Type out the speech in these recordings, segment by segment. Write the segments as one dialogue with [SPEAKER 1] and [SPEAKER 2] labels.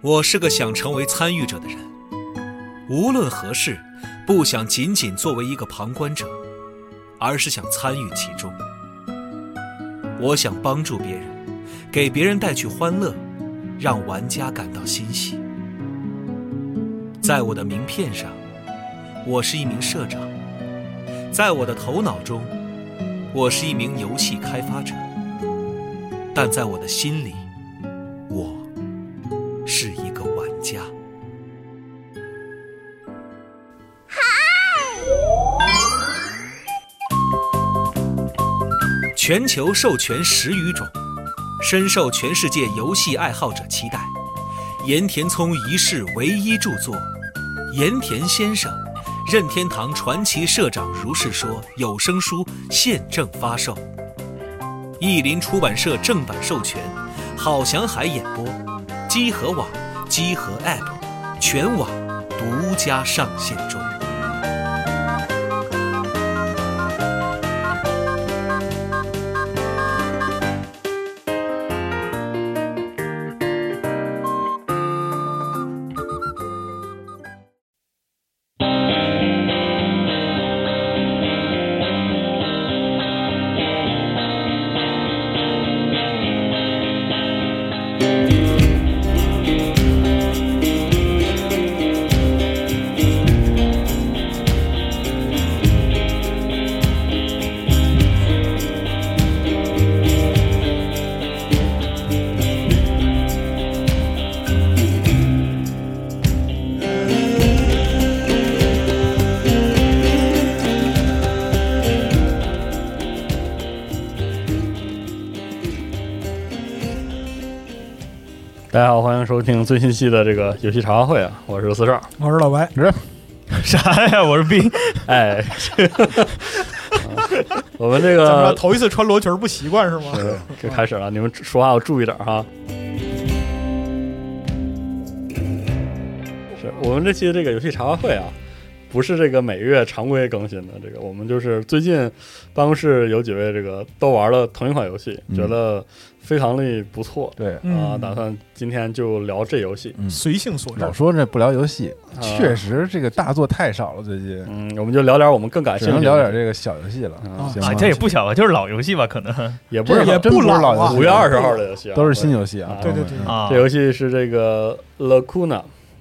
[SPEAKER 1] 我是个想成为参与者的人，无论何事，不想仅仅作为一个旁观者，而是想参与其中。我想帮助别人，给别人带去欢乐，让玩家感到欣喜。在我的名片上，我是一名社长；在我的头脑中，我是一名游戏开发者；但在我的心里，我是一个玩家。全球授权十余种，深受全世界游戏爱好者期待。盐田聪一世唯一著作《盐田先生》，任天堂传奇社长如是说有声书现正发售，译林出版社正版授权，郝祥海演播，积禾网、积禾 App 全网独家上线中。
[SPEAKER 2] 啊
[SPEAKER 3] 大家好，欢迎收听最新期的这个游戏茶话会啊，我是四少。
[SPEAKER 4] 我是老白，
[SPEAKER 5] 啥呀？我是兵，
[SPEAKER 3] 哎， 我们这
[SPEAKER 4] 怎么着
[SPEAKER 3] 个
[SPEAKER 4] 头一次穿罗裙儿不习惯是吗？
[SPEAKER 3] 呃是这开始了，你们说话要注意点儿哈。是我们这期的这个游戏茶话会啊，不是这个每月常规更新的，这个我们就是最近办公室有几位这个都玩了同一款游戏，
[SPEAKER 5] 嗯
[SPEAKER 3] 觉得非常的不错
[SPEAKER 5] 对，
[SPEAKER 3] 啊、
[SPEAKER 4] 嗯
[SPEAKER 3] 打算今天就聊这游戏。
[SPEAKER 4] 随性所
[SPEAKER 5] 老
[SPEAKER 4] 至，
[SPEAKER 5] 说这不聊游戏，
[SPEAKER 3] 啊
[SPEAKER 5] 确实这个大作太少了，最近
[SPEAKER 3] 嗯，我们就聊点我们更感
[SPEAKER 5] 只
[SPEAKER 3] 兴趣的
[SPEAKER 5] 能聊点
[SPEAKER 3] 这，
[SPEAKER 5] 这个小游戏了，
[SPEAKER 3] 啊
[SPEAKER 5] 行
[SPEAKER 4] 啊
[SPEAKER 5] 吗？
[SPEAKER 2] 啊，这也不小啊，就是老游戏吧，可能
[SPEAKER 3] 也不是
[SPEAKER 5] 这
[SPEAKER 4] 也
[SPEAKER 5] 个真
[SPEAKER 4] 不
[SPEAKER 5] 是
[SPEAKER 4] 老
[SPEAKER 5] 老
[SPEAKER 4] 啊
[SPEAKER 5] 游戏
[SPEAKER 3] 五月二十号的游戏啊，
[SPEAKER 5] 都是新游戏啊
[SPEAKER 3] 啊，
[SPEAKER 4] 对对对，
[SPEAKER 2] 啊
[SPEAKER 3] 这游戏是这个 Lacuna，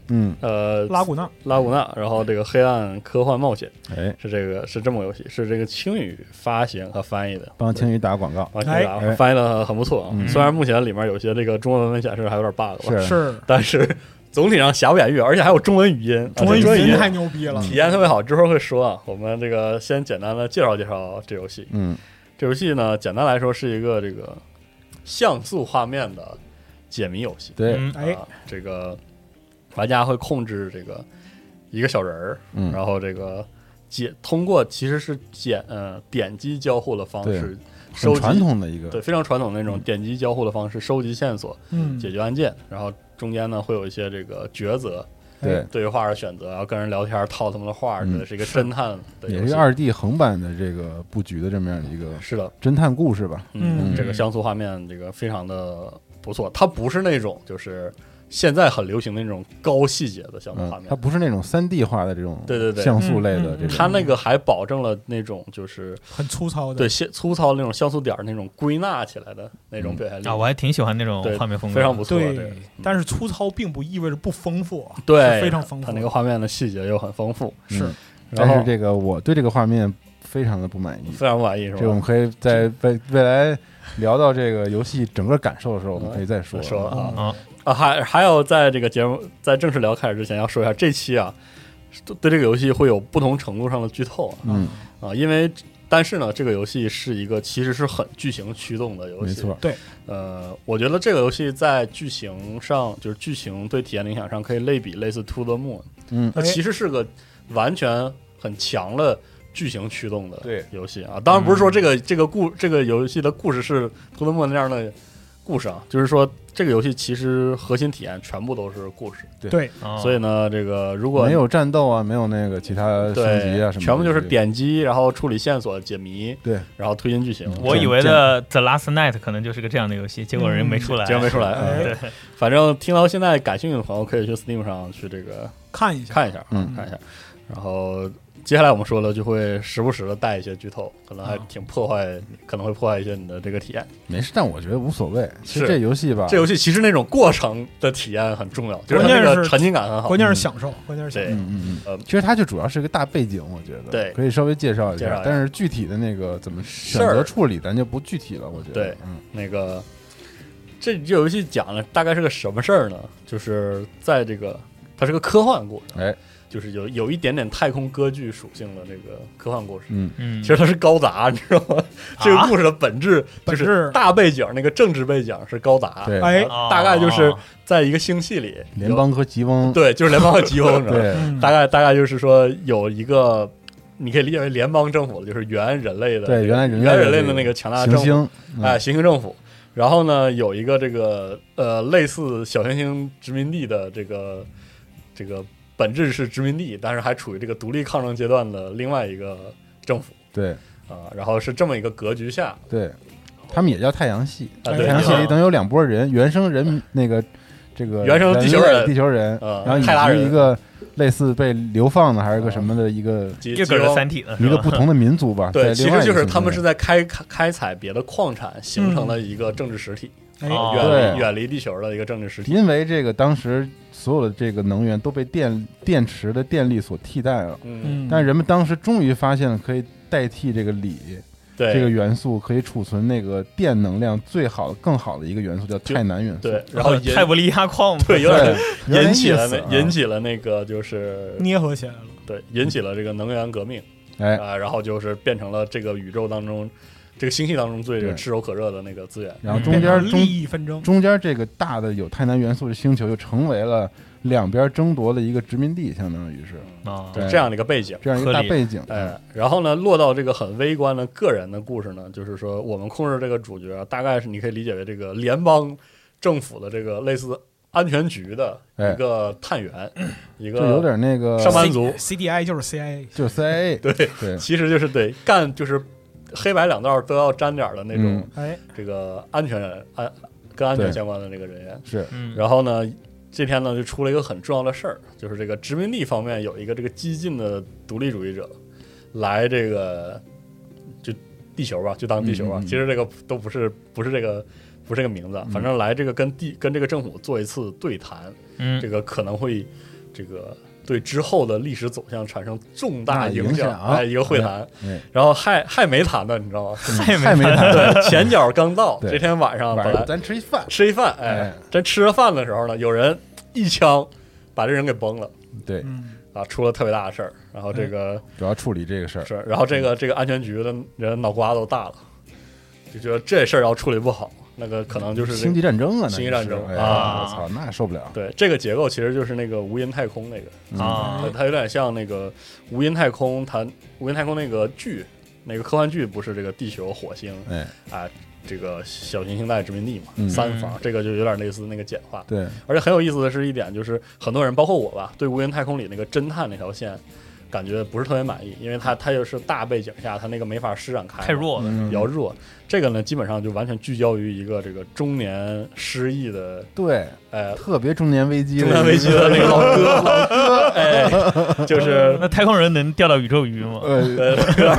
[SPEAKER 5] 嗯，
[SPEAKER 3] 呃，
[SPEAKER 4] 拉古纳
[SPEAKER 3] 拉古纳，然后这个黑暗科幻冒险
[SPEAKER 5] 哎，
[SPEAKER 3] 是这个是这么个游戏，是这个青语发行和翻译的。
[SPEAKER 5] 帮青鱼打个广告，
[SPEAKER 3] 啊，青语啊
[SPEAKER 5] 哎
[SPEAKER 3] 翻译的很不错啊，
[SPEAKER 5] 嗯
[SPEAKER 3] 虽然目前里面有些这个中文文本显示还有点 bug 吧，
[SPEAKER 5] 是
[SPEAKER 4] 是
[SPEAKER 3] 但是啊总体上瑕不掩瑜，而且还有中文语音，啊
[SPEAKER 4] 中文
[SPEAKER 3] 这
[SPEAKER 4] 语
[SPEAKER 3] 语
[SPEAKER 4] 音太牛逼了，
[SPEAKER 3] 体验特别好，之后会说啊。我们这个先简单的介绍介绍这游戏，
[SPEAKER 5] 嗯，
[SPEAKER 3] 这游戏呢，简单来说是一个这个像素画面的解谜游戏。
[SPEAKER 5] 对，
[SPEAKER 2] 嗯
[SPEAKER 4] 哎
[SPEAKER 3] 啊，这个玩家会控制这个一个小人儿，
[SPEAKER 5] 嗯
[SPEAKER 3] 然后这个解通过其实是简呃点击交互的方式收
[SPEAKER 5] 很
[SPEAKER 3] 集
[SPEAKER 5] 传统的一
[SPEAKER 3] 对
[SPEAKER 5] 个，
[SPEAKER 3] 非常传统的那种点击交互的方式收集线索、
[SPEAKER 4] 嗯，
[SPEAKER 3] 解决案件，然后中间呢会有一些这个抉择、
[SPEAKER 5] 对，
[SPEAKER 3] 对话的选择，然后跟人聊天套他们的话，
[SPEAKER 5] 嗯
[SPEAKER 3] 这是一个侦探的
[SPEAKER 5] 也
[SPEAKER 3] 游
[SPEAKER 5] 是
[SPEAKER 3] 戏。
[SPEAKER 5] 二 D 横版的这个布局的这么样的一个
[SPEAKER 3] 是的，
[SPEAKER 5] 侦探故事吧，
[SPEAKER 3] 嗯，
[SPEAKER 5] 嗯
[SPEAKER 3] 这个像素画面这个非常的不错，它不是那种就是现在很流行的那种高细节的像素画
[SPEAKER 5] 嗯，
[SPEAKER 3] 面
[SPEAKER 5] 它，不是那种三 D 化的这种
[SPEAKER 3] 对对对
[SPEAKER 5] 像素类
[SPEAKER 4] 嗯
[SPEAKER 5] 的
[SPEAKER 4] 嗯
[SPEAKER 5] 这种，
[SPEAKER 3] 它那个还保证了那种就是
[SPEAKER 4] 很粗糙的，
[SPEAKER 3] 对像粗糙那种像素点儿那种归纳起来的那种表现力，
[SPEAKER 2] 啊，我还挺喜欢那种
[SPEAKER 3] 对
[SPEAKER 2] 画面风格，
[SPEAKER 3] 非常不错。这个嗯
[SPEAKER 4] 对，但是粗糙并不意味着不丰富啊，
[SPEAKER 3] 对
[SPEAKER 4] 是非常丰富
[SPEAKER 3] 它那个画面的细节又很丰富，
[SPEAKER 5] 嗯
[SPEAKER 4] 是，
[SPEAKER 3] 然
[SPEAKER 5] 但
[SPEAKER 3] 后
[SPEAKER 5] 是这个我对这个画面非常的不满意，
[SPEAKER 3] 非常不满意是
[SPEAKER 5] 这个我
[SPEAKER 3] 吧
[SPEAKER 5] 们？可以在未未来聊到这个游戏整个感受的时候，我们可以再说。
[SPEAKER 3] 说
[SPEAKER 5] 啊，
[SPEAKER 3] 啊
[SPEAKER 4] 嗯
[SPEAKER 2] 啊，
[SPEAKER 3] 啊，还还要在这个节目在正式聊开始之前要说一下，这期啊对对这个游戏会有不同程度上的剧透啊，
[SPEAKER 5] 嗯，
[SPEAKER 3] 啊，因为但是呢，这个游戏是一个其实是很剧情驱动的游
[SPEAKER 5] 没
[SPEAKER 3] 戏。
[SPEAKER 5] 错，
[SPEAKER 3] 呃，我觉得这个游戏在剧情上，就是剧情对体验的影响上，可以类比类似《To the Moon》，
[SPEAKER 5] 嗯，
[SPEAKER 3] 它
[SPEAKER 4] 哎
[SPEAKER 3] 其实是个完全很强的剧情驱动的
[SPEAKER 5] 对
[SPEAKER 3] 游戏啊。当然不是说这个、这个故这个游戏的故事是《To the Moon》那样的故事啊，就是说这个游戏其实核心体验全部都是故事，
[SPEAKER 4] 对，
[SPEAKER 1] 嗯
[SPEAKER 2] 哦
[SPEAKER 3] 所以呢，这个如果
[SPEAKER 5] 没有战斗啊，没有那个其他升级
[SPEAKER 3] 对
[SPEAKER 5] 啊什么的，
[SPEAKER 3] 全部就是点击，然后处理线索、解谜，
[SPEAKER 5] 对，
[SPEAKER 3] 然后推进剧情。
[SPEAKER 5] 嗯
[SPEAKER 2] 我以为的《The 呃 Last Night》可能就是个这样的游戏，结果人没出来，
[SPEAKER 3] 结果没出来。嗯
[SPEAKER 4] 哎，
[SPEAKER 3] 反正听到现在感兴趣的朋友可以去 Steam 上去这个
[SPEAKER 4] 看一下，
[SPEAKER 3] 看一下，
[SPEAKER 5] 嗯
[SPEAKER 3] 看一下。然后接下来我们说了，就会时不时的带一些剧透，可能还
[SPEAKER 2] 啊
[SPEAKER 3] 挺破坏，可能会破坏一些你的这个体验。
[SPEAKER 5] 没事，但我觉得无所谓。其
[SPEAKER 3] 是
[SPEAKER 5] 实这游戏吧，
[SPEAKER 3] 这游戏其实那种过程的体验很重要，就是它
[SPEAKER 4] 关键
[SPEAKER 3] 那个
[SPEAKER 4] 是
[SPEAKER 3] 沉浸感很好。
[SPEAKER 4] 关键是享受，关键是享
[SPEAKER 3] 对
[SPEAKER 4] 受。
[SPEAKER 5] 嗯嗯
[SPEAKER 3] 呃
[SPEAKER 5] 嗯，其实它就主要是个大背景，我觉得
[SPEAKER 3] 对
[SPEAKER 5] 可以稍微介绍一
[SPEAKER 3] 介绍
[SPEAKER 5] 下
[SPEAKER 3] 一下，
[SPEAKER 5] 但是具体的那个怎么选
[SPEAKER 3] 事儿
[SPEAKER 5] 择处理，咱就不具体了，我觉得。
[SPEAKER 3] 对
[SPEAKER 5] 嗯，
[SPEAKER 3] 那个这这游戏讲了大概是个什么事儿呢？就是在这个它是个科幻故事，
[SPEAKER 5] 哎，
[SPEAKER 3] 就是有有一点点太空歌剧属性的那个科幻故事。
[SPEAKER 5] 嗯
[SPEAKER 2] 嗯，
[SPEAKER 3] 其实它是高
[SPEAKER 5] 啊
[SPEAKER 3] 达，你知道吗？ 这个故事的本质就
[SPEAKER 4] 本
[SPEAKER 3] 是
[SPEAKER 4] 质
[SPEAKER 3] 大背景，那个政治背景是高达，
[SPEAKER 5] 对
[SPEAKER 4] 哎
[SPEAKER 2] 哦
[SPEAKER 3] 大概就是在一个星系里，
[SPEAKER 5] 联邦和吉翁，
[SPEAKER 3] 有对，就是联邦和吉翁， 你知道吗
[SPEAKER 5] 对
[SPEAKER 4] 嗯
[SPEAKER 3] 大概大概就是说有一个，你可以理解为联邦政府，就是原人类的
[SPEAKER 5] 对，原来人
[SPEAKER 3] 原来人类
[SPEAKER 5] 的
[SPEAKER 3] 的那
[SPEAKER 5] 个
[SPEAKER 3] 个强大的
[SPEAKER 5] 行
[SPEAKER 3] 政府，
[SPEAKER 5] 星，嗯
[SPEAKER 3] 哎，行星政府。然后呢，有一个这个呃类似小行星殖民地的这个这个本质是殖民地，但是还处于这个独立抗争阶段的另外一个政府
[SPEAKER 5] 对
[SPEAKER 3] 啊、然后是这么一个格局下，
[SPEAKER 5] 对，他们也叫太阳系，
[SPEAKER 3] 啊，
[SPEAKER 4] 哎
[SPEAKER 3] 对，嗯
[SPEAKER 5] 太阳系
[SPEAKER 2] 也
[SPEAKER 5] 里等于有两拨人，原生人那个这个
[SPEAKER 3] 原生地球人
[SPEAKER 5] 类地球人，
[SPEAKER 3] 呃
[SPEAKER 5] 然后以
[SPEAKER 3] 泰拉人呃
[SPEAKER 5] 及一个类似被流放的还是个什么的一个
[SPEAKER 3] 吉
[SPEAKER 2] 又
[SPEAKER 3] 吉
[SPEAKER 2] 搁着
[SPEAKER 3] 翁
[SPEAKER 2] 三体了，
[SPEAKER 5] 一个
[SPEAKER 2] 吧
[SPEAKER 5] 不同的民族吧。
[SPEAKER 3] 对，
[SPEAKER 5] 在另
[SPEAKER 3] 其
[SPEAKER 5] 外
[SPEAKER 3] 实
[SPEAKER 5] 一
[SPEAKER 3] 就
[SPEAKER 5] 个
[SPEAKER 3] 是
[SPEAKER 5] 星
[SPEAKER 3] 他们
[SPEAKER 5] 球
[SPEAKER 3] 是在开开开采别的矿产，形成了一个政治实体，
[SPEAKER 4] 哎，
[SPEAKER 2] 哦
[SPEAKER 3] 远
[SPEAKER 5] 对
[SPEAKER 3] 离远离地球的一个政治实体。
[SPEAKER 5] 因为这个当时所有的这个能源都被电电池的电力所替代了，
[SPEAKER 3] 嗯，
[SPEAKER 4] 嗯，
[SPEAKER 5] 但是人们当时终于发现了可以代替这个锂
[SPEAKER 3] 对，
[SPEAKER 5] 这个元素，可以储存那个电能量最好更好的一个元素叫
[SPEAKER 3] 就
[SPEAKER 5] 钛南元素。
[SPEAKER 3] 对，然后引
[SPEAKER 2] 哦泰伯利亚矿嘛
[SPEAKER 3] 对有点
[SPEAKER 5] 对，有点
[SPEAKER 3] 引起了
[SPEAKER 5] 意思啊
[SPEAKER 3] 那引起了那个就是
[SPEAKER 4] 捏合起来了，
[SPEAKER 3] 对引起了这个能源革命
[SPEAKER 5] 哎，
[SPEAKER 3] 啊，然后就是变成了这个宇宙当中这个星系当中最
[SPEAKER 5] 对
[SPEAKER 3] 炙手可热的那个资源。
[SPEAKER 5] 然后
[SPEAKER 2] 嗯
[SPEAKER 5] 中
[SPEAKER 4] 变
[SPEAKER 5] 间
[SPEAKER 4] 成
[SPEAKER 5] 中
[SPEAKER 4] 利益纷争，
[SPEAKER 5] 中间这个大的有太南元素的星球，就成为了两边争夺的一个殖民地，相当于是
[SPEAKER 2] 啊，
[SPEAKER 3] 就
[SPEAKER 5] 对
[SPEAKER 3] 这样的一个背景。
[SPEAKER 5] 这样一个
[SPEAKER 2] 合
[SPEAKER 5] 大
[SPEAKER 2] 理
[SPEAKER 5] 背景。嗯
[SPEAKER 3] 哎，然后呢，落到这个很微观的个人的故事呢，就是说我们控制这个主角，大概是你可以理解为这个联邦政府的这个类似安全局的一个探 员，一
[SPEAKER 5] 哎就有
[SPEAKER 3] 个
[SPEAKER 5] 点那个，
[SPEAKER 3] 上班族，
[SPEAKER 4] CDI 就是 CIA，
[SPEAKER 5] 就是 CIA，
[SPEAKER 3] 对
[SPEAKER 5] 对
[SPEAKER 3] 其实就是得干就是黑白两道都要沾点儿的那种、
[SPEAKER 5] 嗯
[SPEAKER 4] 哎，
[SPEAKER 3] 这个安全人安跟安全
[SPEAKER 5] 对
[SPEAKER 3] 相关的这个人员。
[SPEAKER 5] 是
[SPEAKER 2] 嗯，
[SPEAKER 3] 然后呢，这天呢就出了一个很重要的事儿，就是这个殖民地方面有一个这个激进的独立主义者来这个就地球吧，就当地球吧。
[SPEAKER 5] 嗯嗯嗯
[SPEAKER 3] 其实这个都不是不是这个不是这个名字啊，
[SPEAKER 5] 嗯
[SPEAKER 3] 反正来这个跟地跟这个政府做一次对谈，
[SPEAKER 2] 嗯
[SPEAKER 3] 这个可能会这个。对之后的历史走向产生重大
[SPEAKER 5] 大
[SPEAKER 3] 影
[SPEAKER 5] 影
[SPEAKER 3] 响，
[SPEAKER 5] 响啊
[SPEAKER 3] 哎，一个会谈，
[SPEAKER 5] 哎
[SPEAKER 3] 然后还还没谈呢，你知道吗？
[SPEAKER 2] 太
[SPEAKER 5] 太没
[SPEAKER 2] 没
[SPEAKER 5] 谈，
[SPEAKER 3] 对，前脚刚到，
[SPEAKER 5] 对
[SPEAKER 3] 这天晚上
[SPEAKER 5] 晚
[SPEAKER 3] 本
[SPEAKER 5] 上
[SPEAKER 3] 来
[SPEAKER 5] 咱吃一饭，
[SPEAKER 3] 吃一饭，哎
[SPEAKER 5] 哎，
[SPEAKER 3] 这吃着饭的时候呢，有人一枪把这人给崩了
[SPEAKER 5] 对，
[SPEAKER 4] 嗯，
[SPEAKER 3] 啊，出了特别大的事儿。然后这个
[SPEAKER 5] 主要处理这个事儿，
[SPEAKER 3] 是，然后这个这个安全局的人脑瓜都大了，就觉得这事儿要处理不好，那个可能就是这
[SPEAKER 5] 星际战争啊，那
[SPEAKER 3] 星际
[SPEAKER 5] 是
[SPEAKER 3] 战争
[SPEAKER 5] 哎
[SPEAKER 2] 啊
[SPEAKER 5] 我操，那受不了，
[SPEAKER 3] 对这个结构其实就是那个无垠太空那个，
[SPEAKER 5] 嗯
[SPEAKER 2] 啊
[SPEAKER 3] 它，它有点像那个无垠太空，它无垠太空那个剧，那个科幻剧不是这个地球、火星
[SPEAKER 5] 哎，
[SPEAKER 3] 啊，这个小行星带殖民地嘛，
[SPEAKER 5] 嗯
[SPEAKER 3] 三方，这个就有点类似那个简化。
[SPEAKER 5] 对，
[SPEAKER 3] 而且很有意思的是一点，就是很多人，包括我吧，对无人太空里那个侦探那条线，感觉不是特别满意，因为它它又是大背景下，它那个没法施展开，
[SPEAKER 2] 太，弱了，
[SPEAKER 5] 嗯
[SPEAKER 3] 比较弱。这个呢，基本上就完全聚焦于一个这个中年失忆的，
[SPEAKER 5] 对，
[SPEAKER 3] 呃，
[SPEAKER 5] 特别中年危机，
[SPEAKER 3] 中年危机的那个老哥，老哥，哎， 就是
[SPEAKER 2] 那太空人能钓到宇宙鱼吗？
[SPEAKER 5] 呃，
[SPEAKER 3] 呃，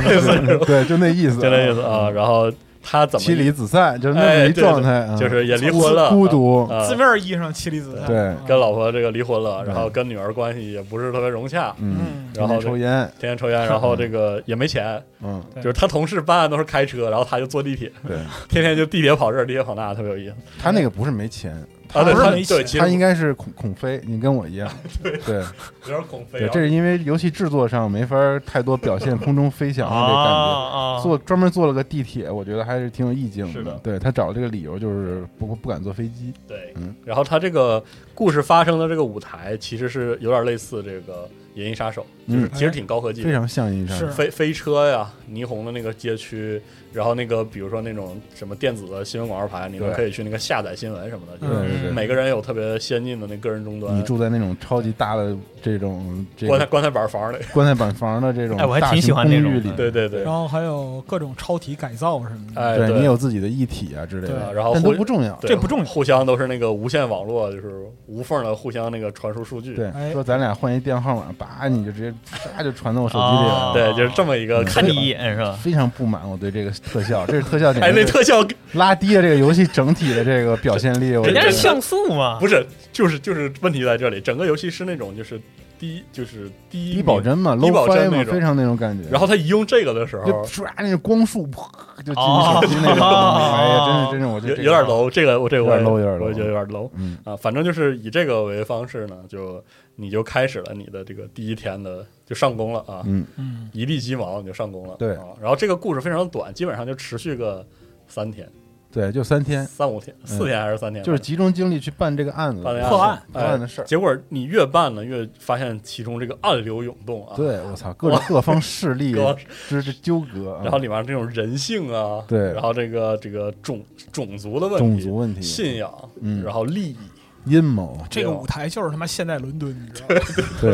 [SPEAKER 3] 类似这种
[SPEAKER 5] 对，就那意思，
[SPEAKER 3] 就那意思啊。然后他怎么
[SPEAKER 5] 妻离子散，就是那
[SPEAKER 3] 哎
[SPEAKER 5] 么一
[SPEAKER 3] 对
[SPEAKER 5] 状态啊，
[SPEAKER 3] 就是也离婚了，
[SPEAKER 5] 孤独，
[SPEAKER 3] 啊，
[SPEAKER 4] 字面意义上妻离子散，
[SPEAKER 5] 对
[SPEAKER 4] 啊
[SPEAKER 3] 跟老婆这个离婚了，
[SPEAKER 5] 对
[SPEAKER 3] 然后跟女儿关系也不是特别融洽，
[SPEAKER 5] 嗯，
[SPEAKER 4] 嗯，
[SPEAKER 3] 然后
[SPEAKER 5] 天天抽烟，
[SPEAKER 3] 天天抽烟，然后这个也没钱，
[SPEAKER 5] 嗯，
[SPEAKER 4] 对
[SPEAKER 3] 就是他同事办案都是开车，然后他就坐地铁，
[SPEAKER 5] 对
[SPEAKER 3] 天天就地铁跑这儿，地铁跑那，特别有意思。
[SPEAKER 5] 他那个不是没钱，
[SPEAKER 3] 啊，对，
[SPEAKER 4] 不是
[SPEAKER 3] 他
[SPEAKER 4] 没钱
[SPEAKER 3] 对，其实
[SPEAKER 5] 他应该是孔孔飞，你跟我一样，对
[SPEAKER 3] 有点恐飞啊
[SPEAKER 5] 对，。这是因为游戏制作上没法儿太多表现空中飞翔的这感觉。
[SPEAKER 2] 啊，
[SPEAKER 5] 坐专门坐了个地铁，我觉得还是挺有意境
[SPEAKER 3] 是的
[SPEAKER 5] 对他找这个理由就是不不敢坐飞机，
[SPEAKER 3] 对
[SPEAKER 5] 嗯，
[SPEAKER 3] 然后他这个故事发生的这个舞台其实是有点类似这个银翼杀手》，
[SPEAKER 5] 嗯
[SPEAKER 3] 就是其实挺高科技的
[SPEAKER 5] 非，常像印象。
[SPEAKER 4] 是
[SPEAKER 3] 飞飞车呀、霓虹的那个街区，然后那个比如说那种什么电子的新闻广告牌，你们
[SPEAKER 5] 对
[SPEAKER 3] 可以去那个下载新闻什么的，就
[SPEAKER 5] 对
[SPEAKER 3] 是
[SPEAKER 5] 对对，
[SPEAKER 3] 每个人有特别先进的那个人终端
[SPEAKER 5] 你，住在那种超级大的这种这
[SPEAKER 3] 棺材
[SPEAKER 5] 个
[SPEAKER 3] 棺材板房里，
[SPEAKER 5] 棺材板房的这种
[SPEAKER 2] 哎我还
[SPEAKER 5] 大
[SPEAKER 2] 挺喜
[SPEAKER 5] 型
[SPEAKER 2] 欢
[SPEAKER 5] 公
[SPEAKER 2] 那
[SPEAKER 5] 寓
[SPEAKER 2] 种
[SPEAKER 5] 里
[SPEAKER 2] 的，
[SPEAKER 3] 对对对
[SPEAKER 4] 然，后还有各种超体改造什么的，
[SPEAKER 3] 哎，
[SPEAKER 5] 对你有自己的一体啊之类
[SPEAKER 4] 对
[SPEAKER 5] 的，
[SPEAKER 4] 啊
[SPEAKER 3] 然后
[SPEAKER 5] 但都
[SPEAKER 3] 会
[SPEAKER 5] 不重要。
[SPEAKER 3] 对
[SPEAKER 4] 这不重要
[SPEAKER 3] 互相都是那个无线网络，就是无缝的互相那个传输数据，
[SPEAKER 5] 对，
[SPEAKER 4] 哎
[SPEAKER 5] 说咱俩换一电话号码，叭，你就直接唰就传到我手机里来
[SPEAKER 3] 哦
[SPEAKER 5] 了。
[SPEAKER 3] 对就是这么一个
[SPEAKER 5] 嗯
[SPEAKER 2] 看
[SPEAKER 3] 看
[SPEAKER 2] 你
[SPEAKER 3] 你。
[SPEAKER 2] 一眼是吧？
[SPEAKER 5] 非常不满我对这个特效，这是特效
[SPEAKER 3] 哎，
[SPEAKER 5] 点，
[SPEAKER 3] 那特效
[SPEAKER 5] 拉低了这个游戏整体的这个表现力。我
[SPEAKER 2] 人
[SPEAKER 5] 觉
[SPEAKER 2] 家
[SPEAKER 5] 得
[SPEAKER 2] 是像素嘛，
[SPEAKER 3] 不是，就是就是问题在这里，整个游戏是那种就是低就是低
[SPEAKER 5] 低保
[SPEAKER 3] 迷，
[SPEAKER 5] 真嘛
[SPEAKER 3] 低保
[SPEAKER 5] ，low
[SPEAKER 3] 真
[SPEAKER 5] fi
[SPEAKER 3] 那
[SPEAKER 5] 嘛，
[SPEAKER 3] 种
[SPEAKER 5] 非常那种感觉。
[SPEAKER 3] 然后他一用这个的时
[SPEAKER 5] 就
[SPEAKER 3] 候，
[SPEAKER 5] 唰，那个光束啪就进你手机 那种，
[SPEAKER 2] 哦
[SPEAKER 5] 哎呀，真是真是，我觉
[SPEAKER 3] 有
[SPEAKER 5] 得这
[SPEAKER 3] 有
[SPEAKER 5] 个
[SPEAKER 3] 点 low，这个我这个我也
[SPEAKER 5] 有点 low，有点 low
[SPEAKER 3] 我也觉得有点 low。
[SPEAKER 5] 嗯，
[SPEAKER 3] 啊，反正就是以这个为方式呢，就你就开始了你的这个第一天的就上工了啊，
[SPEAKER 5] 嗯
[SPEAKER 4] 嗯，
[SPEAKER 3] 一地鸡毛你就上工了，
[SPEAKER 5] 对
[SPEAKER 3] 啊。然后这个故事非常短，基本上就持续个三天、
[SPEAKER 5] 对，就三天，
[SPEAKER 3] 三五天、四天还是三天吧，
[SPEAKER 5] 嗯就是集中精力去办这个案子，
[SPEAKER 3] 办这个
[SPEAKER 4] 破案
[SPEAKER 5] 破案的事儿。
[SPEAKER 3] 哎结果你越办呢，越发现其中这个暗流涌动啊，，
[SPEAKER 5] 对，我操，各种各方势力
[SPEAKER 3] 哥，
[SPEAKER 5] 之之纠葛啊，
[SPEAKER 3] 然后里面这种人性啊，
[SPEAKER 5] 嗯对
[SPEAKER 3] 然后这个这个种种族的问
[SPEAKER 5] 种
[SPEAKER 3] 题、
[SPEAKER 5] 族问题、
[SPEAKER 3] 信仰，
[SPEAKER 5] 嗯
[SPEAKER 3] 然后利益
[SPEAKER 5] 阴谋，
[SPEAKER 4] 这个舞台就是他妈现代伦敦，你知道吗？
[SPEAKER 5] 对，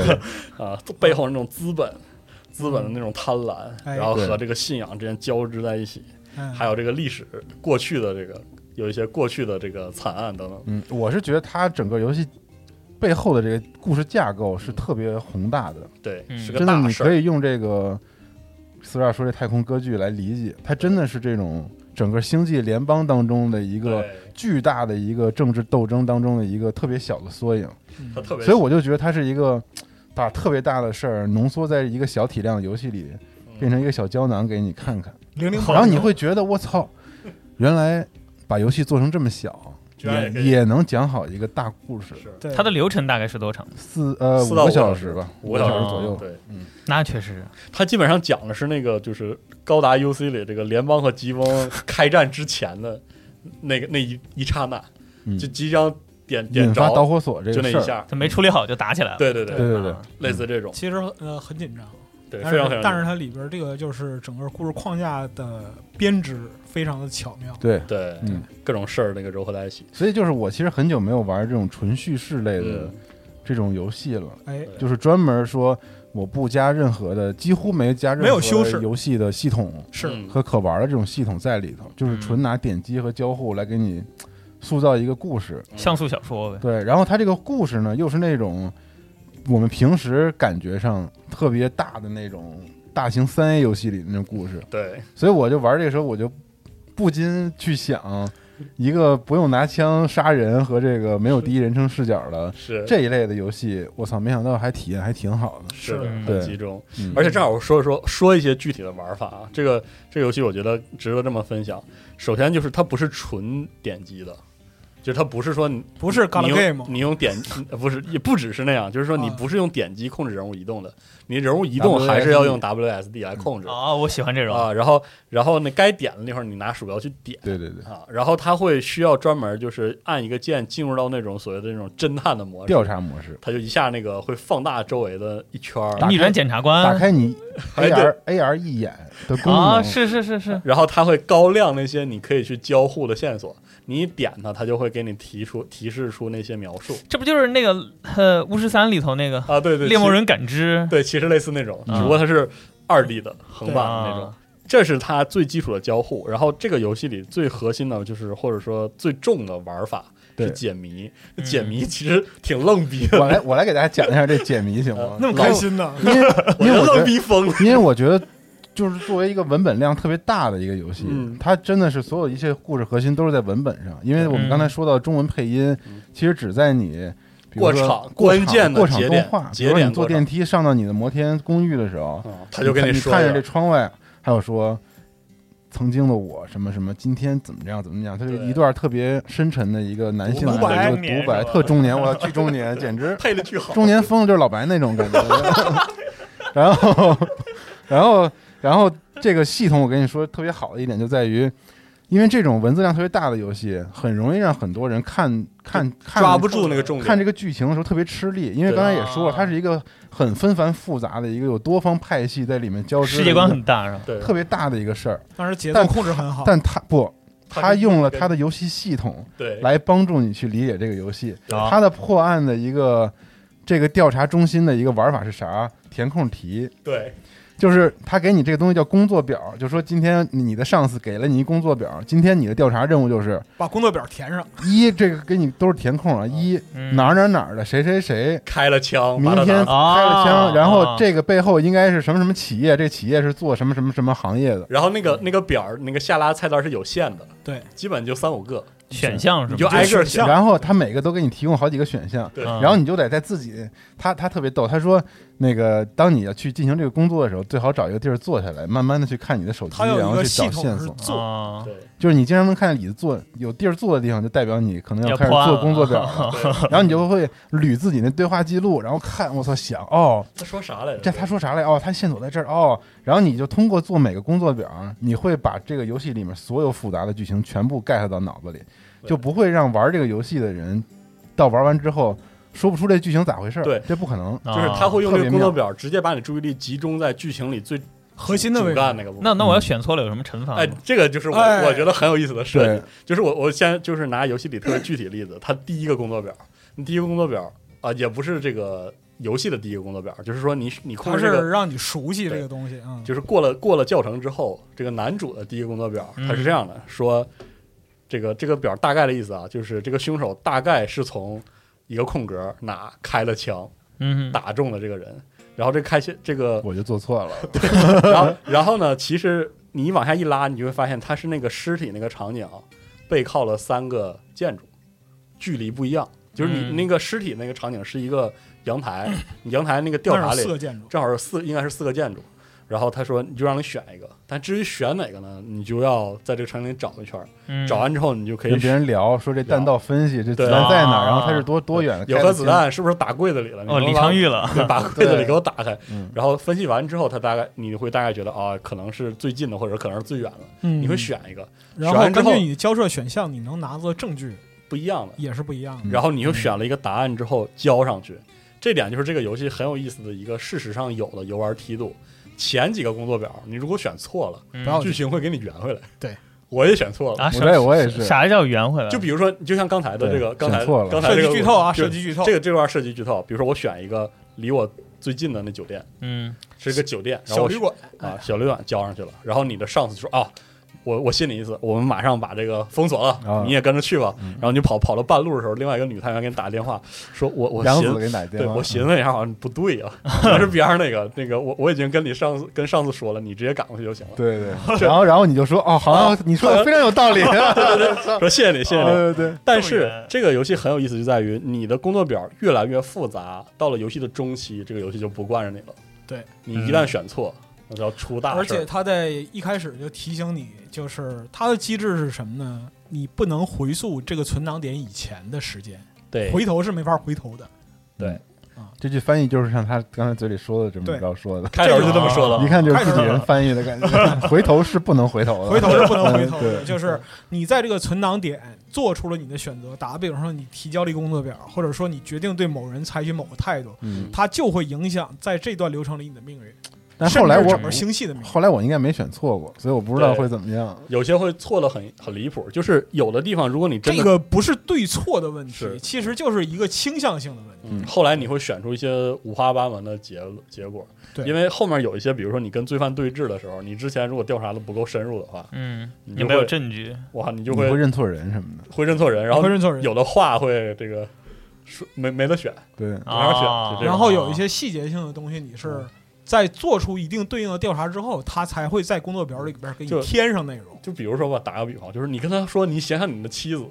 [SPEAKER 3] 啊，背后那种资本。资本的那种贪婪，
[SPEAKER 4] 哎
[SPEAKER 3] 然后
[SPEAKER 5] 对
[SPEAKER 3] 和这个信仰之间交织在一起，
[SPEAKER 4] 嗯
[SPEAKER 3] 还有这个历史过去的这个有一些过去的这个惨案等等。
[SPEAKER 5] 嗯，我是觉得它整个游戏背后的这个故事架构是特别宏大的，
[SPEAKER 3] 对，
[SPEAKER 2] 嗯
[SPEAKER 3] 嗯是个
[SPEAKER 5] 真的，
[SPEAKER 3] 大
[SPEAKER 5] 你
[SPEAKER 3] 事
[SPEAKER 5] 可
[SPEAKER 3] 儿。
[SPEAKER 5] 以用这个四十二说这太空歌剧来理解，它真的是这种整个星际联邦当中的一个
[SPEAKER 3] 对，
[SPEAKER 5] 巨大的一个政治斗争当中的一个特别小的缩影，
[SPEAKER 4] 嗯
[SPEAKER 3] 他特别，
[SPEAKER 5] 所以我就觉得它是一个。把特别大的事儿浓缩在一个小体量的游戏
[SPEAKER 3] 嗯
[SPEAKER 5] 里，变成一个小胶囊给你看看，
[SPEAKER 4] 零零后，
[SPEAKER 5] 然后你会觉得我操，原来把游戏做成这么小，
[SPEAKER 3] 居然
[SPEAKER 5] 也
[SPEAKER 3] 也可以
[SPEAKER 5] 也能讲好一个大故事。
[SPEAKER 3] 是
[SPEAKER 4] 对
[SPEAKER 2] 它的流程大概是多长？
[SPEAKER 5] 四呃
[SPEAKER 3] 四
[SPEAKER 5] 五
[SPEAKER 3] 到
[SPEAKER 5] 个
[SPEAKER 3] 五小
[SPEAKER 5] 小
[SPEAKER 3] 时
[SPEAKER 5] 时吧，
[SPEAKER 3] 五
[SPEAKER 5] 五
[SPEAKER 3] 个
[SPEAKER 5] 个
[SPEAKER 3] 小
[SPEAKER 5] 小
[SPEAKER 2] 时
[SPEAKER 5] 时左右。
[SPEAKER 3] 对，
[SPEAKER 2] 那确实，
[SPEAKER 3] 他基本上讲的是那个就是高达 UC 里这个联邦和吉翁开战之前的那个那一一刹那，
[SPEAKER 5] 嗯
[SPEAKER 3] 就即将点点
[SPEAKER 5] 引发导
[SPEAKER 3] 着，
[SPEAKER 5] 火索这
[SPEAKER 3] 就那
[SPEAKER 5] 个事
[SPEAKER 3] 一
[SPEAKER 5] 儿，
[SPEAKER 3] 下，
[SPEAKER 2] 它没处理好就打起来了。
[SPEAKER 3] 对对
[SPEAKER 5] 对
[SPEAKER 3] 对，
[SPEAKER 5] 对嗯对
[SPEAKER 2] 啊，
[SPEAKER 3] 类似这种，
[SPEAKER 4] 其实呃很紧张，
[SPEAKER 3] 对，
[SPEAKER 4] 但
[SPEAKER 3] 非常非
[SPEAKER 4] 是
[SPEAKER 3] 常。
[SPEAKER 4] 但是它里边这个就是整个故事框架的编织非常的巧妙，
[SPEAKER 5] 对，
[SPEAKER 3] 对，
[SPEAKER 5] 嗯，
[SPEAKER 3] 各种事儿那个糅合在一起，
[SPEAKER 5] 所以就是我其实很久没有玩这种纯叙事类的
[SPEAKER 3] 嗯
[SPEAKER 5] 这种游戏了，
[SPEAKER 4] 哎，
[SPEAKER 3] 对
[SPEAKER 5] 就是专门说我不加任何的，几乎没加任何
[SPEAKER 4] 没有修饰
[SPEAKER 5] 游戏的系统
[SPEAKER 4] 是
[SPEAKER 3] 嗯
[SPEAKER 5] 和可玩的这种系统在里头，就是纯拿点击和交互来给你塑造一个故事。
[SPEAKER 2] 像素小说呗。
[SPEAKER 5] 对，然后它这个故事呢，又是那种我们平时感觉上特别大的那种大型三 A 游戏里的那种故事，
[SPEAKER 3] 对，
[SPEAKER 5] 所以我就玩这个时候，我就不禁去想，一个不用拿枪杀人和这个没有第一人称视角的
[SPEAKER 3] 是
[SPEAKER 5] 这一类的游戏，我操，没想到还体验还挺好的。
[SPEAKER 3] 是的，
[SPEAKER 2] 嗯
[SPEAKER 3] 很
[SPEAKER 5] 对
[SPEAKER 3] 集中。
[SPEAKER 5] 嗯，
[SPEAKER 3] 而且正好我说一说说一些具体的玩法啊，这个这个游戏我觉得值得这么分享。首先就是它不是纯点击的，就它不是说你
[SPEAKER 4] 不是 Gala
[SPEAKER 3] 你用
[SPEAKER 4] Game
[SPEAKER 3] 你用点呃不是也不只是那样，就是说你
[SPEAKER 4] 啊
[SPEAKER 3] 不是用点击控制人物移动的，你人物移动还是要用 WSD 来控制
[SPEAKER 2] 啊，我喜欢这种。
[SPEAKER 3] 啊。然后然后那该点的地方你拿鼠标去点。
[SPEAKER 5] 对对对，
[SPEAKER 3] 啊，然后它会需要专门就是按一个键进入到那种所谓的那种侦探的模式，
[SPEAKER 5] 调查模式，
[SPEAKER 3] 它就一下那个会放大周围的一圈儿，
[SPEAKER 5] 打开
[SPEAKER 2] 逆转检察
[SPEAKER 5] 打
[SPEAKER 2] 官
[SPEAKER 5] 开你
[SPEAKER 3] 哎
[SPEAKER 5] AR AR 一眼的功
[SPEAKER 2] 啊，
[SPEAKER 5] 能，
[SPEAKER 2] 是是是是，
[SPEAKER 3] 然后它会高亮那些你可以去交互的线索，你一点它，它就会给你提出提示出那些描述
[SPEAKER 2] 这不就是那个呃《巫师三》里头那个
[SPEAKER 3] 啊，对对，
[SPEAKER 2] 猎
[SPEAKER 3] 其
[SPEAKER 2] 魔人感知？
[SPEAKER 3] 对，其实类似那种，
[SPEAKER 2] 啊
[SPEAKER 3] 只不
[SPEAKER 5] 嗯
[SPEAKER 3] 过它是二 D 的横版的那种
[SPEAKER 2] 啊，，
[SPEAKER 3] 这是它最基础的交互。然后这个游戏里最核心的就是或者说最重的玩法
[SPEAKER 5] 对
[SPEAKER 3] 是解谜，
[SPEAKER 2] 嗯
[SPEAKER 3] 解谜其实挺愣逼的，
[SPEAKER 5] 我来我来给大家讲一下这解谜行 吗？
[SPEAKER 4] 那么开心呢，
[SPEAKER 5] 因为
[SPEAKER 3] 我
[SPEAKER 5] 因为
[SPEAKER 3] 觉得
[SPEAKER 5] 我觉
[SPEAKER 3] 愣
[SPEAKER 5] 得
[SPEAKER 3] 逼疯了。
[SPEAKER 5] 因为我觉得，就是作为一个文本量特别大的一个游戏，
[SPEAKER 3] 嗯
[SPEAKER 5] 它真的是所有一切故事核心都是在文本上。因为我们刚才说到中文配音，其实只在你。比
[SPEAKER 3] 嗯
[SPEAKER 5] 如
[SPEAKER 3] 过
[SPEAKER 5] 说
[SPEAKER 3] 场
[SPEAKER 5] 过
[SPEAKER 3] 关键的
[SPEAKER 5] 过场
[SPEAKER 3] 节
[SPEAKER 5] 动
[SPEAKER 3] 点
[SPEAKER 5] 画，
[SPEAKER 3] 节
[SPEAKER 5] 比如说
[SPEAKER 3] 点
[SPEAKER 5] 你坐
[SPEAKER 3] 过场
[SPEAKER 5] 电梯上到你的摩天公寓的时候，
[SPEAKER 3] 嗯 他就跟
[SPEAKER 5] 你看
[SPEAKER 3] 说
[SPEAKER 5] 你
[SPEAKER 3] 一
[SPEAKER 5] 看着这
[SPEAKER 3] 下，
[SPEAKER 5] 窗外，还有说曾经的我什么什么，今天怎么这样怎么样，它是
[SPEAKER 3] 对
[SPEAKER 5] 一段特别深沉的一个男性的一
[SPEAKER 4] 独白
[SPEAKER 5] 个
[SPEAKER 2] 中年
[SPEAKER 5] 独白，
[SPEAKER 2] 是吧
[SPEAKER 5] 特中年，我要去中年，简直
[SPEAKER 3] 配的巨好，
[SPEAKER 5] 中年疯了就是老白那种感觉。 然后，然后，然后这个系统我跟你说特别好的一点就在于，因为这种文字量特别大的游戏，很容易让很多人看看看
[SPEAKER 3] 抓不住那个重点。
[SPEAKER 5] 看这个剧情的时候特别吃力，因为
[SPEAKER 3] 对
[SPEAKER 5] 刚才也说了，
[SPEAKER 2] 啊
[SPEAKER 5] 它是一个很纷繁复杂的一个有多方派系在里面交织的
[SPEAKER 2] 世
[SPEAKER 5] 一个，
[SPEAKER 2] 界观很大是吧？
[SPEAKER 3] 对，
[SPEAKER 5] 特别大的一个 事儿。
[SPEAKER 4] 但是节奏
[SPEAKER 5] 但
[SPEAKER 4] 控制很好，
[SPEAKER 5] 但它不，
[SPEAKER 3] 它
[SPEAKER 5] 它
[SPEAKER 3] 是
[SPEAKER 5] 用了
[SPEAKER 3] 跟
[SPEAKER 5] 它的游戏系统
[SPEAKER 3] 对，
[SPEAKER 5] 来帮助你去理解这个游戏。
[SPEAKER 3] 对
[SPEAKER 2] 哎啊
[SPEAKER 5] 它的破案的一个这个调查中心的一个玩法是啥？填空题。
[SPEAKER 3] 对
[SPEAKER 5] 就是他给你这个东西叫工作表，就说今天你的上司给了你一工作表，今天你的调查任务就是
[SPEAKER 4] 把工作表填上，
[SPEAKER 5] 一这个给你都是填空啊，一
[SPEAKER 2] 嗯
[SPEAKER 5] 哪儿哪儿哪儿的谁谁谁，
[SPEAKER 3] 开了枪，
[SPEAKER 5] 明
[SPEAKER 3] 把他打
[SPEAKER 5] 天
[SPEAKER 3] 死
[SPEAKER 5] 开了
[SPEAKER 2] 哦
[SPEAKER 5] 枪，然后
[SPEAKER 2] 哦
[SPEAKER 5] 这个背后应该是什么什么企业，这企业是做什么什么什么行业的，
[SPEAKER 3] 然后那个那个表儿那个下拉菜单是有限的，
[SPEAKER 4] 对，
[SPEAKER 3] 基本就三五个，
[SPEAKER 2] 选项是
[SPEAKER 3] 你
[SPEAKER 2] 吧？
[SPEAKER 3] 就挨个儿
[SPEAKER 4] 选项
[SPEAKER 3] 想。
[SPEAKER 5] 然后他每个都给你提供好几个选项，
[SPEAKER 3] 对
[SPEAKER 2] 嗯
[SPEAKER 5] 然后你就得在自己，他他特别逗，他说那个当你要去进行这个工作的时候，最好找一个地儿坐下来，慢慢的去看你的手机，
[SPEAKER 4] 它有
[SPEAKER 5] 然
[SPEAKER 4] 一
[SPEAKER 5] 后
[SPEAKER 4] 个
[SPEAKER 5] 去
[SPEAKER 4] 系
[SPEAKER 5] 找
[SPEAKER 4] 统
[SPEAKER 5] 线
[SPEAKER 4] 是
[SPEAKER 5] 索，
[SPEAKER 4] 做，
[SPEAKER 2] 啊
[SPEAKER 3] 对，
[SPEAKER 5] 就是你经常能看见椅子坐有地儿坐的地方，就代表你可能要
[SPEAKER 2] 要
[SPEAKER 5] 开始
[SPEAKER 2] 破案
[SPEAKER 5] 做
[SPEAKER 2] 了
[SPEAKER 5] 工作表了，
[SPEAKER 3] 对
[SPEAKER 5] 然后你就会捋自己那对话记录，然后看我操想哦，
[SPEAKER 3] 他说啥来着？
[SPEAKER 5] 这他说啥来？哦，他线索在这儿哦。然后你就通过做每个工作表，你会把这个游戏里面所有复杂的剧情全部 get 到脑子里，
[SPEAKER 3] 对
[SPEAKER 5] 就不会让玩这个游戏的人到玩完之后说不出这剧情咋回事儿。
[SPEAKER 3] 对
[SPEAKER 5] 这不可能。
[SPEAKER 2] 啊
[SPEAKER 3] 就是他会用
[SPEAKER 5] 特
[SPEAKER 3] 这
[SPEAKER 5] 别
[SPEAKER 3] 个工作表直接把你注意力集中在剧情里最
[SPEAKER 4] 核心的位
[SPEAKER 3] 主
[SPEAKER 4] 置
[SPEAKER 3] 干那个部分。
[SPEAKER 2] 那那我要选错了有什么惩罚吗？
[SPEAKER 3] 哎，这个就是我
[SPEAKER 4] 哎
[SPEAKER 3] 我觉得很有意思的设
[SPEAKER 5] 对
[SPEAKER 3] 计，，就是我我现在就是拿游戏里特别具体的例子，它第一个工作表，你第一个工作表啊，也不是这个游戏的第一个工作表，就是说你你控
[SPEAKER 4] 它
[SPEAKER 3] 制这个
[SPEAKER 4] 是让你熟悉这个
[SPEAKER 3] 对
[SPEAKER 4] 东西啊。
[SPEAKER 3] 就是过了过了教程之后，这个男主的第一个工作表，
[SPEAKER 2] 嗯
[SPEAKER 3] 他是这样的，说这个这个表大概的意思啊，就是这个凶手大概是从一个空格哪开了枪，
[SPEAKER 2] 嗯哼，
[SPEAKER 3] 打中了这个人，然后这开枪这个，
[SPEAKER 5] 我就做错了。
[SPEAKER 3] 然后然后呢，其实你往下一拉，你就会发现他是那个尸体那个场景啊背靠了三个建筑，距离不一样，就是你
[SPEAKER 2] 嗯
[SPEAKER 3] 那个尸体那个场景是一个阳台， 你阳台那个吊
[SPEAKER 4] 那
[SPEAKER 3] 塔
[SPEAKER 4] 是
[SPEAKER 3] 里
[SPEAKER 4] 四个建筑，
[SPEAKER 3] 正好是四，应该是四个建筑。然后他说，你就让你选一个，但至于选哪个呢，你就要在这个城里找一圈儿，
[SPEAKER 2] 嗯
[SPEAKER 3] 找完之后你就可以
[SPEAKER 5] 跟别人聊说这弹道分析，这子
[SPEAKER 3] 对
[SPEAKER 5] 弹
[SPEAKER 2] 啊
[SPEAKER 5] 在哪儿，然后它是多多远，
[SPEAKER 3] 有
[SPEAKER 5] 开
[SPEAKER 3] 颗
[SPEAKER 5] 得
[SPEAKER 3] 子
[SPEAKER 5] 清，
[SPEAKER 3] 弹是不是打柜子里了？你
[SPEAKER 2] 哦，
[SPEAKER 3] 能
[SPEAKER 2] 李
[SPEAKER 3] 把
[SPEAKER 2] 昌钰了，
[SPEAKER 3] 对， 把柜子里给我打开
[SPEAKER 5] 嗯，
[SPEAKER 3] 然后分析完之后，他大概你会大概觉得啊，可能是最近的，或者可能是最远的，
[SPEAKER 4] 嗯
[SPEAKER 3] 你会，选一个
[SPEAKER 4] 然
[SPEAKER 3] 选
[SPEAKER 4] 后
[SPEAKER 3] 完之
[SPEAKER 4] 根
[SPEAKER 3] 后
[SPEAKER 4] 据你交涉选项，你能拿到的证据
[SPEAKER 3] 不一样的，
[SPEAKER 4] 也是不一样的。
[SPEAKER 5] 嗯
[SPEAKER 3] 然后你又选了一个答案之后交上去，这点就是这个游戏很有意思的一个事实上有的游玩梯度。前几个工作表，你如果选错了，
[SPEAKER 2] 嗯
[SPEAKER 4] 不要
[SPEAKER 3] 剧情会给你圆回来。
[SPEAKER 4] 哦对，
[SPEAKER 3] 我也选错了，
[SPEAKER 2] 啊，
[SPEAKER 5] 我
[SPEAKER 2] 啥
[SPEAKER 5] 这我也是
[SPEAKER 2] 啥叫圆回来？
[SPEAKER 3] 就比如说，就像刚才的这个，
[SPEAKER 5] 对
[SPEAKER 3] 刚才
[SPEAKER 5] 选错了
[SPEAKER 3] 刚才
[SPEAKER 4] 设
[SPEAKER 3] 这
[SPEAKER 4] 计
[SPEAKER 3] 个
[SPEAKER 4] 剧透啊，
[SPEAKER 3] 就
[SPEAKER 4] 设计剧透
[SPEAKER 3] 这，个这段涉及剧透。比如说，我选一个离我最近的那酒店，
[SPEAKER 2] 嗯，
[SPEAKER 3] 是个酒店，然后
[SPEAKER 4] 小
[SPEAKER 3] 我
[SPEAKER 4] 旅馆
[SPEAKER 3] 啊，小旅馆交上去了。然后你的上司就说啊，我我信你一次，我们马上把这个封锁
[SPEAKER 5] 啊
[SPEAKER 3] 了，你也跟着去吧。然后你跑跑到半路的时候，另外一个女探员给你打电话说，我我
[SPEAKER 5] 杨
[SPEAKER 3] 寻
[SPEAKER 5] 子给你打电
[SPEAKER 3] 对
[SPEAKER 5] 话，
[SPEAKER 3] 我寻思一下，好像不对啊，但是边上那个那个我我已经跟你上司跟上司说了，你直接赶过去就行了。
[SPEAKER 5] 对对，然后然后你就说哦，
[SPEAKER 3] 啊
[SPEAKER 5] 好像你说的非常有道理，
[SPEAKER 3] 说谢谢你，谢谢你。
[SPEAKER 5] 对对对，
[SPEAKER 3] 但
[SPEAKER 2] 这么
[SPEAKER 3] 是
[SPEAKER 2] 远
[SPEAKER 3] 这个游戏很有意思，就在于你的工作表越来越复杂，到了游戏的中期，这个游戏就不惯着你了。
[SPEAKER 4] 对
[SPEAKER 3] 你一旦选错，那就要出大
[SPEAKER 4] 而
[SPEAKER 3] 事
[SPEAKER 4] 且
[SPEAKER 3] 儿。
[SPEAKER 4] 他在一开始就提醒你，就是它的机制是什么呢？你不能回溯这个存档点以前的时间，
[SPEAKER 3] 对，
[SPEAKER 4] 回头是没法回头的。
[SPEAKER 5] 这句翻译就是像他刚才嘴里说的这啊么着说的，
[SPEAKER 3] 开头就这么说
[SPEAKER 2] 这
[SPEAKER 3] 了
[SPEAKER 2] 个
[SPEAKER 5] 一。看就是自己人翻译的感觉。 回头是不能回
[SPEAKER 3] 哦
[SPEAKER 5] 头的，
[SPEAKER 4] 回头是不能回头
[SPEAKER 5] 嗯对
[SPEAKER 4] 的，就是你在这个存档点做出了你的选择，打个比方说，你提交了一个工作表，或者说你决定对某人采取某个态度，
[SPEAKER 5] 嗯，
[SPEAKER 4] 它就会影响在这段流程里你的命运，
[SPEAKER 5] 但后来
[SPEAKER 4] 甚至
[SPEAKER 5] 我
[SPEAKER 4] 整个星系的命运。
[SPEAKER 5] 后来我应该没选错过，所以我不知道会怎么样。
[SPEAKER 3] 有些会错的很很离谱，就是有的地方，如果你真
[SPEAKER 4] 这
[SPEAKER 3] 的、
[SPEAKER 4] 个不是对错的问
[SPEAKER 3] 是
[SPEAKER 4] 题，其实就是一个倾向性的问题。
[SPEAKER 3] 嗯、后来你会选出一些五花八门的结结果，
[SPEAKER 4] 对
[SPEAKER 3] 因为后面有一些，比如说你跟罪犯对峙的时候，你之前如果调查的不够深入的话，
[SPEAKER 2] 嗯，
[SPEAKER 3] 你
[SPEAKER 2] 也
[SPEAKER 3] 就
[SPEAKER 2] 没有
[SPEAKER 3] 会
[SPEAKER 2] 证据，
[SPEAKER 4] 嗯
[SPEAKER 3] 哇，你
[SPEAKER 5] 你
[SPEAKER 3] 就会
[SPEAKER 5] 会认错人什么的，
[SPEAKER 3] 会认错人，然后
[SPEAKER 4] 会认错人
[SPEAKER 3] 有的话会这个说没没得选，
[SPEAKER 5] 对，
[SPEAKER 3] 哪选
[SPEAKER 2] 啊
[SPEAKER 3] 就这种
[SPEAKER 4] 然后有一些细节性的东西，你
[SPEAKER 3] 嗯
[SPEAKER 4] 是在做出一定对应的调查之后，它才会在工作表里边给
[SPEAKER 3] 就
[SPEAKER 4] 你添上内容。
[SPEAKER 3] 就比如说吧，打个比方，就是你跟他说你想想你的妻子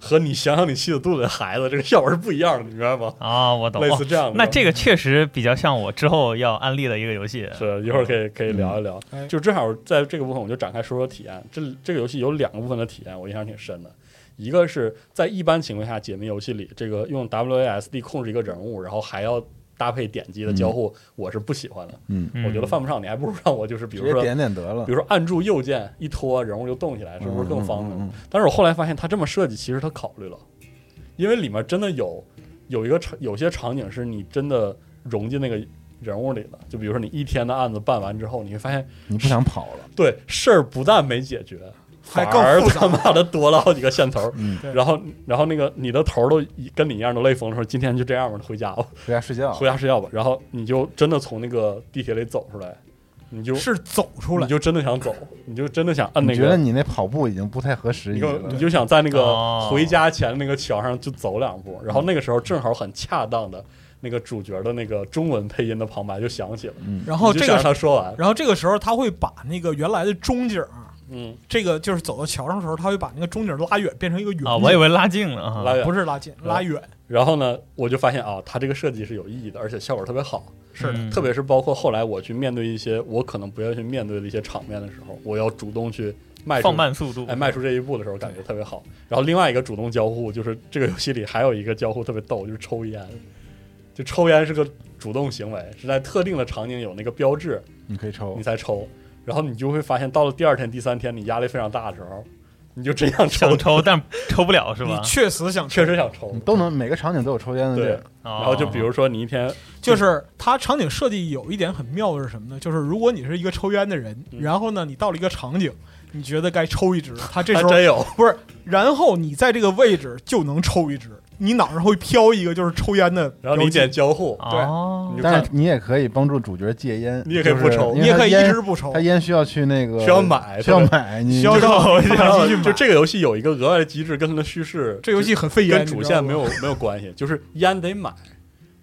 [SPEAKER 3] 和你想想你妻子肚子里的孩子，这个效果是不一样的，你明白吗？
[SPEAKER 2] 啊，我懂。
[SPEAKER 3] 类
[SPEAKER 2] 哦
[SPEAKER 3] 似这样的。
[SPEAKER 2] 那这个确实比较像我之后要安利的一个游戏，
[SPEAKER 3] 是一会儿可以可以聊一聊，
[SPEAKER 4] 嗯哎
[SPEAKER 3] 就正好在这个部分我就展开说说体验。这这个游戏有两个部分的体验，我印象挺深的。一个是在一般情况下解谜游戏里，这个用 WASD 控制一个人物，然后还要搭配点击的交互，我是不喜欢的。
[SPEAKER 5] 嗯，
[SPEAKER 2] 嗯
[SPEAKER 3] 我觉得犯不上，你还不如让我就是比
[SPEAKER 5] 直
[SPEAKER 3] 如
[SPEAKER 5] 接
[SPEAKER 3] 说，
[SPEAKER 5] 点点得了
[SPEAKER 3] 比，如说按住右键一拖，人物就动起来，是不是更方便？
[SPEAKER 5] 嗯嗯嗯
[SPEAKER 3] 但是我后来发现，他这么设计其实他考虑了，因为里面真的有有一个场，有些场景是你真的融进那个人物里了。就比如说你一天的案子办完之后，你会发现，
[SPEAKER 5] 嗯你不想跑了，
[SPEAKER 3] 对事儿不但没解决，
[SPEAKER 4] 还
[SPEAKER 3] 反
[SPEAKER 4] 更
[SPEAKER 3] 而
[SPEAKER 4] 复杂
[SPEAKER 3] 他 妈的多了好几个线头。
[SPEAKER 5] 嗯，
[SPEAKER 4] 对
[SPEAKER 3] 然后，然后那个你的头儿都一跟你一样都累疯了，说今天就这样吧，回家吧，
[SPEAKER 5] 回家睡觉，
[SPEAKER 4] 啊
[SPEAKER 3] 回家睡觉吧。然后你就真的从那个地铁里走出来，你就是
[SPEAKER 4] 走出来
[SPEAKER 3] 你，就真的想走，你就真的想按那
[SPEAKER 5] 你觉得
[SPEAKER 3] 个，
[SPEAKER 5] 你那跑步已经不太合时
[SPEAKER 3] 你
[SPEAKER 5] 宜
[SPEAKER 3] 就
[SPEAKER 5] 了
[SPEAKER 3] 你，就想在那个
[SPEAKER 2] 哦
[SPEAKER 3] 回家前那个桥上就走两步，然后那个时候正好很恰当的那个主角的那个中文配音的旁白就响起了，
[SPEAKER 5] 嗯，
[SPEAKER 4] 然后
[SPEAKER 3] 你就
[SPEAKER 4] 这
[SPEAKER 3] 想
[SPEAKER 4] 个
[SPEAKER 3] 让他说完，
[SPEAKER 4] 然后这个时候他会把那个原来的中景儿，
[SPEAKER 3] 嗯，
[SPEAKER 4] 这个就是走到桥上的时候，他会把那个中景儿拉远，变成一个圆景。
[SPEAKER 2] 啊，我以为拉近了啊，
[SPEAKER 3] 拉远。
[SPEAKER 4] 不是拉近，
[SPEAKER 3] 嗯
[SPEAKER 4] 拉远。
[SPEAKER 3] 然后呢，我就发现啊，他这个设计是有意义的，而且效果特别好，
[SPEAKER 2] 是
[SPEAKER 4] 嗯
[SPEAKER 2] 的
[SPEAKER 3] 特别是包括后来我去面对一些我可能不愿意去面对的一些场面的时候，我要主动去迈出
[SPEAKER 2] 放慢速度
[SPEAKER 3] 哎，，迈出这一步的时候感觉特别好。然后另外一个主动交互，就是这个游戏里还有一个交互特别逗，就是抽烟。就抽烟是个主动行为，是在特定的场景有那个标志，
[SPEAKER 5] 你可以抽
[SPEAKER 3] 你，才抽。然后你就会发现，到了第二天、第三天，你压力非常大的时候，你就真想抽
[SPEAKER 2] 想，抽但抽不了是
[SPEAKER 4] 你
[SPEAKER 2] 吧？
[SPEAKER 4] 确实想
[SPEAKER 3] 确实想抽
[SPEAKER 5] 你。都能每个场景都有抽烟的地
[SPEAKER 3] 对
[SPEAKER 5] 儿，，
[SPEAKER 2] 然
[SPEAKER 3] 然后就比如说你一天，
[SPEAKER 4] 就是它场景设计有一点很妙的是什么呢？就是如果你是一个抽烟的人，
[SPEAKER 3] 嗯
[SPEAKER 4] 然后呢，你到了一个场景，你觉得该抽一支，他这
[SPEAKER 3] 还
[SPEAKER 4] 时候
[SPEAKER 3] 真有，
[SPEAKER 4] 不是，然后你在这个位置就能抽一支，你脑上会飘一个就是抽烟的
[SPEAKER 3] 然后
[SPEAKER 4] 标
[SPEAKER 3] 你
[SPEAKER 4] 记，
[SPEAKER 3] 点交互，
[SPEAKER 2] 哦
[SPEAKER 3] 你，就
[SPEAKER 5] 但
[SPEAKER 3] 看
[SPEAKER 5] 是你也可以帮助主角戒烟，
[SPEAKER 3] 你也可以不抽
[SPEAKER 5] 就是因为
[SPEAKER 4] 你也
[SPEAKER 5] 他
[SPEAKER 4] 可以一
[SPEAKER 5] 烟
[SPEAKER 4] 直不抽
[SPEAKER 5] 他。烟需要去那个
[SPEAKER 3] 需要买
[SPEAKER 5] 需要买，你
[SPEAKER 4] 需要让
[SPEAKER 2] 我就
[SPEAKER 3] 然
[SPEAKER 4] 让
[SPEAKER 3] 后
[SPEAKER 4] 继续买
[SPEAKER 3] 就这个游戏有一个额外的机制，跟它的叙事，
[SPEAKER 4] 这游戏很费烟，
[SPEAKER 3] 跟
[SPEAKER 4] 你知
[SPEAKER 3] 主
[SPEAKER 4] 道
[SPEAKER 3] 线
[SPEAKER 4] 吗
[SPEAKER 3] 没有没有关系，就是烟得买，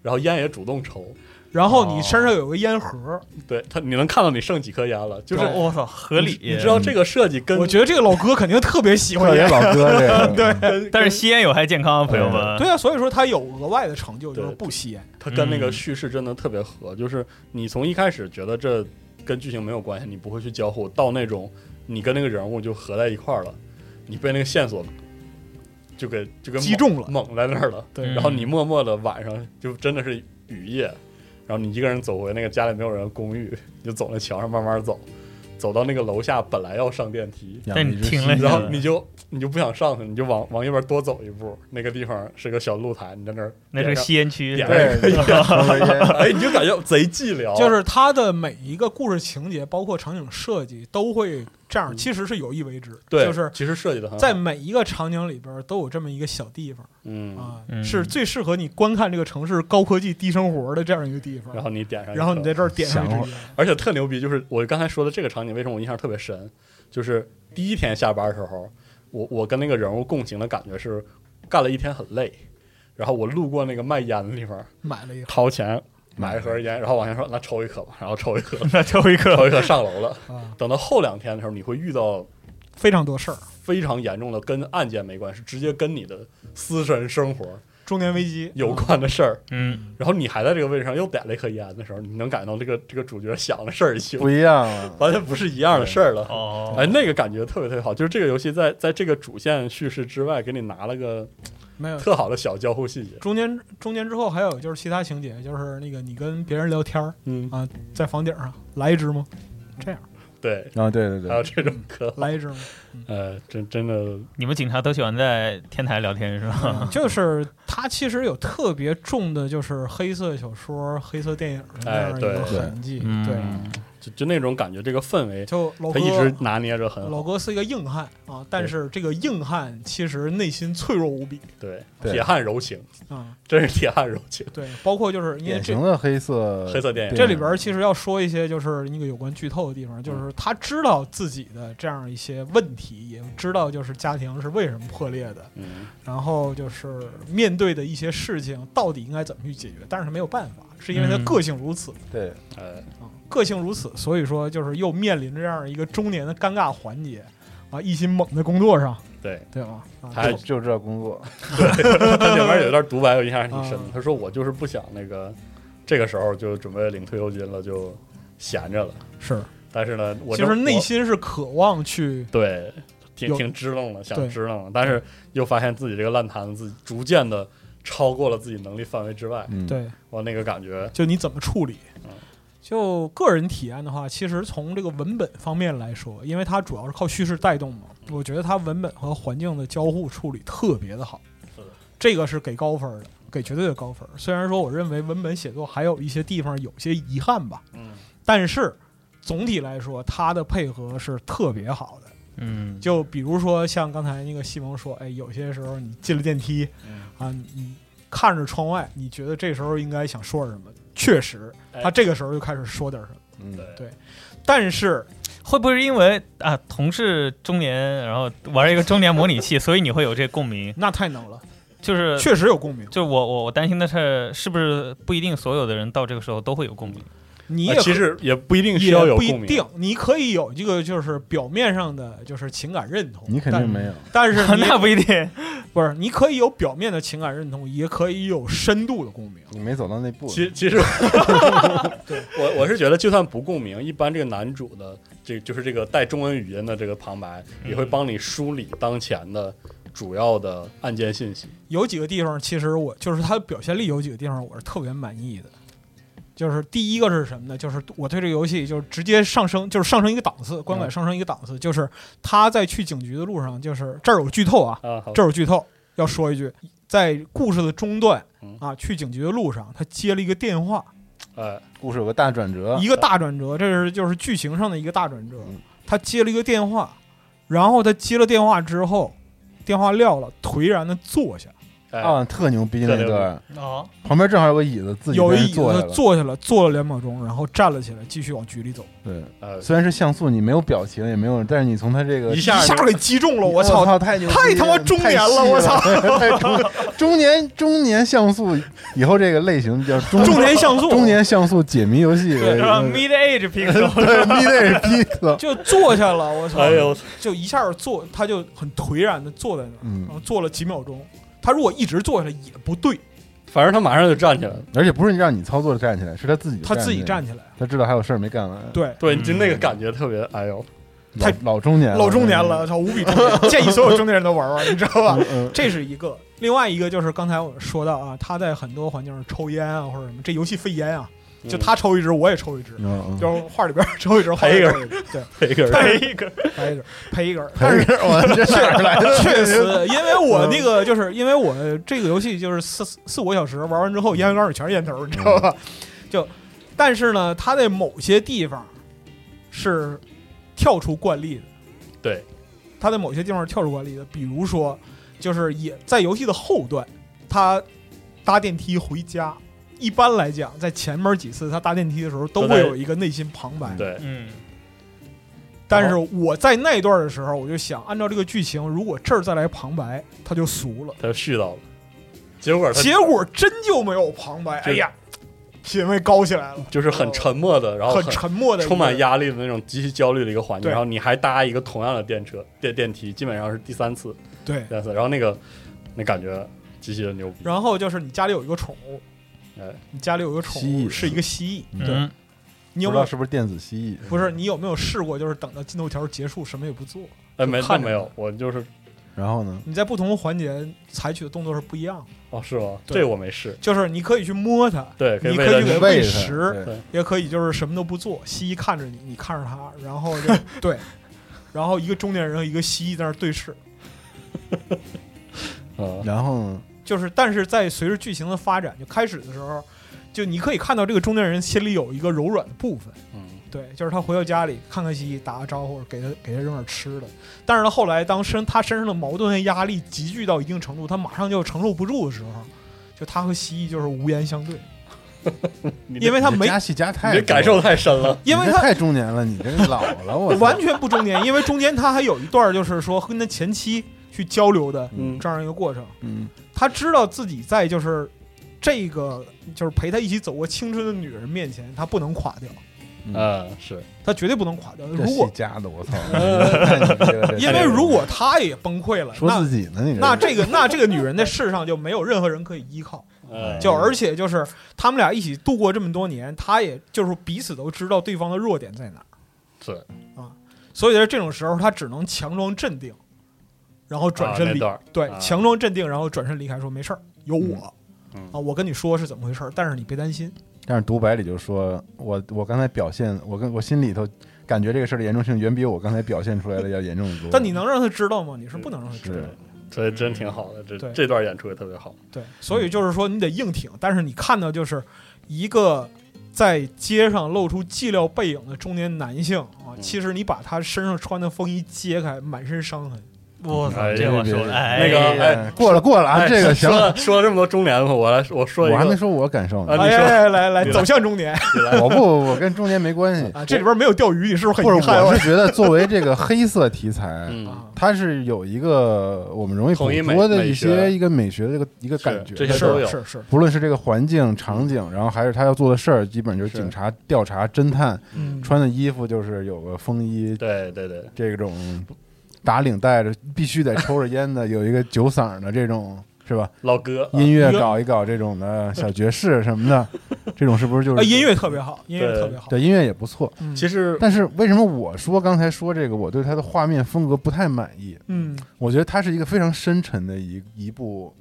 [SPEAKER 3] 然后烟也主动抽，
[SPEAKER 4] 然
[SPEAKER 3] 哦
[SPEAKER 4] 后你身上有个烟盒，
[SPEAKER 3] 对他，你能看到你剩几颗烟了，就是
[SPEAKER 2] 就是我操，合理。
[SPEAKER 3] 你知道这个设计 跟
[SPEAKER 4] 哦我觉得这个老哥肯定特别喜欢
[SPEAKER 5] 特别
[SPEAKER 4] 烟。
[SPEAKER 5] 老哥这个，
[SPEAKER 4] 对
[SPEAKER 3] 跟
[SPEAKER 2] 但是吸烟有害健康啊，朋友
[SPEAKER 5] 对
[SPEAKER 2] 们。
[SPEAKER 4] 对啊，所以说他有额外的成就，就是
[SPEAKER 3] 对
[SPEAKER 4] 不吸烟。
[SPEAKER 3] 它跟那个叙事真的特别合，就是你从一开始觉得这跟剧情没有关系，你不会去交互，到那种你跟那个人物就合在一块儿了，你被那个线索就给就给
[SPEAKER 4] 击中了嗯
[SPEAKER 3] 猛在那儿了，
[SPEAKER 4] 对
[SPEAKER 3] 嗯然后你默默的晚上就真的是雨夜，然后你一个人走回那个家里没有人的公寓，你就走那桥上慢慢走，走到那个楼下本来要上电梯，
[SPEAKER 5] 养
[SPEAKER 2] 但
[SPEAKER 5] 了
[SPEAKER 2] 你
[SPEAKER 5] 一只
[SPEAKER 2] 听
[SPEAKER 5] 蜥
[SPEAKER 2] 了
[SPEAKER 5] 蜴
[SPEAKER 3] 然
[SPEAKER 4] 嗯
[SPEAKER 3] 后你就你就不想上去，你就往往右边多走一步，那个地方是个小露台，你在那儿
[SPEAKER 2] 那是吸烟区，
[SPEAKER 3] 点
[SPEAKER 5] 对，抽根烟
[SPEAKER 3] 哎，你就感觉贼寂寥，
[SPEAKER 4] 就是他的每一个故事情节，包括场景设计，都会这样，
[SPEAKER 3] 嗯
[SPEAKER 4] 其实是有意为之，
[SPEAKER 3] 对，嗯
[SPEAKER 4] 就是
[SPEAKER 3] 其实设计的很好
[SPEAKER 4] 在每一个场景里边都有这么一个小地方
[SPEAKER 3] 嗯，
[SPEAKER 4] 啊，
[SPEAKER 2] 嗯
[SPEAKER 4] 是最适合你观看这个城市高科技低生活的这样一个地方。
[SPEAKER 3] 然后你点上一个，
[SPEAKER 4] 然后你在这儿点上一支
[SPEAKER 5] 想
[SPEAKER 4] 烟，
[SPEAKER 3] 而且特牛逼，就是我刚才说的这个场景，为什么我印象特别深？就是第一天下班的时候，我我跟那个人物共情的感觉是，干了一天很累，然后我路过那个卖烟的地方，
[SPEAKER 4] 买了一个，
[SPEAKER 3] 掏钱买一盒烟，然后往前说，那抽一颗吧，然后抽一颗，
[SPEAKER 2] 那抽一
[SPEAKER 3] 抽
[SPEAKER 2] 个
[SPEAKER 3] 一颗上楼了。
[SPEAKER 4] 啊，
[SPEAKER 3] 等到后两天的时候，你会遇到
[SPEAKER 4] 非常多事儿，
[SPEAKER 3] 非常严重的跟案件没关系，直接跟你的私人生活
[SPEAKER 4] 中年危机
[SPEAKER 3] 有
[SPEAKER 4] 啊
[SPEAKER 3] 关的事儿。
[SPEAKER 2] 嗯，
[SPEAKER 3] 然后你还在这个位置上又点了一颗烟的时候，你能感到这个 这个主角想的事儿已经
[SPEAKER 5] 不一样了，
[SPEAKER 3] 完全不是一样的事儿了。
[SPEAKER 2] 哦，
[SPEAKER 3] 哎，那个感觉特别特别好，就是这个游戏在在这个主线叙事之外，给你拿了个
[SPEAKER 4] 没有。
[SPEAKER 3] 特好的小交互细节。
[SPEAKER 4] 中间中间之后还有就是其他情节，就是那个你跟别人聊天儿
[SPEAKER 3] 嗯，
[SPEAKER 4] 啊，在房顶上来一支吗？这样
[SPEAKER 3] 对，
[SPEAKER 5] 啊，对对
[SPEAKER 3] 还有
[SPEAKER 5] 对，
[SPEAKER 3] 这种歌，
[SPEAKER 4] 来一支吗？
[SPEAKER 3] 呃，真真的，
[SPEAKER 2] 你们警察都喜欢在天台聊天是吧？
[SPEAKER 4] 嗯就是它其实有特别重的，就是黑色小说、黑色电影的那
[SPEAKER 3] 哎
[SPEAKER 4] 样一个
[SPEAKER 3] 对
[SPEAKER 5] 对
[SPEAKER 4] 痕迹。
[SPEAKER 2] 嗯
[SPEAKER 4] 对，
[SPEAKER 3] 就就那种感觉，这个氛围，
[SPEAKER 4] 就老
[SPEAKER 3] 他一直
[SPEAKER 4] 哥，
[SPEAKER 3] 拿捏着很
[SPEAKER 4] 老
[SPEAKER 3] 好。
[SPEAKER 4] 哥是一个硬汉啊，但是这个硬汉其实内心脆弱无比
[SPEAKER 3] 对，
[SPEAKER 5] 对
[SPEAKER 3] 铁汉柔情，
[SPEAKER 4] 啊。
[SPEAKER 3] 真是铁汉柔情。
[SPEAKER 4] 对，包括就是因为
[SPEAKER 5] 典
[SPEAKER 4] 这
[SPEAKER 5] 型的黑色
[SPEAKER 3] 黑色电影
[SPEAKER 4] 这里边儿其实要说一些就是那个有关剧透的地方，就是
[SPEAKER 2] 嗯
[SPEAKER 4] 他知道自己的这样一些问题，也知道就是家庭是为什么破裂的，
[SPEAKER 3] 嗯，
[SPEAKER 4] 然后就是面对的一些事情到底应该怎么去解决，但是没有办法，是因为他
[SPEAKER 2] 嗯
[SPEAKER 4] 个性如此
[SPEAKER 5] 对，
[SPEAKER 3] 呃，
[SPEAKER 4] 啊，个性如此，所以说就是又面临这样一个中年的尴尬环节啊，一心猛在工作上，
[SPEAKER 3] 对，
[SPEAKER 4] 对吧？啊
[SPEAKER 3] 他还
[SPEAKER 5] 就就这工作，
[SPEAKER 3] 他前面有一段独白，我印象还挺深的
[SPEAKER 4] 啊。
[SPEAKER 3] 他说我就是不想那个，这个时候就准备领退休金了，就闲着了。
[SPEAKER 4] 是，
[SPEAKER 3] 但是呢，我
[SPEAKER 4] 其
[SPEAKER 3] 这
[SPEAKER 4] 实内
[SPEAKER 3] 我
[SPEAKER 4] 心是渴望去
[SPEAKER 3] 对，挺
[SPEAKER 4] 有
[SPEAKER 3] 挺支棱的，想
[SPEAKER 4] 对
[SPEAKER 3] 支棱的，但是又发现自己这个烂摊子自己逐渐的超过了自己能力范围之外，
[SPEAKER 5] 嗯，
[SPEAKER 4] 对，
[SPEAKER 3] 哇，那个感觉，
[SPEAKER 4] 就你怎么处理
[SPEAKER 3] 嗯。
[SPEAKER 4] 就个人体验的话，其实从这个文本方面来说，因为它主要是靠叙事带动嘛，我觉得它文本和环境的交互处理特别的好，
[SPEAKER 3] 是的
[SPEAKER 4] 这个是给高分的，给绝对的高分。虽然说我认为文本写作还有一些地方有些遗憾吧，
[SPEAKER 3] 嗯，
[SPEAKER 4] 但是总体来说，它的配合是特别好的。
[SPEAKER 2] 嗯，
[SPEAKER 4] 就比如说像刚才那个西蒙说，哎，有些时候你进了电梯
[SPEAKER 3] 嗯
[SPEAKER 4] 啊，你你看着窗外，你觉得这时候应该想说什么？确实，他
[SPEAKER 3] 哎
[SPEAKER 4] 这个时候就开始说点什么。
[SPEAKER 5] 嗯
[SPEAKER 3] 对
[SPEAKER 4] 对但是
[SPEAKER 2] 会不会是因为啊，同是中年，然后玩一个中年模拟器，所以你会有这共鸣？
[SPEAKER 4] 那太能了，
[SPEAKER 3] 呃
[SPEAKER 2] 就是
[SPEAKER 4] 确实有共鸣。
[SPEAKER 2] 就是我我我担心的是，是不是不一定所有的人到这个时候都会有共鸣？
[SPEAKER 4] 你也
[SPEAKER 3] 啊
[SPEAKER 4] 可、
[SPEAKER 3] 其实也不一定需
[SPEAKER 4] 也
[SPEAKER 3] 要有
[SPEAKER 4] 不
[SPEAKER 3] 共
[SPEAKER 4] 一
[SPEAKER 3] 鸣，啊
[SPEAKER 4] 定，你可以有这个就是表面上的就是情感认同，
[SPEAKER 5] 你肯定没有，
[SPEAKER 4] 但 但是你
[SPEAKER 2] 那不一定。
[SPEAKER 4] 不是，你可以有表面的情感认同，也可以有深度的共鸣。
[SPEAKER 5] 你没走到那步。
[SPEAKER 3] 其其实，我我是觉得，就算不共鸣，一般这个男主的这就是这个带中文语音的这个旁白，也会帮你梳理当前的主要的案件信息。
[SPEAKER 4] 有几个地方，其实我就是它的表现力有几个地方我是特别满意的。就是第一个是什么呢？就是我对这个游戏就是直接上升，就是上升一个档次，观感上升一个档次。就是他在去警局的路上，就是这儿有剧透啊，
[SPEAKER 3] 啊，好，
[SPEAKER 4] 这儿有剧透，要说一句，在故事的中段
[SPEAKER 3] 嗯
[SPEAKER 4] 啊，去警局的路上，他接了一个电话，
[SPEAKER 3] 哎，
[SPEAKER 5] 故事有个大转折，
[SPEAKER 4] 一个大转折，这是就是剧情上的一个大转折
[SPEAKER 5] 嗯。
[SPEAKER 4] 他接了一个电话，然后他接了电话之后，电话撂了，颓然的坐下，
[SPEAKER 3] 哎，
[SPEAKER 5] 啊，特牛逼那
[SPEAKER 3] 特牛逼
[SPEAKER 5] 段，
[SPEAKER 2] 哦，
[SPEAKER 5] 旁边正好有个椅子，自己
[SPEAKER 4] 有
[SPEAKER 5] 在
[SPEAKER 4] 一
[SPEAKER 5] 那
[SPEAKER 4] 椅
[SPEAKER 5] 坐下
[SPEAKER 4] 子
[SPEAKER 5] 了。
[SPEAKER 4] 坐下了，坐了两秒钟，然后站了起来，继续往局里走，
[SPEAKER 5] 对，
[SPEAKER 3] 呃，
[SPEAKER 5] 虽然是像素，你没有表情，也没有，但是你从他这个
[SPEAKER 3] 一
[SPEAKER 4] 一
[SPEAKER 3] 下
[SPEAKER 4] 下
[SPEAKER 3] 就
[SPEAKER 4] 给击中了，我操！
[SPEAKER 5] 操，太牛逼了，
[SPEAKER 4] 太他妈中年了
[SPEAKER 5] 太细
[SPEAKER 4] 我操
[SPEAKER 5] 太中中年中年像素，以后这个类型叫中
[SPEAKER 4] 中年像素，
[SPEAKER 5] 中年像素解谜游戏，
[SPEAKER 2] 是吧？Mid age pixel，
[SPEAKER 5] 对，迷得是逼的，
[SPEAKER 4] 就坐下了，我操！
[SPEAKER 3] 哎呦，
[SPEAKER 4] 就一下坐，他就很颓然的坐在那儿，
[SPEAKER 5] 嗯
[SPEAKER 4] 然后坐了几秒钟。他如果一直坐下来也不对，
[SPEAKER 3] 反正他马上就站起来了。
[SPEAKER 5] 而且不是让你操作站起来，是他自己
[SPEAKER 4] 他自己
[SPEAKER 5] 站
[SPEAKER 4] 站
[SPEAKER 5] 起
[SPEAKER 4] 起来，
[SPEAKER 5] 来，他知道还有事儿没干完，
[SPEAKER 4] 对，
[SPEAKER 3] 对，就那个感觉特别，哎呦，
[SPEAKER 5] 老
[SPEAKER 4] 太
[SPEAKER 5] 老中年了，
[SPEAKER 4] 老中年了，操，无比中年，建议所有中年人都玩玩，你知道吧
[SPEAKER 5] 嗯，？嗯
[SPEAKER 4] 这是一个，另外一个就是刚才我们说到啊，他在很多环境上抽烟啊或者什么，这游戏费烟啊，
[SPEAKER 3] 嗯
[SPEAKER 4] 就他抽一支我也抽一支，
[SPEAKER 5] 嗯，
[SPEAKER 4] 就是画里边抽一支，画里边抽一支，对，
[SPEAKER 3] 这个人
[SPEAKER 4] 但是一根，拍一根，配一根，但
[SPEAKER 5] 但
[SPEAKER 4] 是
[SPEAKER 5] 是我这哪儿来的？
[SPEAKER 4] 确实，因为我那个就是因为我这个游戏就是四四五个小时玩完之后，烟灰缸里全是烟头，你知道
[SPEAKER 5] 嗯
[SPEAKER 4] 吧？ 就，但是呢，它在某些地方是跳出惯例的，
[SPEAKER 3] 对，
[SPEAKER 4] 它在某些地方是跳出惯例的，比如说，就是也在游戏的后段，他搭电梯回家。一般来讲，在前面几次他搭电梯的时候，都
[SPEAKER 3] 都在
[SPEAKER 4] 会有一个内心旁白。
[SPEAKER 3] 对，
[SPEAKER 2] 嗯，
[SPEAKER 4] 但是我在那段的时候，我就想，按照这个剧情，如果这儿再来旁白，他就俗了。
[SPEAKER 3] 他就絮叨了，结果他
[SPEAKER 4] 结果真就没有旁白。
[SPEAKER 3] 就
[SPEAKER 4] 哎呀，品味高起 来了，
[SPEAKER 3] 就是很沉默的，然后
[SPEAKER 4] 很
[SPEAKER 3] 很
[SPEAKER 4] 沉默的，
[SPEAKER 3] 充满。压力的那种极其焦虑的一个环境，
[SPEAKER 4] 对
[SPEAKER 3] 然后你还搭一个同样的电车电电梯，基本上是第三次
[SPEAKER 4] 对，
[SPEAKER 3] 第三次，然后那个那感觉极其的牛逼，
[SPEAKER 4] 然后就是你家里有一个宠物，
[SPEAKER 3] 哎，
[SPEAKER 4] 你家里有一个宠
[SPEAKER 5] 蜥
[SPEAKER 4] 物
[SPEAKER 5] 蜴
[SPEAKER 4] 是一个蜥蜴，
[SPEAKER 2] 嗯，
[SPEAKER 4] 你有
[SPEAKER 5] 不知
[SPEAKER 4] 没
[SPEAKER 5] 道
[SPEAKER 4] 有？
[SPEAKER 5] 是不是电子蜥蜴？
[SPEAKER 4] 不是你有没有试过，就是等到进度条结束，什么也不做？
[SPEAKER 3] 哎没那
[SPEAKER 4] 看着
[SPEAKER 3] 没有，我就是
[SPEAKER 5] 然后呢？
[SPEAKER 4] 你在不同的环节采取的动作是不一样的，
[SPEAKER 3] 哦是吗？
[SPEAKER 4] 对
[SPEAKER 3] 这我没试，
[SPEAKER 4] 就是你可以去摸它，
[SPEAKER 3] 对，可以
[SPEAKER 4] 你
[SPEAKER 3] 为
[SPEAKER 4] 可以
[SPEAKER 3] 了
[SPEAKER 4] 给
[SPEAKER 5] 喂
[SPEAKER 4] 喂
[SPEAKER 5] 它
[SPEAKER 4] 食
[SPEAKER 5] 对
[SPEAKER 4] 也可以就是什么都不做，蜥蜴看着你，你看着它，然后就对，然后一个中年人和一个蜥蜴在那儿对视，
[SPEAKER 3] 嗯
[SPEAKER 5] 然后呢？
[SPEAKER 4] 就是，但是在随着剧情的发展，就开始的时候，就你可以看到这个中年人心里有一个柔软的部分，
[SPEAKER 3] 嗯
[SPEAKER 4] 对，就是他回到家里看看西，打个招呼，给他给他扔点吃的。但是他后来当身他身上的矛盾和压力集聚到一定程度，他马上就承受不住的时候，就他和蜥蜴就是无言相对，
[SPEAKER 3] 你这
[SPEAKER 4] 因为他
[SPEAKER 5] 你
[SPEAKER 4] 没
[SPEAKER 5] 这加戏加太
[SPEAKER 3] 你
[SPEAKER 5] 多
[SPEAKER 3] 这
[SPEAKER 5] 了，
[SPEAKER 3] 感受太深了，
[SPEAKER 4] 因为
[SPEAKER 5] 你这
[SPEAKER 4] 他
[SPEAKER 5] 太中年了，你这老了，我操
[SPEAKER 4] 完全不中年，因为中间他还有一段就是说跟他前妻去交流的
[SPEAKER 3] 嗯
[SPEAKER 4] 这样一个过程。
[SPEAKER 5] 嗯
[SPEAKER 4] 他知道自己在就是这个就是陪他一起走过青春的女人面前，他不能垮掉，
[SPEAKER 3] 嗯是，
[SPEAKER 4] 他绝对不能垮掉。
[SPEAKER 5] 这
[SPEAKER 4] 如
[SPEAKER 5] 戏
[SPEAKER 4] 果
[SPEAKER 5] 加的，我操！太牛逼了这
[SPEAKER 4] 因为如果他也崩溃了，
[SPEAKER 5] 说
[SPEAKER 4] 那
[SPEAKER 5] 自己呢，你
[SPEAKER 4] 那这个那这个女人在世上就没有任何人可以依靠。
[SPEAKER 5] 嗯
[SPEAKER 3] 哎
[SPEAKER 4] 就而且就是他们俩一起度过这么多年，他也就是彼此都知道对方的弱点在哪儿，啊
[SPEAKER 3] 是
[SPEAKER 4] 所以在这种时候，他只能强装镇定，然后转
[SPEAKER 3] 啊
[SPEAKER 4] 身
[SPEAKER 3] 那
[SPEAKER 4] 离、
[SPEAKER 3] 段儿
[SPEAKER 4] 对
[SPEAKER 3] 啊
[SPEAKER 4] 强装镇定，然后转身离开，说没事儿，有我、
[SPEAKER 3] 嗯嗯
[SPEAKER 4] 啊，我跟你说是怎么回事儿，但是你别担心，
[SPEAKER 5] 但是独白里就说，我我刚才表现，我跟我心里头感觉这个事儿的严重性远比我刚才表现出来的要严重得多。
[SPEAKER 4] 但你能让他知道吗？你是
[SPEAKER 3] 嗯
[SPEAKER 4] 不能让他知道
[SPEAKER 5] 是
[SPEAKER 4] 的。
[SPEAKER 3] 所以真挺好的，这
[SPEAKER 4] 对
[SPEAKER 3] 这段演出也特别好。
[SPEAKER 4] 对，所
[SPEAKER 3] 嗯
[SPEAKER 4] 以就是说你得硬挺，但是你看到就是一个在街上露出寂寥背影的中年男性啊，
[SPEAKER 3] 嗯
[SPEAKER 4] 其实你把他身上穿的风衣揭开，满身伤痕。
[SPEAKER 2] 我操
[SPEAKER 3] 哎，
[SPEAKER 2] 这话说
[SPEAKER 5] 别别
[SPEAKER 2] 的，
[SPEAKER 5] 别
[SPEAKER 2] 哎
[SPEAKER 3] 那个
[SPEAKER 2] 呀
[SPEAKER 3] 哎
[SPEAKER 5] 过了过了 啊，
[SPEAKER 3] 哎
[SPEAKER 5] 这个行
[SPEAKER 3] 说
[SPEAKER 5] 了，
[SPEAKER 3] 了说了这么多中年了，我来我说一
[SPEAKER 5] 我还没
[SPEAKER 3] 个，
[SPEAKER 5] 说我感受呢
[SPEAKER 3] 啊。
[SPEAKER 4] 哎
[SPEAKER 3] 你说
[SPEAKER 4] 来来来，
[SPEAKER 3] 你来
[SPEAKER 4] 走向中年
[SPEAKER 3] 你来
[SPEAKER 5] 我不，我跟中年没关 系。
[SPEAKER 4] 啊！这里边没有钓鱼，你是不是
[SPEAKER 5] 或
[SPEAKER 4] 很
[SPEAKER 5] 者
[SPEAKER 4] 遗憾？哎
[SPEAKER 5] 我是觉得，作为这个黑色题材，
[SPEAKER 3] 嗯，
[SPEAKER 4] 啊，
[SPEAKER 5] 它是有一个我们容易捕
[SPEAKER 3] 统一美
[SPEAKER 5] 捉的一
[SPEAKER 3] 美
[SPEAKER 5] 些
[SPEAKER 3] 学
[SPEAKER 5] 一个美学的一个一个感觉。
[SPEAKER 3] 这些嗯都
[SPEAKER 4] 是
[SPEAKER 3] 有
[SPEAKER 4] 是是，
[SPEAKER 5] 不论是这个环境、场景，然后还是他要做的事儿，基本就是
[SPEAKER 3] 是
[SPEAKER 5] 警察、调查、侦探
[SPEAKER 4] 嗯，
[SPEAKER 5] 穿的衣服，就是有个风衣，
[SPEAKER 3] 对对对，
[SPEAKER 5] 这种打领带的，必须得抽着烟的，有一个酒嗓的这种，是吧？
[SPEAKER 3] 老哥，啊
[SPEAKER 5] 音乐
[SPEAKER 4] 啊乐
[SPEAKER 5] 搞一搞这种的小爵士什 么的，这种是不是就是
[SPEAKER 4] 啊，音乐特别好，音乐
[SPEAKER 3] 对
[SPEAKER 4] 特别好。
[SPEAKER 5] 对音乐也不错？
[SPEAKER 4] 嗯，
[SPEAKER 3] 其实
[SPEAKER 5] 但是为什么我说刚才说这个，我对它的画面风格不太满意？
[SPEAKER 4] 嗯，
[SPEAKER 5] 我觉得它是一个非常深沉的一一部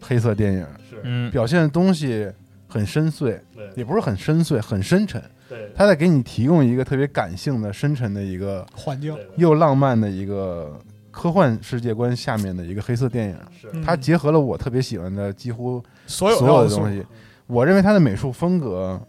[SPEAKER 5] 黑色电影，
[SPEAKER 3] 是
[SPEAKER 2] 嗯，
[SPEAKER 5] 表现的东西很深邃，
[SPEAKER 3] 对
[SPEAKER 5] 也不是很深邃，很深沉。
[SPEAKER 3] 对
[SPEAKER 5] 它在给你提供一个特别感性的、深沉的一个
[SPEAKER 4] 环境
[SPEAKER 3] 对
[SPEAKER 5] 又浪漫的一个科幻世界观下面的一个黑色电影。
[SPEAKER 3] 是
[SPEAKER 4] 嗯
[SPEAKER 5] 它结合了我特别喜欢的几乎
[SPEAKER 4] 所有
[SPEAKER 5] 所有
[SPEAKER 4] 要
[SPEAKER 5] 的
[SPEAKER 4] 素
[SPEAKER 5] 东西，我认为它的美术风格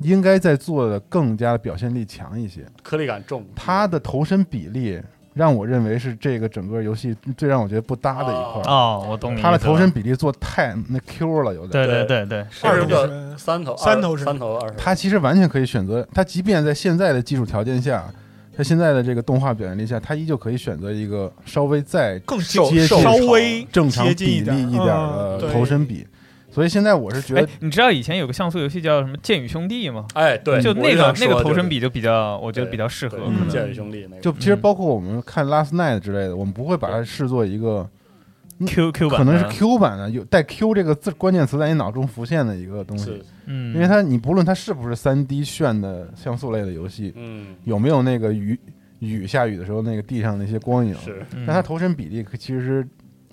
[SPEAKER 5] 应该在做的更加表现力强一些。
[SPEAKER 3] 颗粒感重，
[SPEAKER 5] 他的投身比例让我认为是这个整个游戏最让我觉得不搭的一块儿。
[SPEAKER 2] 哦，我
[SPEAKER 4] 嗯
[SPEAKER 2] 懂你意思
[SPEAKER 5] 他
[SPEAKER 2] 了。
[SPEAKER 5] 的投身比例做太那 Q 了，有点。
[SPEAKER 2] 对对对对，是
[SPEAKER 4] 二
[SPEAKER 3] 二
[SPEAKER 4] 十
[SPEAKER 3] 十
[SPEAKER 4] 个
[SPEAKER 3] 个
[SPEAKER 4] 人
[SPEAKER 3] 三头二
[SPEAKER 4] 三头是
[SPEAKER 3] 三头二十，
[SPEAKER 5] 他其实完全可以选择，他即便在现在的技术条件下，他现在的这个动画表现力下，他依旧可以选择一个稍微再
[SPEAKER 4] 更接
[SPEAKER 5] 受
[SPEAKER 4] 近
[SPEAKER 5] 受
[SPEAKER 4] 稍
[SPEAKER 3] 潮
[SPEAKER 4] 微
[SPEAKER 5] 正常
[SPEAKER 4] 接近
[SPEAKER 5] 比
[SPEAKER 4] 点儿
[SPEAKER 5] 例一点
[SPEAKER 4] 嗯
[SPEAKER 5] 儿的
[SPEAKER 4] 对
[SPEAKER 5] 投身比。所以现在我是觉
[SPEAKER 2] 哎
[SPEAKER 5] 得，，
[SPEAKER 2] 你知道以前有个像素游戏叫什么《剑与兄弟》吗？
[SPEAKER 3] 哎，对，
[SPEAKER 2] 就那个那个投身
[SPEAKER 3] 比，
[SPEAKER 2] 比就比较，我觉得
[SPEAKER 3] 对
[SPEAKER 2] 比较适合。
[SPEAKER 3] 对
[SPEAKER 2] 可能
[SPEAKER 3] 剑与兄弟那个，
[SPEAKER 5] 就其实包括我们看 Last Night 之类的，我们不会把它视作一个
[SPEAKER 2] Q Q 版
[SPEAKER 5] 可能是
[SPEAKER 2] 的啊
[SPEAKER 5] Q 版的，有带 Q 这个字关键词在你脑中浮现的一个东西。
[SPEAKER 3] 是
[SPEAKER 2] 嗯，
[SPEAKER 5] 因为它你不论它是不是三 D 炫的像素类的游戏，
[SPEAKER 3] 嗯
[SPEAKER 5] 有没有那个雨雨下雨的时候那个地上那些光影，
[SPEAKER 3] 是
[SPEAKER 2] 嗯
[SPEAKER 5] 但它投身比例可其实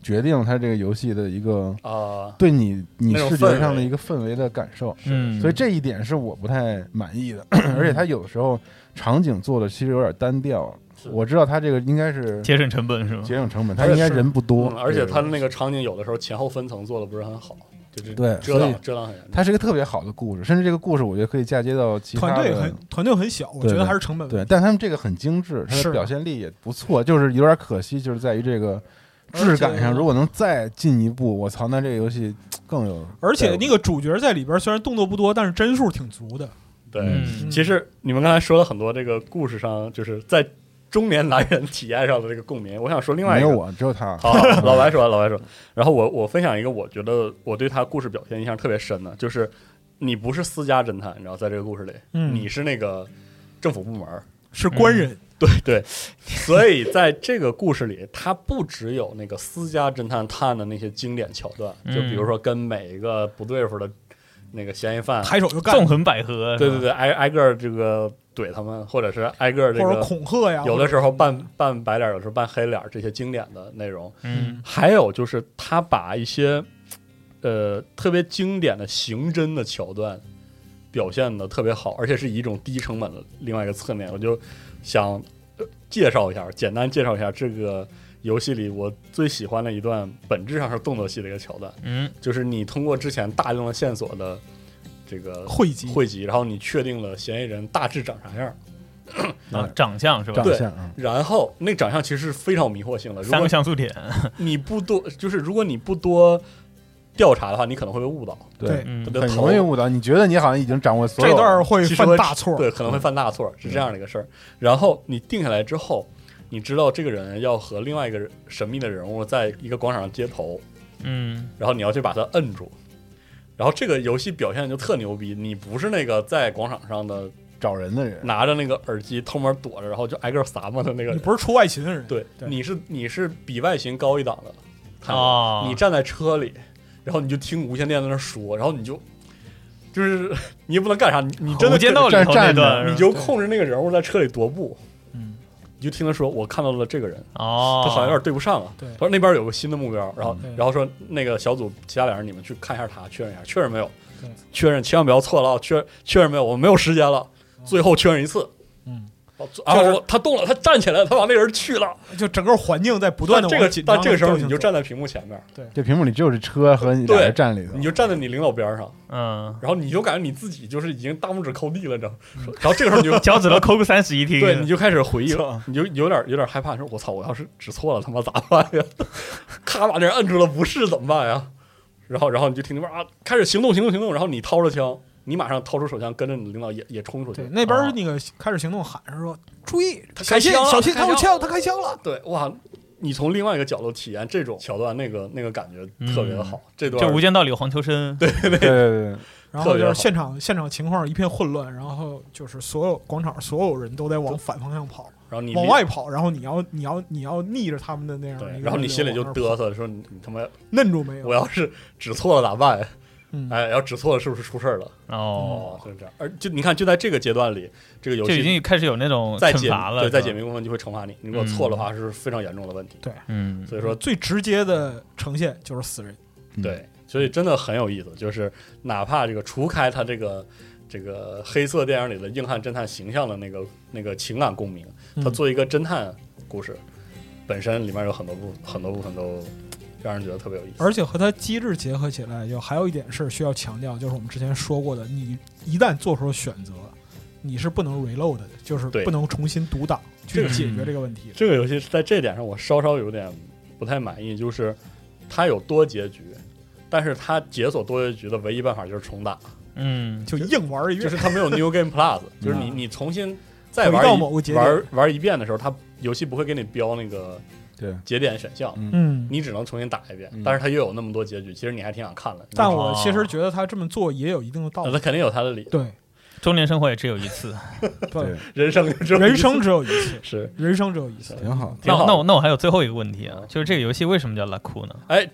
[SPEAKER 5] 决定它这个游戏的一个
[SPEAKER 3] 啊，
[SPEAKER 5] 对你你
[SPEAKER 3] 那种
[SPEAKER 5] 视觉上
[SPEAKER 3] 氛
[SPEAKER 5] 的
[SPEAKER 3] 围
[SPEAKER 5] 一个氛围的感受，
[SPEAKER 2] 嗯，
[SPEAKER 5] 所以这一点是我不太满意的， 而且它有时候场景做的其实有点单调。
[SPEAKER 3] 是
[SPEAKER 5] 我知道它这个应该是
[SPEAKER 2] 节省成本是吗？
[SPEAKER 5] 节省成本，它
[SPEAKER 3] 而且
[SPEAKER 5] 应该
[SPEAKER 3] 是
[SPEAKER 5] 人不多
[SPEAKER 3] 嗯，而且他
[SPEAKER 5] 它
[SPEAKER 3] 的那个场景有的时候前后分层做的不是很好，就是
[SPEAKER 5] 对
[SPEAKER 3] 遮
[SPEAKER 5] 所以
[SPEAKER 3] 挡遮挡很严重。
[SPEAKER 5] 它是一个特别好的故事，甚至这个故事我觉得可以嫁接到其他
[SPEAKER 4] 团队
[SPEAKER 5] 的
[SPEAKER 4] 很团队很小，我
[SPEAKER 5] 对
[SPEAKER 4] 觉得
[SPEAKER 5] 对
[SPEAKER 4] 还是成本问
[SPEAKER 5] 对，
[SPEAKER 4] 题。
[SPEAKER 5] 但他们这个很精致，它
[SPEAKER 4] 是
[SPEAKER 5] 的表现力也不错，就是有点可惜，就是在于这个质感
[SPEAKER 4] 而
[SPEAKER 5] 上，
[SPEAKER 4] 且
[SPEAKER 5] 如果能再进一步，我操，那这个游戏更有。
[SPEAKER 4] 而且那个主角在里边虽然动作不多，但是帧数挺足的。
[SPEAKER 3] 对，
[SPEAKER 2] 嗯，
[SPEAKER 3] 其实你们刚才说了很多这个故事上，就是在中年男人体验上的这个共鸣。我想说另外
[SPEAKER 5] 没
[SPEAKER 3] 一
[SPEAKER 5] 有
[SPEAKER 3] 个，
[SPEAKER 5] 我，只有他。
[SPEAKER 3] 好，老白说完，老白说完。然后我我分享一个，我觉得我对他故事表现印象特别深的，就是你不是私家侦探，你知道，在这个故事里，
[SPEAKER 4] 嗯
[SPEAKER 3] 你是那个政府部门儿，
[SPEAKER 4] 是官
[SPEAKER 5] 嗯
[SPEAKER 4] 人，
[SPEAKER 3] 对对，所以在这个故事里，他不只有那个私家侦探探的那些经典桥段，
[SPEAKER 4] 嗯
[SPEAKER 3] 就比如说跟每一个不对付的那个嫌疑犯，
[SPEAKER 4] 抬手就干，
[SPEAKER 2] 纵横捭阖，
[SPEAKER 3] 对对，对，挨挨个儿这个怼他们，或者是挨个儿这
[SPEAKER 4] 或者
[SPEAKER 3] 个
[SPEAKER 4] 恐吓呀，
[SPEAKER 3] 有的时
[SPEAKER 4] 或
[SPEAKER 3] 候
[SPEAKER 4] 者
[SPEAKER 3] 扮扮白脸儿，有时候扮黑脸儿，这些经典的内容。
[SPEAKER 2] 嗯
[SPEAKER 3] 还有就是他把一些呃特别经典的刑侦的桥段表现的特别好，而且是以一种低成本的另外一个侧面，我就想、呃介绍一下，简单介绍一下这个游戏里我最喜欢的一段，本质上是动作戏的一个桥段，
[SPEAKER 2] 嗯
[SPEAKER 3] 就是你通过之前大量的线索的这个
[SPEAKER 4] 汇集
[SPEAKER 3] 汇集，然后你确定了嫌疑人大致长啥样，嗯
[SPEAKER 2] 啊，长相是吧
[SPEAKER 5] 长？相啊，
[SPEAKER 3] 然后那长相其实是非常有迷惑性的。如
[SPEAKER 2] 三
[SPEAKER 3] 果
[SPEAKER 2] 个像素点，
[SPEAKER 3] 你不多，就是如果你不多调查的话，你可能会被误导，
[SPEAKER 4] 对
[SPEAKER 2] 嗯
[SPEAKER 3] 特，别
[SPEAKER 5] 很
[SPEAKER 3] 头
[SPEAKER 5] 容易误导。你觉得你好像已经掌握所
[SPEAKER 4] 这
[SPEAKER 5] 有，
[SPEAKER 4] 段儿会
[SPEAKER 3] 其实
[SPEAKER 4] 犯
[SPEAKER 3] 会
[SPEAKER 4] 大错。
[SPEAKER 3] 对，可能
[SPEAKER 5] 嗯
[SPEAKER 3] 会犯大错，是这样的一个事儿。然后你定下来之后，你知道这个人要和另外一个人神秘的人物在一个广场上接头，
[SPEAKER 2] 嗯
[SPEAKER 3] 然后你要去把他摁住。然后这个游戏表现就特牛逼，你不是那个在广场上的
[SPEAKER 5] 找人的人，
[SPEAKER 3] 拿着那个耳机偷摸躲着，然后就挨个撒嘛的那个
[SPEAKER 4] 你
[SPEAKER 3] 人，
[SPEAKER 4] 不是出外勤的人，
[SPEAKER 3] 对，
[SPEAKER 4] 对
[SPEAKER 3] 你是你是比外形高一档的，看着
[SPEAKER 4] 啊
[SPEAKER 2] 哦
[SPEAKER 3] 你站在车里，然后你就听无线电在那说，然后你就就是 你也不能干啥，你你真的
[SPEAKER 2] 无间道里头那
[SPEAKER 5] 站着
[SPEAKER 2] 段，
[SPEAKER 3] 你就控制那个人物在车里踱步，
[SPEAKER 4] 嗯，
[SPEAKER 3] 你就听他说我看到了这个人，
[SPEAKER 2] 哦，
[SPEAKER 3] 他好像有点对不上啊。
[SPEAKER 4] 对
[SPEAKER 3] 他说那边有个新的目标，然后
[SPEAKER 4] 嗯
[SPEAKER 3] 然后说那个小组其他俩人你们去看一下他，确认一下，确认没有
[SPEAKER 4] 对？
[SPEAKER 3] 确认，千万不要错了啊！确确认没有，我们没有时间了。最后确认一次，
[SPEAKER 4] 嗯，
[SPEAKER 3] 哦然后他动了，他站起来了，他把那人去了。
[SPEAKER 4] 就整个环境在不断的
[SPEAKER 3] 但这个，但这个时候你就站在屏幕前面，
[SPEAKER 5] 这屏幕里只有这车和你俩人站里头
[SPEAKER 3] 你，就站在你领导边上，
[SPEAKER 2] 嗯，
[SPEAKER 3] 然后你就感觉你自己就是已经大拇指抠地了，你知道吗？
[SPEAKER 4] 嗯
[SPEAKER 3] 然后这个 时候你就
[SPEAKER 2] 脚趾头抠个三室一厅，
[SPEAKER 3] 对，你就开始回忆了，你就有点有点害怕，说我操，我要是指错了，他妈咋办呀？ 咔把那人摁住了，不是怎么办呀？然后然后你就听那边啊，开始行动行动行动，然后你掏着枪，你马上掏出手枪，跟着你领导也也冲出去
[SPEAKER 4] 对，那
[SPEAKER 3] 啊
[SPEAKER 4] 边那个开始行动喊着说：“注意，
[SPEAKER 3] 他
[SPEAKER 4] 小
[SPEAKER 3] 开
[SPEAKER 4] 心
[SPEAKER 3] 枪了啊
[SPEAKER 4] 小心，
[SPEAKER 3] 他
[SPEAKER 4] 他有
[SPEAKER 3] 开枪
[SPEAKER 4] 枪，他开枪了。
[SPEAKER 3] 对，哇！你从另外一个角度体验这种桥段，那个那个感觉特别的好。
[SPEAKER 4] 嗯
[SPEAKER 3] 这段
[SPEAKER 2] 就《无间道》里有黄秋生，对，
[SPEAKER 5] 对对对，”
[SPEAKER 4] 然
[SPEAKER 3] 特
[SPEAKER 4] 后
[SPEAKER 3] 别
[SPEAKER 4] 就是
[SPEAKER 3] 好
[SPEAKER 4] 现场现场情况一片混乱，然后就是所有广场所有人都在往反方向跑，
[SPEAKER 3] 然后你
[SPEAKER 4] 往外跑，然后你要你要你要逆着他们的那样的一
[SPEAKER 3] 对，
[SPEAKER 4] 个
[SPEAKER 3] 然后你心里就
[SPEAKER 4] 往那儿
[SPEAKER 3] 嘚瑟，说你你他妈，
[SPEAKER 4] 跑嫩住没有？
[SPEAKER 3] 我要是指错了咋办？
[SPEAKER 4] 嗯
[SPEAKER 3] 哎，要指错了是不是出事儿了？哦，
[SPEAKER 2] 哦，
[SPEAKER 3] 就是这样。而就你看，就在这个阶段里，这个游
[SPEAKER 2] 就已
[SPEAKER 3] 戏
[SPEAKER 2] 经开始有那种
[SPEAKER 3] 在解
[SPEAKER 2] 惩罚了，
[SPEAKER 3] 对，在
[SPEAKER 2] 是吧
[SPEAKER 3] 解谜部分就会惩罚你，你如果错的话是非常严重的问题。
[SPEAKER 2] 嗯，
[SPEAKER 3] 所以说，
[SPEAKER 4] 最直接的呈现就是死人，
[SPEAKER 5] 嗯
[SPEAKER 3] 对，所以真的很有意思，就是哪怕这个除开他这个。这个黑色电影里的硬汉侦探形象的那个那个情感共鸣，他
[SPEAKER 4] 嗯
[SPEAKER 3] 做一个侦探故事，本身里面有很多部很多部分都让人觉得特别有意思。
[SPEAKER 4] 而且和它机制结合起来，就还有一点是需要强调，就是我们之前说过的，你一旦做出了选择，你是不能 reload 的，就是
[SPEAKER 3] 对嗯
[SPEAKER 4] 不能重新读档
[SPEAKER 3] 这
[SPEAKER 4] 去
[SPEAKER 3] 个
[SPEAKER 4] 解
[SPEAKER 5] 嗯
[SPEAKER 4] 决这个问题的。
[SPEAKER 3] 这个游戏在这点上我稍稍有点不太满意，就是它有多结局，但是它解锁多结局的唯一办法就是重打，
[SPEAKER 2] 嗯，
[SPEAKER 4] 就硬玩一遍，
[SPEAKER 3] 就是它没有 New Game Plus，就是你
[SPEAKER 4] 嗯
[SPEAKER 3] 你重新再
[SPEAKER 4] 回到
[SPEAKER 3] 玩
[SPEAKER 4] 某个
[SPEAKER 3] 一
[SPEAKER 4] 节点
[SPEAKER 3] 玩玩一遍的时候，它游戏不会给你标那个
[SPEAKER 5] 对
[SPEAKER 3] 节点选项。
[SPEAKER 5] 嗯
[SPEAKER 4] 嗯。
[SPEAKER 3] 你只能重新打一遍，
[SPEAKER 5] 嗯
[SPEAKER 3] 但是它又有那么多结局，其实你还挺想看的。
[SPEAKER 4] 但我其实觉得他这么做也有一定的道
[SPEAKER 3] 哦呃
[SPEAKER 4] 理。
[SPEAKER 3] 它肯定有它的理，
[SPEAKER 4] 对，
[SPEAKER 2] 中年生活也只有一次，
[SPEAKER 5] 对，
[SPEAKER 3] 人生就只有
[SPEAKER 4] 人
[SPEAKER 3] 一次
[SPEAKER 4] 生只有一次，
[SPEAKER 3] 是
[SPEAKER 4] 人生只有一次。
[SPEAKER 5] 挺好，
[SPEAKER 2] 那
[SPEAKER 3] 挺好
[SPEAKER 2] 我那我那我还有最后一个问题啊
[SPEAKER 3] 嗯，
[SPEAKER 2] 就是这个游戏为什么叫拉库呢？
[SPEAKER 3] 哎，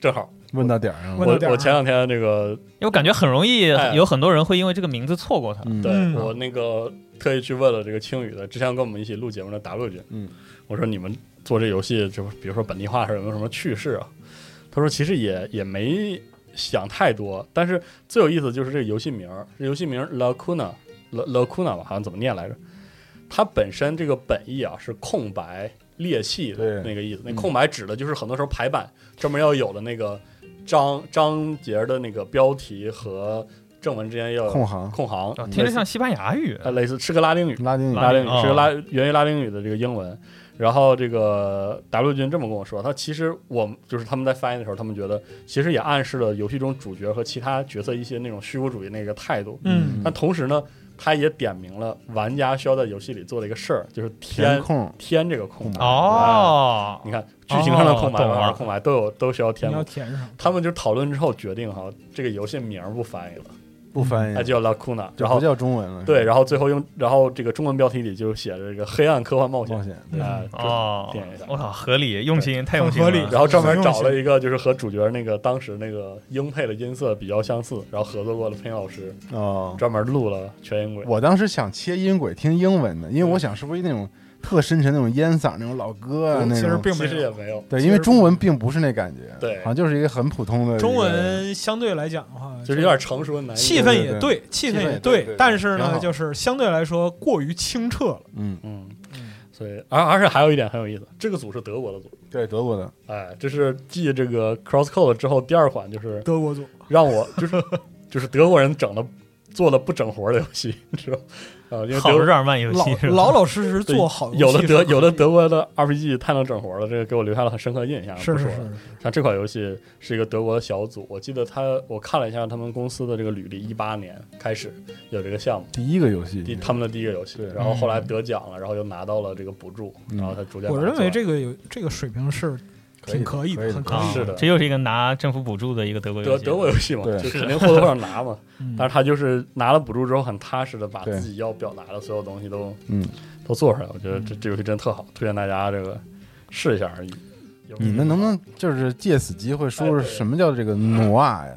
[SPEAKER 3] 正好
[SPEAKER 5] 问到点儿上
[SPEAKER 3] 我
[SPEAKER 4] 问
[SPEAKER 5] 了，
[SPEAKER 4] 到点儿
[SPEAKER 3] 我
[SPEAKER 4] 上
[SPEAKER 3] 前两天这个
[SPEAKER 2] 因为我感觉很容易
[SPEAKER 3] 哎
[SPEAKER 2] 有很多人会因为这个名字错过它。
[SPEAKER 5] 嗯
[SPEAKER 3] 对、
[SPEAKER 4] 嗯
[SPEAKER 3] 我那个特意去问了这个青宇的，之前跟我们一起录节目的 W 君，
[SPEAKER 5] 嗯，
[SPEAKER 3] 我说你们做这游戏，就是比如说本地化是有没有什么趣事啊？他说其实也也没想太多，但是最有意思就是这个游戏名儿，这游戏名儿 Lacuna La Lacuna 吧，好像怎么念来着？它本身这个本意啊是空白裂隙的
[SPEAKER 5] 对
[SPEAKER 3] 那个意思，那
[SPEAKER 5] 嗯
[SPEAKER 3] 空白指的就是很多时候排版专门要有的那个章章节的那个标题和正文之间要有
[SPEAKER 5] 空行
[SPEAKER 3] 空行
[SPEAKER 2] 哦，听着像西班牙语，
[SPEAKER 3] 呃，类似是个拉丁语，
[SPEAKER 5] 拉丁语，
[SPEAKER 3] 拉丁语
[SPEAKER 2] 哦
[SPEAKER 3] 是个拉源于拉丁语的这个英文。然后这个 W 君这么跟我说，他其实我们就是他们在翻译的时候，他们觉得其实也暗示了游戏中主角和其他角色一些那种虚无主义那个态度。
[SPEAKER 4] 嗯
[SPEAKER 3] 但同时呢，他也点明了玩家需要在游戏里做的一个事儿，就是
[SPEAKER 5] 填
[SPEAKER 3] 填
[SPEAKER 5] 空，
[SPEAKER 3] 填这个空白。
[SPEAKER 2] 哦
[SPEAKER 3] 你，看剧情上的空白、
[SPEAKER 2] 哦懂了
[SPEAKER 3] 玩上的空白都有都需要填
[SPEAKER 4] 你要
[SPEAKER 3] 补。
[SPEAKER 4] 填上，
[SPEAKER 3] 他们就讨论之后决定哈，这个游戏名儿不翻译了，
[SPEAKER 5] 不翻
[SPEAKER 3] 它
[SPEAKER 5] 译，
[SPEAKER 3] 叫 Lacuna，
[SPEAKER 5] 就
[SPEAKER 3] 然后
[SPEAKER 5] 不叫中文了，
[SPEAKER 3] 对，，然后最后用，然后这个中文标题里就写着这个黑暗科幻冒险
[SPEAKER 5] 冒险，
[SPEAKER 4] 嗯
[SPEAKER 3] 啊，
[SPEAKER 2] 哦
[SPEAKER 3] 点一下，
[SPEAKER 2] 我靠，合理，用心，太用心
[SPEAKER 4] 合
[SPEAKER 2] 了，
[SPEAKER 4] 理
[SPEAKER 3] 然后专门找了一个就是和主角那个当时那个英配的音色比较相似，然后合作过的配音老师
[SPEAKER 5] 哦，
[SPEAKER 3] 专门录了全音轨。
[SPEAKER 5] 我当时想切音轨听英文的，因为我想是不是那种特深沉那种烟嗓那种老歌啊
[SPEAKER 4] 其
[SPEAKER 5] 那
[SPEAKER 4] 实
[SPEAKER 5] 种，
[SPEAKER 4] 并
[SPEAKER 3] 其
[SPEAKER 4] 没
[SPEAKER 3] 实也
[SPEAKER 4] 有。
[SPEAKER 3] 没有，
[SPEAKER 5] 对，因为中文并不是那感觉，
[SPEAKER 3] 对
[SPEAKER 5] 好像就是一个很普通的一个
[SPEAKER 4] 中文相对来讲的话，
[SPEAKER 3] 就是有点成熟的男
[SPEAKER 4] 气氛也对，气氛
[SPEAKER 5] 氛
[SPEAKER 4] 也
[SPEAKER 5] 也对
[SPEAKER 4] 对，
[SPEAKER 5] 对
[SPEAKER 4] 但是
[SPEAKER 5] 挺
[SPEAKER 4] 呢，
[SPEAKER 5] 好
[SPEAKER 4] 就是相对来说过于清澈了。
[SPEAKER 5] 嗯，
[SPEAKER 3] 嗯，所以而而且还有一点很有意思，这个组是德国的组，
[SPEAKER 5] 对，德国的，
[SPEAKER 3] 哎，这是继这个 Crosscode 之后第二款，就是
[SPEAKER 4] 德国组
[SPEAKER 3] 让我就是 就是德国人整的做的不整活的游戏，你知道吗？啊，因为德
[SPEAKER 2] 好
[SPEAKER 3] 国
[SPEAKER 2] 日耳曼游
[SPEAKER 4] 老
[SPEAKER 2] 戏是吧
[SPEAKER 4] 老老实哦实做好游
[SPEAKER 3] 有
[SPEAKER 4] 戏
[SPEAKER 3] 的
[SPEAKER 4] 是
[SPEAKER 3] 德
[SPEAKER 4] 吧
[SPEAKER 3] 有的德国的 RPG 太能整活了，这个给我留下了很深刻的印象。
[SPEAKER 4] 是
[SPEAKER 3] 不
[SPEAKER 4] 是
[SPEAKER 3] 说了
[SPEAKER 4] 是，
[SPEAKER 3] 像这款游戏是一个德国的小组，我记得他我看了一下他们公司的这个履历，一八年开始有这个项目，
[SPEAKER 5] 第一个游戏，
[SPEAKER 3] 第他们的第一个游戏，
[SPEAKER 5] 嗯对
[SPEAKER 3] 然后后来得奖了，然后又拿到了这个补助，
[SPEAKER 5] 嗯
[SPEAKER 3] 然后他逐渐
[SPEAKER 4] 嗯我
[SPEAKER 3] 把它
[SPEAKER 4] 认
[SPEAKER 3] 做
[SPEAKER 4] 为这个有这个水平是挺可以的，
[SPEAKER 5] 可以的
[SPEAKER 4] 很可
[SPEAKER 2] 啊
[SPEAKER 4] 以。
[SPEAKER 3] 是的
[SPEAKER 2] 这又是一个拿政府补助的一个德国游
[SPEAKER 3] 德
[SPEAKER 2] 戏，
[SPEAKER 3] 德国游戏嘛，
[SPEAKER 5] 对
[SPEAKER 3] 就是肯定或多或少拿嘛，
[SPEAKER 4] 嗯
[SPEAKER 3] 但是他就是拿了补助之后很踏实的把
[SPEAKER 5] 对
[SPEAKER 3] 自己要表达的所有东西都
[SPEAKER 5] 嗯，
[SPEAKER 3] 都做出来，我觉得
[SPEAKER 4] 嗯
[SPEAKER 3] 这这游戏真特好，推荐大家这个试一下而已。有
[SPEAKER 5] 你们能不能就是借此机会说
[SPEAKER 3] 哎
[SPEAKER 5] 说
[SPEAKER 3] 对
[SPEAKER 5] 什么叫这个诺瓦呀？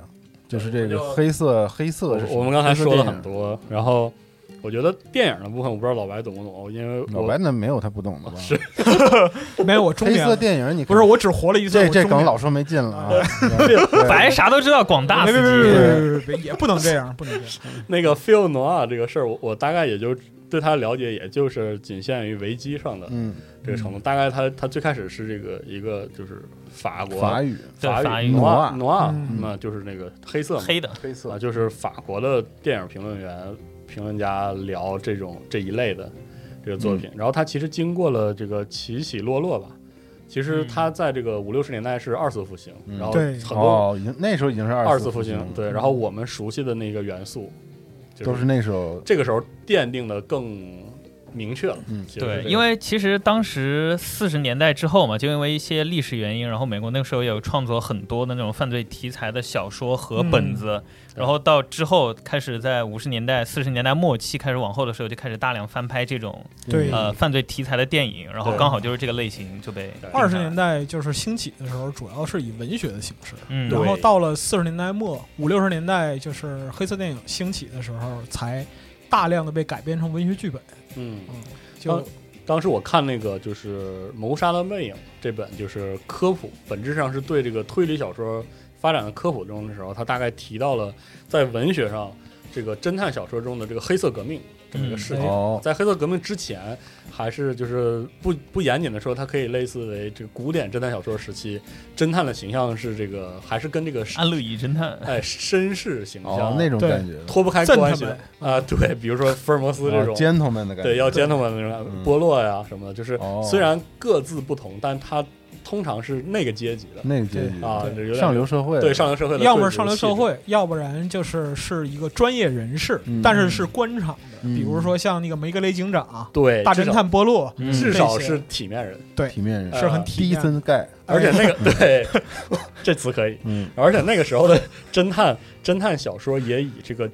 [SPEAKER 5] 就是这
[SPEAKER 3] 我
[SPEAKER 5] 个
[SPEAKER 3] 就
[SPEAKER 5] 黑色黑色是什么，
[SPEAKER 3] 我我们刚才
[SPEAKER 5] 黑色
[SPEAKER 3] 说了
[SPEAKER 5] 电影
[SPEAKER 3] 很，多，然后我觉得电影的部分，我不知道老白懂不懂，因为
[SPEAKER 5] 老
[SPEAKER 3] 我
[SPEAKER 5] 白那没有他不懂的吧？
[SPEAKER 3] 是
[SPEAKER 4] 没有我中
[SPEAKER 5] 黑
[SPEAKER 4] 年
[SPEAKER 5] 色
[SPEAKER 4] 了，
[SPEAKER 5] 电影，你
[SPEAKER 4] 不是我只活了一岁，
[SPEAKER 5] 这
[SPEAKER 4] 我
[SPEAKER 5] 这
[SPEAKER 4] 中
[SPEAKER 5] 梗
[SPEAKER 4] 年
[SPEAKER 5] 老说没劲了啊！
[SPEAKER 2] 白啥都知道，广大
[SPEAKER 4] 别
[SPEAKER 2] 司
[SPEAKER 4] 别别
[SPEAKER 2] 机
[SPEAKER 4] 别别别，也不能这样，不能这 样。
[SPEAKER 3] 那个 f i l n o i 这个事儿，我我大概也就对他了解，也就是仅限于维基上的
[SPEAKER 5] 嗯，
[SPEAKER 3] 这个程度。大概他他最开始是这个一个就是法国
[SPEAKER 5] 嗯法语
[SPEAKER 2] 对法
[SPEAKER 3] 语
[SPEAKER 2] 语
[SPEAKER 3] noir
[SPEAKER 5] noir
[SPEAKER 3] noir，
[SPEAKER 4] 嗯
[SPEAKER 3] 那就是那个黑色嘛
[SPEAKER 2] 黑的，
[SPEAKER 5] 黑
[SPEAKER 3] 啊，就是法国的电影评论员、评论家聊这种这一类的这个作品。然后他其实经过了这个起起落落吧，其实
[SPEAKER 2] 嗯
[SPEAKER 3] 他在这个五六十年代是二次复兴，
[SPEAKER 5] 嗯
[SPEAKER 3] 然后
[SPEAKER 4] 对
[SPEAKER 3] 很多
[SPEAKER 5] 哦，已经那时候已经是
[SPEAKER 3] 二
[SPEAKER 5] 次
[SPEAKER 3] 次复兴，
[SPEAKER 5] 了
[SPEAKER 3] 对，然后我们熟悉的那个元素，就
[SPEAKER 5] 都是那时候
[SPEAKER 3] 这个时候奠定的更明确了。
[SPEAKER 5] 嗯
[SPEAKER 3] 其实是
[SPEAKER 2] 对，
[SPEAKER 3] 这
[SPEAKER 2] 因
[SPEAKER 3] 个
[SPEAKER 2] 为其实当时四十年代之后嘛，就因为一些历史原因，然后美国那个时候也有创作很多的那种犯罪题材的小说和本子，
[SPEAKER 3] 嗯
[SPEAKER 2] 然后到之后开始在五十年代、四十年代末期开始往后的时候，就开始大量翻拍这种
[SPEAKER 4] 对
[SPEAKER 5] 嗯
[SPEAKER 2] 呃犯罪题材的电影，然后
[SPEAKER 3] 对
[SPEAKER 2] 刚好就是这个类型就被
[SPEAKER 3] 对
[SPEAKER 4] 二十年代就是兴起的时候，主要是以文学的形式，
[SPEAKER 2] 嗯
[SPEAKER 4] 然后
[SPEAKER 3] 对
[SPEAKER 4] 到了四十年代末、五六十年代，就是黑色电影兴起的时候，才大量的被改编成文学剧本。
[SPEAKER 3] 嗯，
[SPEAKER 4] 就
[SPEAKER 3] 嗯当时我看那个就是《谋杀的魅影》这本，就是科普，本质上是对这个推理小说发展的科普中的时候，他大概提到了在文学上这个侦探小说中的这个黑色革命这么
[SPEAKER 4] 嗯
[SPEAKER 3] 一个事情。
[SPEAKER 5] 哦，
[SPEAKER 3] 在黑色革命之前，还是就是不不严谨的说，它可以类似为这个古典侦探小说时期，侦探的形象是这个还是跟这个
[SPEAKER 4] 啊
[SPEAKER 2] 安乐椅侦探，
[SPEAKER 3] 哎绅士形
[SPEAKER 5] 哦
[SPEAKER 3] 象
[SPEAKER 5] 那种
[SPEAKER 4] 对
[SPEAKER 5] 感觉，
[SPEAKER 3] 脱不开
[SPEAKER 4] 赞他
[SPEAKER 3] 关系的
[SPEAKER 4] 们
[SPEAKER 3] 啊，对，比如说福尔摩斯这种
[SPEAKER 5] 尖头们的感觉，
[SPEAKER 3] 对，要 gentleman 的那种
[SPEAKER 5] 嗯
[SPEAKER 3] 波洛呀什么的，就是
[SPEAKER 5] 哦
[SPEAKER 3] 虽然各自不同，但它通常是那个阶级的
[SPEAKER 5] 那个阶级
[SPEAKER 3] 啊，
[SPEAKER 4] 对
[SPEAKER 3] 这有点
[SPEAKER 5] 上流社会
[SPEAKER 3] 对上流社会的，
[SPEAKER 4] 要么是上流社，会，要不然就是是一个专业人士，
[SPEAKER 5] 嗯
[SPEAKER 4] 但是是官场的，
[SPEAKER 5] 嗯
[SPEAKER 4] 比如说像那个梅格雷警长、
[SPEAKER 3] 对，
[SPEAKER 4] 大
[SPEAKER 3] 哎至
[SPEAKER 4] 侦
[SPEAKER 3] 少
[SPEAKER 4] 探波嗯洛，
[SPEAKER 5] 嗯
[SPEAKER 3] 至少
[SPEAKER 4] 这些
[SPEAKER 3] 是体面人，
[SPEAKER 5] 体面人
[SPEAKER 3] 呃
[SPEAKER 4] 是很体
[SPEAKER 5] 低
[SPEAKER 4] 面的。
[SPEAKER 5] 森盖，
[SPEAKER 3] 而且
[SPEAKER 4] 嗯
[SPEAKER 3] 那个对 这词可以，
[SPEAKER 5] 嗯，
[SPEAKER 3] 而且那个时候的侦探侦探小说也以这个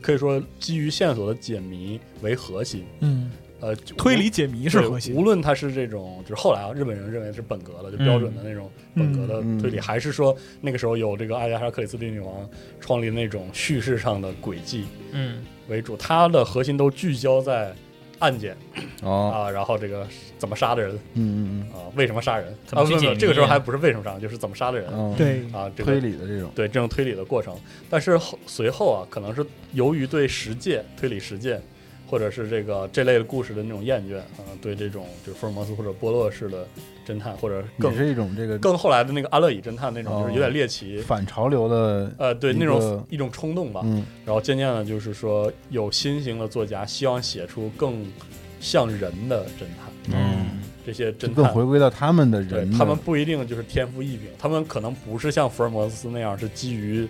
[SPEAKER 3] 可以说基于线索的解谜为核心，
[SPEAKER 4] 嗯，
[SPEAKER 3] 呃，
[SPEAKER 4] 推理解谜是
[SPEAKER 3] 对
[SPEAKER 4] 核心
[SPEAKER 3] 无。论它是这种，就是后来啊，日本人认为是本格的，就标
[SPEAKER 2] 嗯
[SPEAKER 3] 准的那种本格的推理，
[SPEAKER 5] 嗯
[SPEAKER 3] 还是说那个时候有这个阿加莎·克里斯蒂女王创立那种叙事上的轨迹
[SPEAKER 2] 嗯，
[SPEAKER 3] 为主，它的核心都聚焦在案件
[SPEAKER 5] 哦，
[SPEAKER 3] 啊，然后这个怎么杀的人
[SPEAKER 5] 嗯嗯
[SPEAKER 3] 啊，为什么杀人
[SPEAKER 2] 怎
[SPEAKER 3] 啊，不
[SPEAKER 2] 么去
[SPEAKER 3] 不
[SPEAKER 2] 解
[SPEAKER 3] 不，
[SPEAKER 2] 谜
[SPEAKER 3] 这个时候还不是为什么杀人，就是怎么杀的人
[SPEAKER 5] 嗯，哦，
[SPEAKER 4] 对，
[SPEAKER 3] 啊，这个
[SPEAKER 5] 推理的这种，
[SPEAKER 3] 对这种推理的过程。但是后随后啊，可能是由于对实践推理实践，或者是这个这类的故事的那种厌倦啊、对这种就是福尔摩斯或者波洛式的侦探，或者
[SPEAKER 5] 也
[SPEAKER 3] 更
[SPEAKER 5] 是一种这个
[SPEAKER 3] 更后来的那个阿勒乙侦探那种，就是有点猎奇。
[SPEAKER 5] 反潮流的，
[SPEAKER 3] 呃，对
[SPEAKER 5] 一个
[SPEAKER 3] 那种一种冲动吧，
[SPEAKER 5] 嗯
[SPEAKER 3] 然后渐渐的，就是说有新型的作家希望写出更像人的侦探，
[SPEAKER 5] 嗯，
[SPEAKER 3] 这些
[SPEAKER 5] 就
[SPEAKER 3] 侦
[SPEAKER 5] 更
[SPEAKER 3] 探
[SPEAKER 5] 回归到他们的
[SPEAKER 3] 对
[SPEAKER 5] 人的，
[SPEAKER 3] 他们不一定就是天赋异禀，他们可能不是像福尔摩斯那样是基于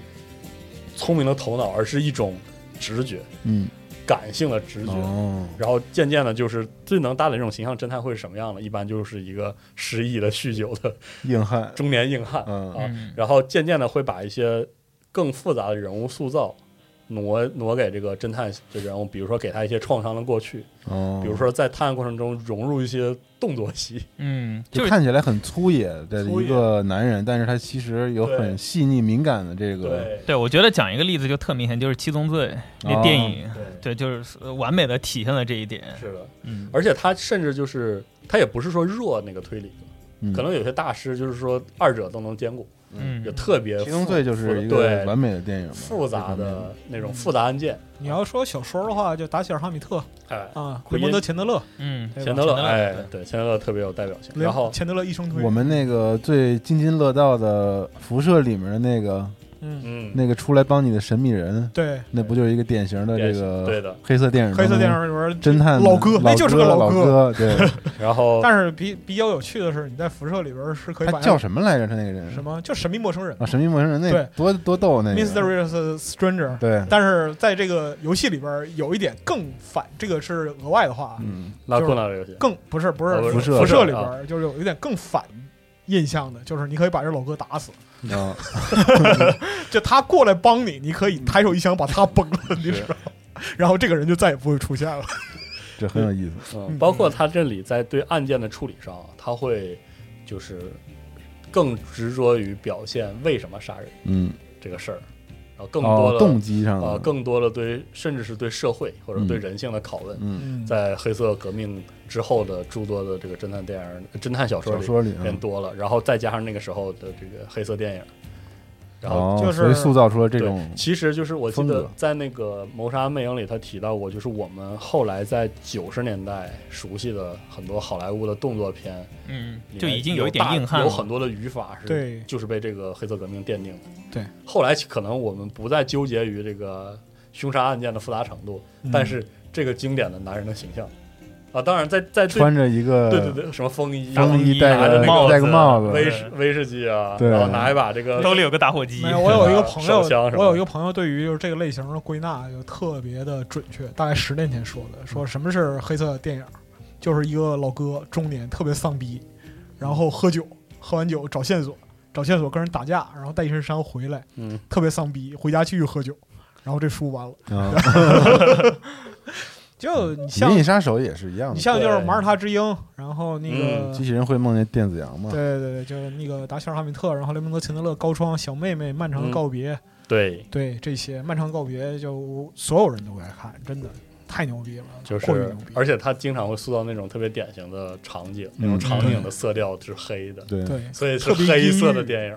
[SPEAKER 3] 聪明的头脑，而是一种直觉、
[SPEAKER 5] 嗯
[SPEAKER 3] 感性的直觉。
[SPEAKER 5] 哦，
[SPEAKER 3] 然后渐渐的，就是最能搭的这种形象侦探会是什么样的？一般就是一个失忆的、酗酒的
[SPEAKER 5] 硬汉，
[SPEAKER 3] 中年硬汉。
[SPEAKER 5] 嗯
[SPEAKER 3] 啊
[SPEAKER 2] 嗯
[SPEAKER 3] 然后渐渐的会把一些更复杂的人物塑造挪挪给这个侦探这人物，比如说给他一些创伤的过去，
[SPEAKER 5] 哦，
[SPEAKER 3] 比如说在探案过程中融入一些动作戏，
[SPEAKER 2] 嗯，
[SPEAKER 5] 就
[SPEAKER 2] 就是
[SPEAKER 5] 看起来很粗野的
[SPEAKER 3] 粗
[SPEAKER 5] 一
[SPEAKER 3] 野
[SPEAKER 5] 个男人，但是他其实有
[SPEAKER 3] 对
[SPEAKER 5] 很细腻敏感的这个，
[SPEAKER 3] 对
[SPEAKER 2] 对我觉得讲一个例子就特明显，就是《七宗罪》那
[SPEAKER 5] 哦
[SPEAKER 2] 电影，
[SPEAKER 3] 对
[SPEAKER 2] 对，就是呃完美的体现了这一点，
[SPEAKER 3] 是的。
[SPEAKER 2] 嗯，
[SPEAKER 3] 而且他甚至就是他也不是说弱那个推理，
[SPEAKER 5] 嗯
[SPEAKER 3] 可能有些大师就是说二者都能兼顾，
[SPEAKER 2] 嗯
[SPEAKER 3] 就特别
[SPEAKER 5] 七宗
[SPEAKER 3] 复
[SPEAKER 5] 罪就是一个
[SPEAKER 3] 对
[SPEAKER 5] 完美的电影嘛，
[SPEAKER 3] 复杂
[SPEAKER 5] 这方面
[SPEAKER 3] 的那种复杂案件，
[SPEAKER 4] 你要说小说的话，就达西尔·哈米特
[SPEAKER 3] 哎，
[SPEAKER 4] 啊，
[SPEAKER 3] 奎因
[SPEAKER 4] 雷蒙德·钱德勒，
[SPEAKER 2] 嗯，
[SPEAKER 4] 对吧
[SPEAKER 3] 钱德勒，
[SPEAKER 2] 钱德勒
[SPEAKER 3] 哎，对，钱德勒特别有代表性。
[SPEAKER 4] 雷
[SPEAKER 3] 然后
[SPEAKER 4] 钱德勒一生推。
[SPEAKER 5] 我们那个最津津乐道的辐射里面的那个
[SPEAKER 4] 嗯，
[SPEAKER 3] 嗯，
[SPEAKER 5] 那个出来帮你的神秘人，
[SPEAKER 4] 对，
[SPEAKER 5] 那不就是一个典型的这
[SPEAKER 3] 典型对
[SPEAKER 5] 个
[SPEAKER 3] 的。
[SPEAKER 5] 黑色电影？
[SPEAKER 4] 黑色电影里边
[SPEAKER 5] 侦探
[SPEAKER 4] 老哥那就是个
[SPEAKER 5] 老
[SPEAKER 4] 老
[SPEAKER 5] 哥，对，
[SPEAKER 3] 然后
[SPEAKER 4] 但是比比较有趣的是，你在辐射里边是可以
[SPEAKER 5] 他
[SPEAKER 4] 把
[SPEAKER 5] 叫什么来着？他那个人
[SPEAKER 4] 什么叫神秘陌生人
[SPEAKER 5] 啊，神秘陌生人那
[SPEAKER 4] 对
[SPEAKER 5] 多多逗那个，
[SPEAKER 4] （Mysterious Stranger）。
[SPEAKER 5] 对，
[SPEAKER 4] 但是在这个游戏里边有一点更反，这个是额外的话，
[SPEAKER 5] 嗯，
[SPEAKER 3] 拉库纳这个游戏，
[SPEAKER 4] 更不是不是
[SPEAKER 3] 哦不是
[SPEAKER 5] 辐
[SPEAKER 4] 射
[SPEAKER 3] 射
[SPEAKER 4] 里
[SPEAKER 3] 啊
[SPEAKER 4] 边就是有一点更反印象的，就是你可以把这老哥打死，
[SPEAKER 5] 然后
[SPEAKER 4] 就他过来帮你，你可以抬手一枪把他崩了，你知道吗。 然后这个人就再也不会出现了。
[SPEAKER 5] 这很有意思，
[SPEAKER 3] 嗯，包括他这里在对案件的处理上啊，他会就是更执着于表现为什么杀人
[SPEAKER 5] 嗯。
[SPEAKER 3] 这个事儿，然后更多
[SPEAKER 5] 哦
[SPEAKER 3] 的、
[SPEAKER 5] 动机上的，
[SPEAKER 3] 呃更多的对甚至是对社会或者对人性的拷问，
[SPEAKER 5] 嗯，
[SPEAKER 4] 嗯，
[SPEAKER 3] 在黑色革命之后的诸多的这个侦探电影、侦探小说
[SPEAKER 5] 小
[SPEAKER 3] 里
[SPEAKER 5] 说嗯里
[SPEAKER 3] 变多了，然后再加上那个时候的这个黑色电影，然后
[SPEAKER 5] 后
[SPEAKER 4] 就是
[SPEAKER 5] 塑造出了这
[SPEAKER 3] 对，
[SPEAKER 5] 种
[SPEAKER 3] 其实就是我记
[SPEAKER 5] 哦风
[SPEAKER 3] 得
[SPEAKER 5] 格
[SPEAKER 3] 在那个《谋杀案魅影》里，他提到过，就是我们后来在九十年代熟悉的很多好莱坞的动作片，
[SPEAKER 2] 嗯
[SPEAKER 3] 里，面
[SPEAKER 2] 就已经有
[SPEAKER 3] 有
[SPEAKER 2] 一点
[SPEAKER 3] 大
[SPEAKER 2] 硬汉
[SPEAKER 3] 有
[SPEAKER 2] 了，
[SPEAKER 3] 很多的语法是
[SPEAKER 4] 对
[SPEAKER 3] 就是被这个黑色革命奠定的。
[SPEAKER 4] 对，
[SPEAKER 3] 后来可能我们不再纠结于这个凶杀案件的复杂程度，
[SPEAKER 5] 嗯
[SPEAKER 3] 但是这个经典的男人的形象啊，当然在在最
[SPEAKER 5] 穿着一个
[SPEAKER 3] 对对对什么风衣、啊、
[SPEAKER 5] 风
[SPEAKER 2] 衣
[SPEAKER 5] 戴
[SPEAKER 2] 拿着
[SPEAKER 5] 个
[SPEAKER 2] 那个
[SPEAKER 5] 戴个帽
[SPEAKER 2] 帽子
[SPEAKER 5] 子，
[SPEAKER 3] 威士威士忌啊，
[SPEAKER 5] 对
[SPEAKER 3] 然后拿一把这个
[SPEAKER 2] 兜里有个打火机
[SPEAKER 4] 没，有，我有一个
[SPEAKER 3] 啊
[SPEAKER 4] 朋友
[SPEAKER 3] 手枪什，么
[SPEAKER 4] 我有一个朋友对于就是这个类型的归纳就特别的准确，大概十年前说的，说什么是黑色电影，就是一个老哥中年特别丧逼，然后喝酒，喝完酒找线索，找线索跟人打架，然后带一身伤回来，
[SPEAKER 3] 嗯，
[SPEAKER 4] 特别丧逼，回家继续喝酒，然后这书完了， 嗯
[SPEAKER 5] 啊，
[SPEAKER 4] 就你像
[SPEAKER 5] 《银翼杀手》也是一样
[SPEAKER 4] 你
[SPEAKER 5] 的，
[SPEAKER 4] 像就是《
[SPEAKER 3] 对
[SPEAKER 4] 马耳他之鹰》，然后那个
[SPEAKER 3] 嗯
[SPEAKER 5] 机器人会梦见电子羊嘛？
[SPEAKER 4] 对对对，就是那个达希尔·哈米特，然后雷蒙德·钱德勒、高窗、小妹妹、漫长的
[SPEAKER 3] 嗯
[SPEAKER 4] 告别，
[SPEAKER 3] 对，
[SPEAKER 4] 对这些《漫长告别》，就所有人都爱看，真的太牛逼了，
[SPEAKER 3] 就
[SPEAKER 4] 过于
[SPEAKER 3] 是
[SPEAKER 4] 牛逼，
[SPEAKER 3] 而且他经常会塑造那种特别典型的场景，那
[SPEAKER 5] 嗯
[SPEAKER 3] 种场景的色调是黑的，
[SPEAKER 5] 对
[SPEAKER 4] 对。
[SPEAKER 3] 所以是
[SPEAKER 4] 特别
[SPEAKER 3] 黑色
[SPEAKER 4] 阴
[SPEAKER 3] 的
[SPEAKER 4] 郁
[SPEAKER 3] 电影，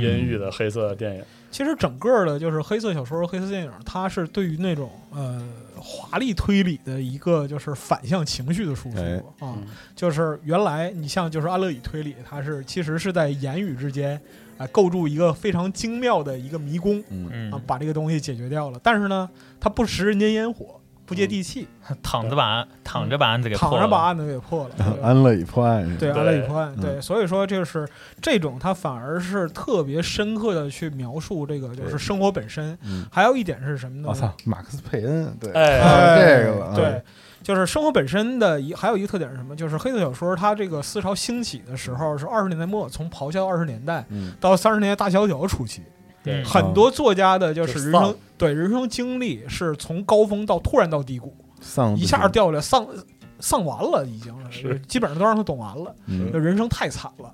[SPEAKER 3] 阴郁的黑色的电影，
[SPEAKER 4] 其实整个的就是黑色小说、黑色电影，它是对于那种呃华丽推理的一个就是反向情绪的输出、
[SPEAKER 5] 哎
[SPEAKER 4] 啊
[SPEAKER 3] 嗯，
[SPEAKER 4] 就是原来你像就是安乐椅推理，它是其实是在言语之间啊、构筑一个非常精妙的一个迷宫。
[SPEAKER 5] 嗯，
[SPEAKER 2] 嗯
[SPEAKER 4] 啊，，把这个东西解决掉了。但是呢，他不食人间烟火，不接地气，
[SPEAKER 2] 躺着把案躺着把案子给
[SPEAKER 4] 躺
[SPEAKER 2] 破
[SPEAKER 4] 着
[SPEAKER 2] 了，
[SPEAKER 4] 把案子给破了。对吧
[SPEAKER 5] 安乐椅破案是吧
[SPEAKER 4] 对，
[SPEAKER 3] 对
[SPEAKER 4] 安乐椅破案。
[SPEAKER 5] 嗯
[SPEAKER 4] 对，所以说就是这种，他反而是特别深刻的去描述这个，就是
[SPEAKER 5] 对
[SPEAKER 4] 生活本身。
[SPEAKER 5] 嗯，
[SPEAKER 4] 还有一点是什么呢？
[SPEAKER 5] 我操，马克思佩恩，对，
[SPEAKER 3] 哎，
[SPEAKER 4] 哎
[SPEAKER 5] 这个了啊
[SPEAKER 4] 对，就是生活本身的一还有一个特点是什么？就是黑色小说它这个思潮兴起的时候是二十年代末，从咆哮二十年代
[SPEAKER 5] 嗯，
[SPEAKER 4] 到三十年代大萧条初期，
[SPEAKER 3] 对
[SPEAKER 2] 嗯
[SPEAKER 4] 很多作家的就是
[SPEAKER 3] 就
[SPEAKER 4] 人
[SPEAKER 3] 丧
[SPEAKER 4] 生对人生经历是从高峰到突然到低谷，
[SPEAKER 5] 丧
[SPEAKER 4] 一下掉下来丧丧完了，已经
[SPEAKER 3] 是
[SPEAKER 4] 基本上都让他懂完了，
[SPEAKER 5] 嗯
[SPEAKER 4] 就人生太惨了。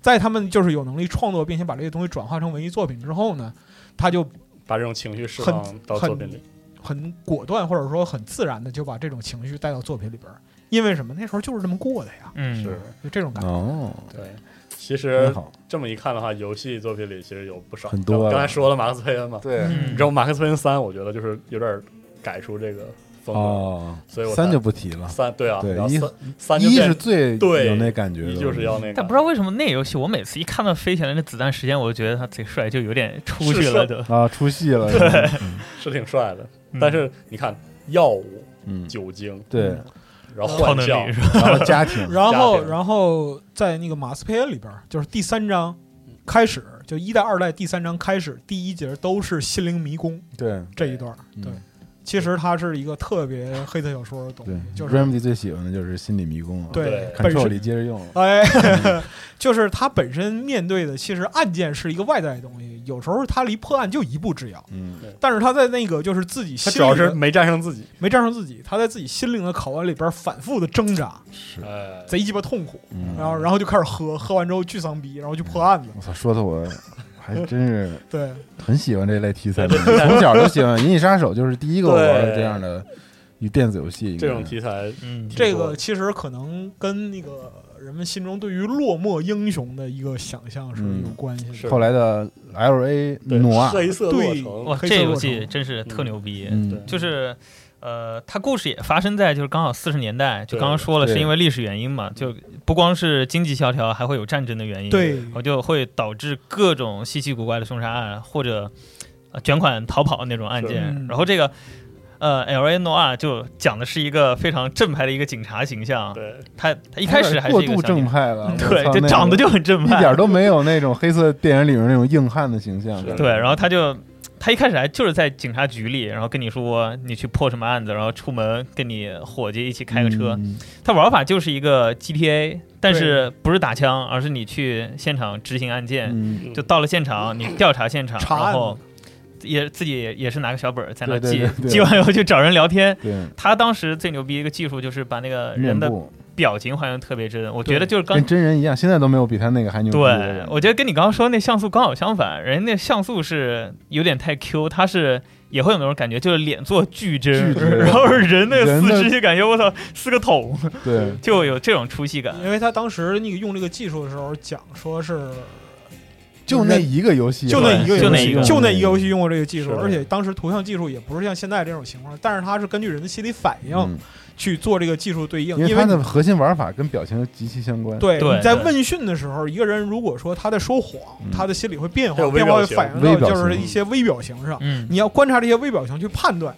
[SPEAKER 4] 在他们就是有能力创作，并且把这些东西转化成文艺作品之后呢，他就
[SPEAKER 3] 把这种情绪释
[SPEAKER 4] 很
[SPEAKER 3] 放到
[SPEAKER 4] 很
[SPEAKER 3] 作品里，
[SPEAKER 4] 很果断或者说很自然的就把这种情绪带到作品里边儿，因为什么？那时候就是这么过的呀，
[SPEAKER 2] 嗯
[SPEAKER 3] 是
[SPEAKER 4] 就这种感觉。
[SPEAKER 5] 哦，
[SPEAKER 3] 对。呃其
[SPEAKER 5] 真
[SPEAKER 3] 实
[SPEAKER 5] 好，
[SPEAKER 3] 这么一看的话，游戏作品里其实有不少。
[SPEAKER 5] 很多啊
[SPEAKER 3] 刚才说了马克思佩恩嘛，
[SPEAKER 5] 对，
[SPEAKER 3] 你
[SPEAKER 2] 嗯
[SPEAKER 3] 知道马克思佩恩三，我觉得就是有点改出这个风格，
[SPEAKER 5] 哦，
[SPEAKER 3] 所以嗯我
[SPEAKER 5] 三
[SPEAKER 3] 才
[SPEAKER 5] 就不提了，
[SPEAKER 3] 三对啊，
[SPEAKER 5] 对
[SPEAKER 3] 然后
[SPEAKER 5] 一
[SPEAKER 3] 三三就
[SPEAKER 5] 一
[SPEAKER 3] 变
[SPEAKER 5] 是最
[SPEAKER 3] 对
[SPEAKER 5] 有那感觉的，
[SPEAKER 3] 一就是要那个，
[SPEAKER 2] 但不知道为什么那游戏，我每次一看到飞起来那子弹时间，我就觉得他贼帅，就有点出去了
[SPEAKER 3] 是
[SPEAKER 2] 都。
[SPEAKER 5] 啊，出戏 了，嗯
[SPEAKER 3] 是挺帅的，
[SPEAKER 2] 嗯
[SPEAKER 3] 但是你看药物、
[SPEAKER 5] 嗯，
[SPEAKER 3] 酒精，
[SPEAKER 5] 对，
[SPEAKER 3] 然后
[SPEAKER 2] 超
[SPEAKER 3] 幻
[SPEAKER 2] 能
[SPEAKER 3] 象
[SPEAKER 2] 力，是吧？
[SPEAKER 5] 然后家庭，
[SPEAKER 4] 然
[SPEAKER 3] 家
[SPEAKER 4] 后，
[SPEAKER 3] 庭
[SPEAKER 4] 然后在那个马斯佩恩里边儿，就是第三章开始，就一代、二代、第三章开始，第一节都是心灵迷宫
[SPEAKER 5] 对
[SPEAKER 4] 这一段儿。
[SPEAKER 5] 嗯
[SPEAKER 4] 对，其实它是一个特别黑色小说的东
[SPEAKER 5] 对
[SPEAKER 4] 西，就是
[SPEAKER 5] Remedy 最喜欢的就是心理迷宫啊，
[SPEAKER 4] 对
[SPEAKER 3] 对啊
[SPEAKER 4] 本
[SPEAKER 5] Control
[SPEAKER 4] 身
[SPEAKER 5] 里接着用了，
[SPEAKER 4] 哎，
[SPEAKER 3] 嗯
[SPEAKER 4] 就是它本身面对的，其实案件是一个外在的东西，有时候它离破案就一步之遥。
[SPEAKER 5] 嗯，
[SPEAKER 4] 但是他在那个就是自己
[SPEAKER 3] 他
[SPEAKER 4] 心
[SPEAKER 3] 主要
[SPEAKER 4] 里
[SPEAKER 3] 是
[SPEAKER 4] 的
[SPEAKER 3] 没战胜自己，
[SPEAKER 4] 没战胜自己，他在自己心灵的拷问里边反复的挣扎，
[SPEAKER 5] 是，
[SPEAKER 3] 哎，
[SPEAKER 4] 贼鸡巴痛苦，
[SPEAKER 5] 嗯
[SPEAKER 4] 然后然后就开始喝，喝完之后巨丧逼，然后就破案了。
[SPEAKER 3] 嗯
[SPEAKER 5] 我操，说的我还真是
[SPEAKER 4] 对，
[SPEAKER 5] 很喜欢这类题材的，从小就喜欢《银翼杀手》，就是第一个我玩的这样的与电子游戏，
[SPEAKER 3] 这种题材，
[SPEAKER 2] 嗯，
[SPEAKER 4] 这个其实可能跟那个人们心中对于落寞英雄的一个想象是有关系的。
[SPEAKER 3] 嗯是
[SPEAKER 5] 后来的 L A
[SPEAKER 3] 对
[SPEAKER 5] 诺啊，
[SPEAKER 3] 黑色洛
[SPEAKER 4] 对
[SPEAKER 3] 城，
[SPEAKER 2] 哇，
[SPEAKER 4] 黑
[SPEAKER 2] 这
[SPEAKER 4] 色
[SPEAKER 2] 游
[SPEAKER 4] 洛
[SPEAKER 2] 戏
[SPEAKER 4] 城
[SPEAKER 2] 真是特牛逼，
[SPEAKER 5] 嗯，
[SPEAKER 2] 就是。呃，它故事也发生在就是刚好四十年代，就
[SPEAKER 3] 对
[SPEAKER 2] 刚刚说了
[SPEAKER 5] 对
[SPEAKER 2] 是因为历史原因嘛，就不光是经济萧条，还会有战争的原因，，
[SPEAKER 4] 对，
[SPEAKER 2] 我就会导致各种稀奇古怪的凶杀案或者呃卷款逃跑那种案件。
[SPEAKER 4] 是嗯
[SPEAKER 2] 然后这个呃，L A Noir 就讲的是一个非常正派的一个警察形象，
[SPEAKER 3] 对，
[SPEAKER 2] 他他一开始还是
[SPEAKER 5] 过
[SPEAKER 2] 一个
[SPEAKER 5] 度
[SPEAKER 2] 小警
[SPEAKER 5] 正派了，
[SPEAKER 4] 正
[SPEAKER 2] 对，就长得
[SPEAKER 5] 就
[SPEAKER 2] 就很 正
[SPEAKER 5] 一
[SPEAKER 2] 派，
[SPEAKER 5] 点都没有那种黑色电影里面那种硬汉的形象，
[SPEAKER 2] 对，然后他就他一开始还就是在警察局里，然后跟你说你去破什么案子，然后出门跟你伙计一起开个
[SPEAKER 5] 嗯
[SPEAKER 2] 车。他玩法就是一个 GTA，但是不是打枪，而是你去现场执行案件，
[SPEAKER 5] 嗯，
[SPEAKER 2] 就到了现场你调查现场，
[SPEAKER 4] 查案
[SPEAKER 2] 然后也自己也也是拿个小本儿在那
[SPEAKER 5] 对
[SPEAKER 2] 记
[SPEAKER 5] 对对，对
[SPEAKER 2] 记完以后去找人聊天。
[SPEAKER 5] 对，
[SPEAKER 2] 他当时最牛逼一个技术就是把那个
[SPEAKER 5] 面
[SPEAKER 2] 人的
[SPEAKER 5] 部
[SPEAKER 2] 表情还原特别真。我觉
[SPEAKER 4] 对
[SPEAKER 2] 得就是刚
[SPEAKER 5] 跟真人一样，现在都没有比他那个还牛逼的
[SPEAKER 2] 嗯对
[SPEAKER 5] 人。，
[SPEAKER 2] 我觉得跟你刚刚说那像素刚好相反，人家像素是有点太 Q，他是也会有那种感觉，就是脸做巨真，
[SPEAKER 5] 巨真
[SPEAKER 2] 然后人那个
[SPEAKER 5] 人
[SPEAKER 2] 四
[SPEAKER 5] 的
[SPEAKER 2] 肢就感觉我操是个桶，
[SPEAKER 5] 对
[SPEAKER 2] 就有这种出戏感。
[SPEAKER 4] 因为他当时那个用这个技术的时候讲说是
[SPEAKER 5] 就那一个游戏，
[SPEAKER 4] 就那
[SPEAKER 2] 对
[SPEAKER 4] 一个
[SPEAKER 2] 就
[SPEAKER 4] 游
[SPEAKER 2] 那
[SPEAKER 4] 戏
[SPEAKER 2] 一个
[SPEAKER 4] 就那一个游戏用过这个技术，
[SPEAKER 3] 是的
[SPEAKER 4] 而且当时图像技术也不是像现在这种情况，但是它是根据人的心理反应
[SPEAKER 5] 嗯，
[SPEAKER 4] 去做这个技术对应，
[SPEAKER 5] 因为
[SPEAKER 4] 因
[SPEAKER 5] 它
[SPEAKER 4] 为
[SPEAKER 5] 的核心玩法跟表情极其相关。
[SPEAKER 4] 对
[SPEAKER 2] 对
[SPEAKER 4] 你在
[SPEAKER 2] 对
[SPEAKER 4] 问讯的时候，一个人如果说他在说谎，
[SPEAKER 5] 嗯
[SPEAKER 4] 他的心理会变
[SPEAKER 3] 还
[SPEAKER 4] 化，
[SPEAKER 3] 有微
[SPEAKER 4] 变化
[SPEAKER 3] 表
[SPEAKER 4] 会
[SPEAKER 3] 情
[SPEAKER 4] 反映
[SPEAKER 5] 微
[SPEAKER 4] 到
[SPEAKER 5] 表
[SPEAKER 4] 就是
[SPEAKER 5] 情
[SPEAKER 4] 一些微表情上，
[SPEAKER 2] 嗯，
[SPEAKER 4] 你要观察这些微表情去判断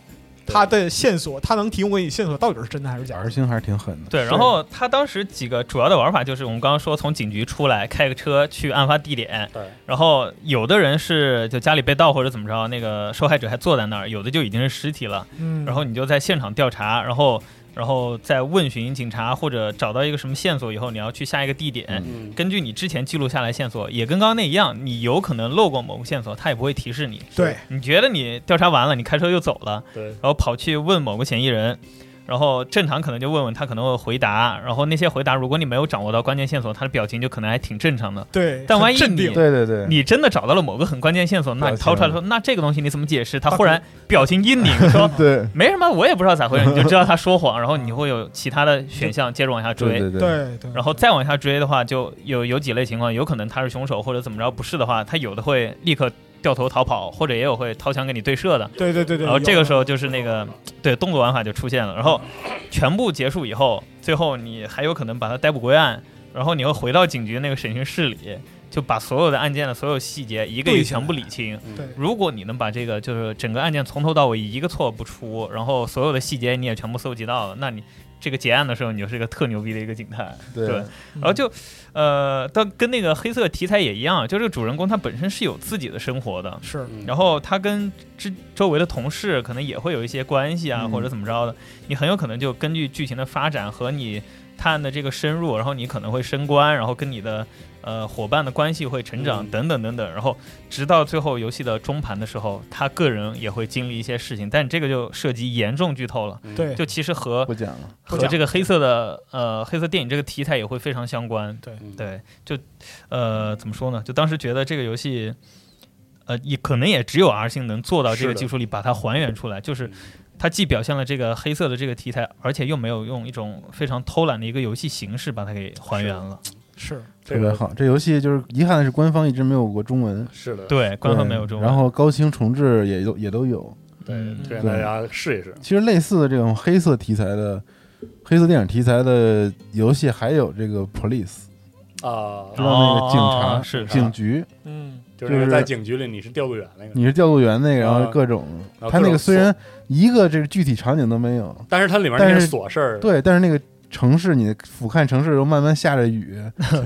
[SPEAKER 3] 对
[SPEAKER 4] 他的线索，他能提供给你线索到底是真的还是假
[SPEAKER 5] 儿
[SPEAKER 4] 的。
[SPEAKER 5] 星还是挺狠的。
[SPEAKER 2] 对。然后他当时几个主要的玩法就是我们刚刚说从警局出来，开个车去案发地点，
[SPEAKER 3] 对，
[SPEAKER 2] 然后有的人是就家里被盗或者怎么着，那个受害者还坐在那儿，有的就已经是尸体了。
[SPEAKER 4] 嗯，
[SPEAKER 2] 然后你就在现场调查，然后然后再问询警察或者找到一个什么线索以后，你要去下一个地点，
[SPEAKER 5] 嗯
[SPEAKER 3] 嗯，
[SPEAKER 2] 根据你之前记录下来线索，也跟刚刚那一样，你有可能漏过某个线索，他也不会提示你。
[SPEAKER 4] 对，
[SPEAKER 2] 你觉得你调查完了，你开车又走了，
[SPEAKER 3] 对，
[SPEAKER 2] 然后跑去问某个嫌疑人，然后正常可能就问问他可能会回答，然后那些回答如果你没有掌握到关键线索，他的表情就可能还挺正常的。
[SPEAKER 4] 对，
[SPEAKER 2] 但
[SPEAKER 4] 很
[SPEAKER 2] 万一
[SPEAKER 4] 镇
[SPEAKER 2] 你
[SPEAKER 4] 定，
[SPEAKER 5] 对对对，
[SPEAKER 2] 你真的找到了某个很关键线索，那
[SPEAKER 5] 表
[SPEAKER 2] 你
[SPEAKER 5] 情
[SPEAKER 2] 掏出来说，那这个东西你怎么解释？他忽然表情一拧，说
[SPEAKER 5] 对
[SPEAKER 2] 没什么，我也不知道咋回事，你就知道他说谎，然后你会有其他的选项接着往下
[SPEAKER 5] 对
[SPEAKER 2] 追。
[SPEAKER 5] 对对，
[SPEAKER 4] 对对，
[SPEAKER 2] 然后再往下追的话，就有有几类情况，有可能他是凶手或者怎么着，不是的话，他有的会立刻掉头逃跑，或者也有会掏枪给你对射的。
[SPEAKER 4] 对对对对，
[SPEAKER 2] 然后这
[SPEAKER 4] 有啊
[SPEAKER 2] 个时候就是那个对动作玩法就出现了。然后全部结束以后，最后你还有可能把他逮捕归案，然后你又回到警局那个审讯室里，就把所有的案件的所有细节一个一
[SPEAKER 4] 对
[SPEAKER 2] 个
[SPEAKER 4] 起来嗯
[SPEAKER 2] 全部理清。
[SPEAKER 4] 对
[SPEAKER 2] 如果你能把这个就是整个案件从头到尾一个错不出，然后所有的细节你也全部搜集到了，那你这个结案的时候你就是一个特牛逼的一个警探。
[SPEAKER 5] 对
[SPEAKER 2] 对
[SPEAKER 4] 嗯
[SPEAKER 2] 然后就，呃，但跟那个黑色题材也一样，就这个主人公他本身是有自己的生活的，
[SPEAKER 4] 是
[SPEAKER 3] 嗯
[SPEAKER 2] 然后他跟之周围的同事可能也会有一些关系啊，
[SPEAKER 5] 嗯
[SPEAKER 2] 或者怎么着的，你很有可能就根据剧情的发展和你探的这个深入，然后你可能会升官，然后跟你的呃伙伴的关系会成长、
[SPEAKER 3] 嗯
[SPEAKER 2] 等等等等，然后直到最后游戏的中盘的时候，他个人也会经历一些事情，但这个就涉及严重剧透了，
[SPEAKER 3] 嗯
[SPEAKER 4] 对，
[SPEAKER 2] 就其实和
[SPEAKER 5] 不讲了。
[SPEAKER 2] 和这个黑色的呃黑色电影这个题材也会非常相关。
[SPEAKER 4] 对
[SPEAKER 3] 嗯
[SPEAKER 2] 对，就呃怎么说呢？就当时觉得这个游戏，呃，也可能也只有 R 星能做到这
[SPEAKER 3] 是
[SPEAKER 2] 个
[SPEAKER 3] 的
[SPEAKER 2] 技术里把它还原出来，就是
[SPEAKER 3] 嗯
[SPEAKER 2] 它既表现了这个黑色的这个题材，而且又没有用一种非常偷懒的一个游戏形式把它给还原了。
[SPEAKER 4] 是
[SPEAKER 5] 特
[SPEAKER 3] 这
[SPEAKER 5] 别
[SPEAKER 3] 个
[SPEAKER 5] 好，这游戏就是遗憾的是官方一直没有过中文，
[SPEAKER 3] 是的，
[SPEAKER 2] 对，官方没有
[SPEAKER 5] 对
[SPEAKER 2] 中文。
[SPEAKER 5] 然后高清重置也都也都有。
[SPEAKER 3] 对
[SPEAKER 2] 嗯，
[SPEAKER 3] 推荐大家试一试。
[SPEAKER 5] 其实类似的这种黑色题材的黑色电影题材的游戏，还有这个 Police，
[SPEAKER 3] 啊，
[SPEAKER 5] 知道那
[SPEAKER 2] 哦
[SPEAKER 5] 个警察、
[SPEAKER 2] 是
[SPEAKER 5] 警局，
[SPEAKER 4] 嗯
[SPEAKER 3] 就是那个
[SPEAKER 5] 就是
[SPEAKER 3] 在警局里你是调度员那个，
[SPEAKER 5] 你是调度员那个，然
[SPEAKER 3] 啊
[SPEAKER 5] 后各种，
[SPEAKER 3] 然后
[SPEAKER 5] 他
[SPEAKER 3] 各
[SPEAKER 5] 那
[SPEAKER 3] 种
[SPEAKER 5] 个虽
[SPEAKER 3] 锁
[SPEAKER 5] 然一个这个具体场景都没有，
[SPEAKER 3] 但是它里面
[SPEAKER 5] 但
[SPEAKER 3] 那些
[SPEAKER 5] 是
[SPEAKER 3] 琐事儿，
[SPEAKER 5] 对，但是那个城市，你俯瞰城市，又慢慢下 着雨，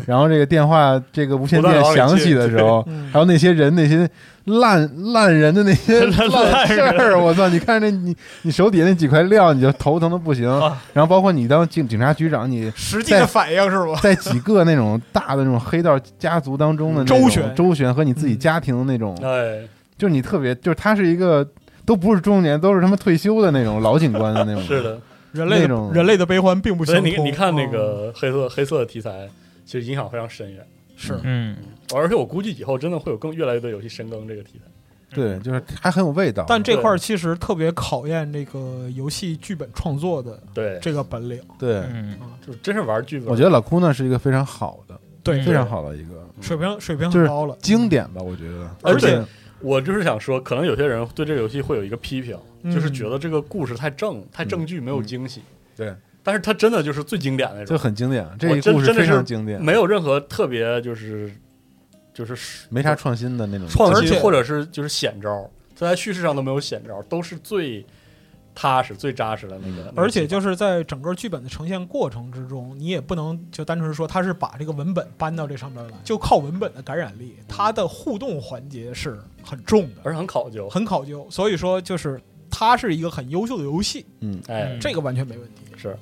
[SPEAKER 5] 然后这个电话，这个无线
[SPEAKER 3] 不断地
[SPEAKER 5] 电
[SPEAKER 3] 往里
[SPEAKER 5] 响
[SPEAKER 3] 进
[SPEAKER 5] 起的时候，
[SPEAKER 4] 嗯
[SPEAKER 5] 还，有那些人，那些烂烂人的那 些烂事儿，我操！你看这你你手底下那几块料，你就头疼的不行。
[SPEAKER 2] 啊
[SPEAKER 5] 然后包括你当警警察局长，你
[SPEAKER 4] 实际的反应是吧？
[SPEAKER 5] 在几个那种大的那种黑道家族当中的那
[SPEAKER 4] 周
[SPEAKER 5] 种
[SPEAKER 4] 旋
[SPEAKER 5] 周旋和你自己
[SPEAKER 4] 嗯
[SPEAKER 5] 家庭的那种，
[SPEAKER 3] 哎，
[SPEAKER 5] 就是你特别就是他是一个都不是中年，都是他妈退休的那种老警官的那种。
[SPEAKER 3] 是的，
[SPEAKER 4] 人类
[SPEAKER 5] 那
[SPEAKER 4] 的
[SPEAKER 5] 种
[SPEAKER 4] 人类的悲欢并不
[SPEAKER 3] 所
[SPEAKER 4] 相
[SPEAKER 3] 以
[SPEAKER 4] 通。
[SPEAKER 3] 你你看那
[SPEAKER 4] 嗯
[SPEAKER 3] 个黑色黑色的题材，其实影响非常深远。
[SPEAKER 4] 是
[SPEAKER 2] 嗯，
[SPEAKER 3] 而且我估计以后真的会有更越来越多游戏深耕这个题材。
[SPEAKER 5] 对，就是还很有味道。
[SPEAKER 4] 但这块儿其实特别考验这个游戏剧本创作的
[SPEAKER 3] 对，
[SPEAKER 4] 这个本领。
[SPEAKER 5] 对，
[SPEAKER 2] 嗯，
[SPEAKER 3] 就真是玩剧本。
[SPEAKER 5] 我觉得老库呢是一个非常好的，
[SPEAKER 3] 嗯
[SPEAKER 4] 对，
[SPEAKER 5] 非常好的一个
[SPEAKER 4] 水平水平
[SPEAKER 5] 就
[SPEAKER 4] 很
[SPEAKER 5] 是
[SPEAKER 4] 高了，
[SPEAKER 5] 经典吧，我觉得。
[SPEAKER 3] 而且
[SPEAKER 5] 对
[SPEAKER 3] 我就是想说，可能有些人对这个游戏会有一个批评，
[SPEAKER 4] 嗯
[SPEAKER 3] 就是觉得这个故事太正、太正剧，没有惊喜。
[SPEAKER 5] 对，
[SPEAKER 3] 但是它真的就是最经典的那
[SPEAKER 5] 嗯就
[SPEAKER 3] 种，
[SPEAKER 5] 很经典，这一
[SPEAKER 3] 真
[SPEAKER 5] 故事
[SPEAKER 3] 真的
[SPEAKER 5] 非常
[SPEAKER 3] 是
[SPEAKER 5] 经典，
[SPEAKER 3] 没有任何特别就是就是
[SPEAKER 5] 没啥创新的那种。
[SPEAKER 3] 创
[SPEAKER 4] 而且
[SPEAKER 3] 新，或者是就是显招，它在叙事上都没有显招，都是最踏实、最扎实的那个。
[SPEAKER 4] 嗯而且
[SPEAKER 3] 是
[SPEAKER 4] 就是在整个剧本的呈现过程之中，你也不能就单纯说他是把这个文本搬到这上边来，就靠文本的感染力，它的互动环节是很重的，
[SPEAKER 3] 而且很考究，
[SPEAKER 4] 很考究。所以说，就是它是一个很优秀的游戏，
[SPEAKER 5] 嗯，
[SPEAKER 3] 哎，
[SPEAKER 2] 嗯
[SPEAKER 4] 这个完全没问题。
[SPEAKER 3] 是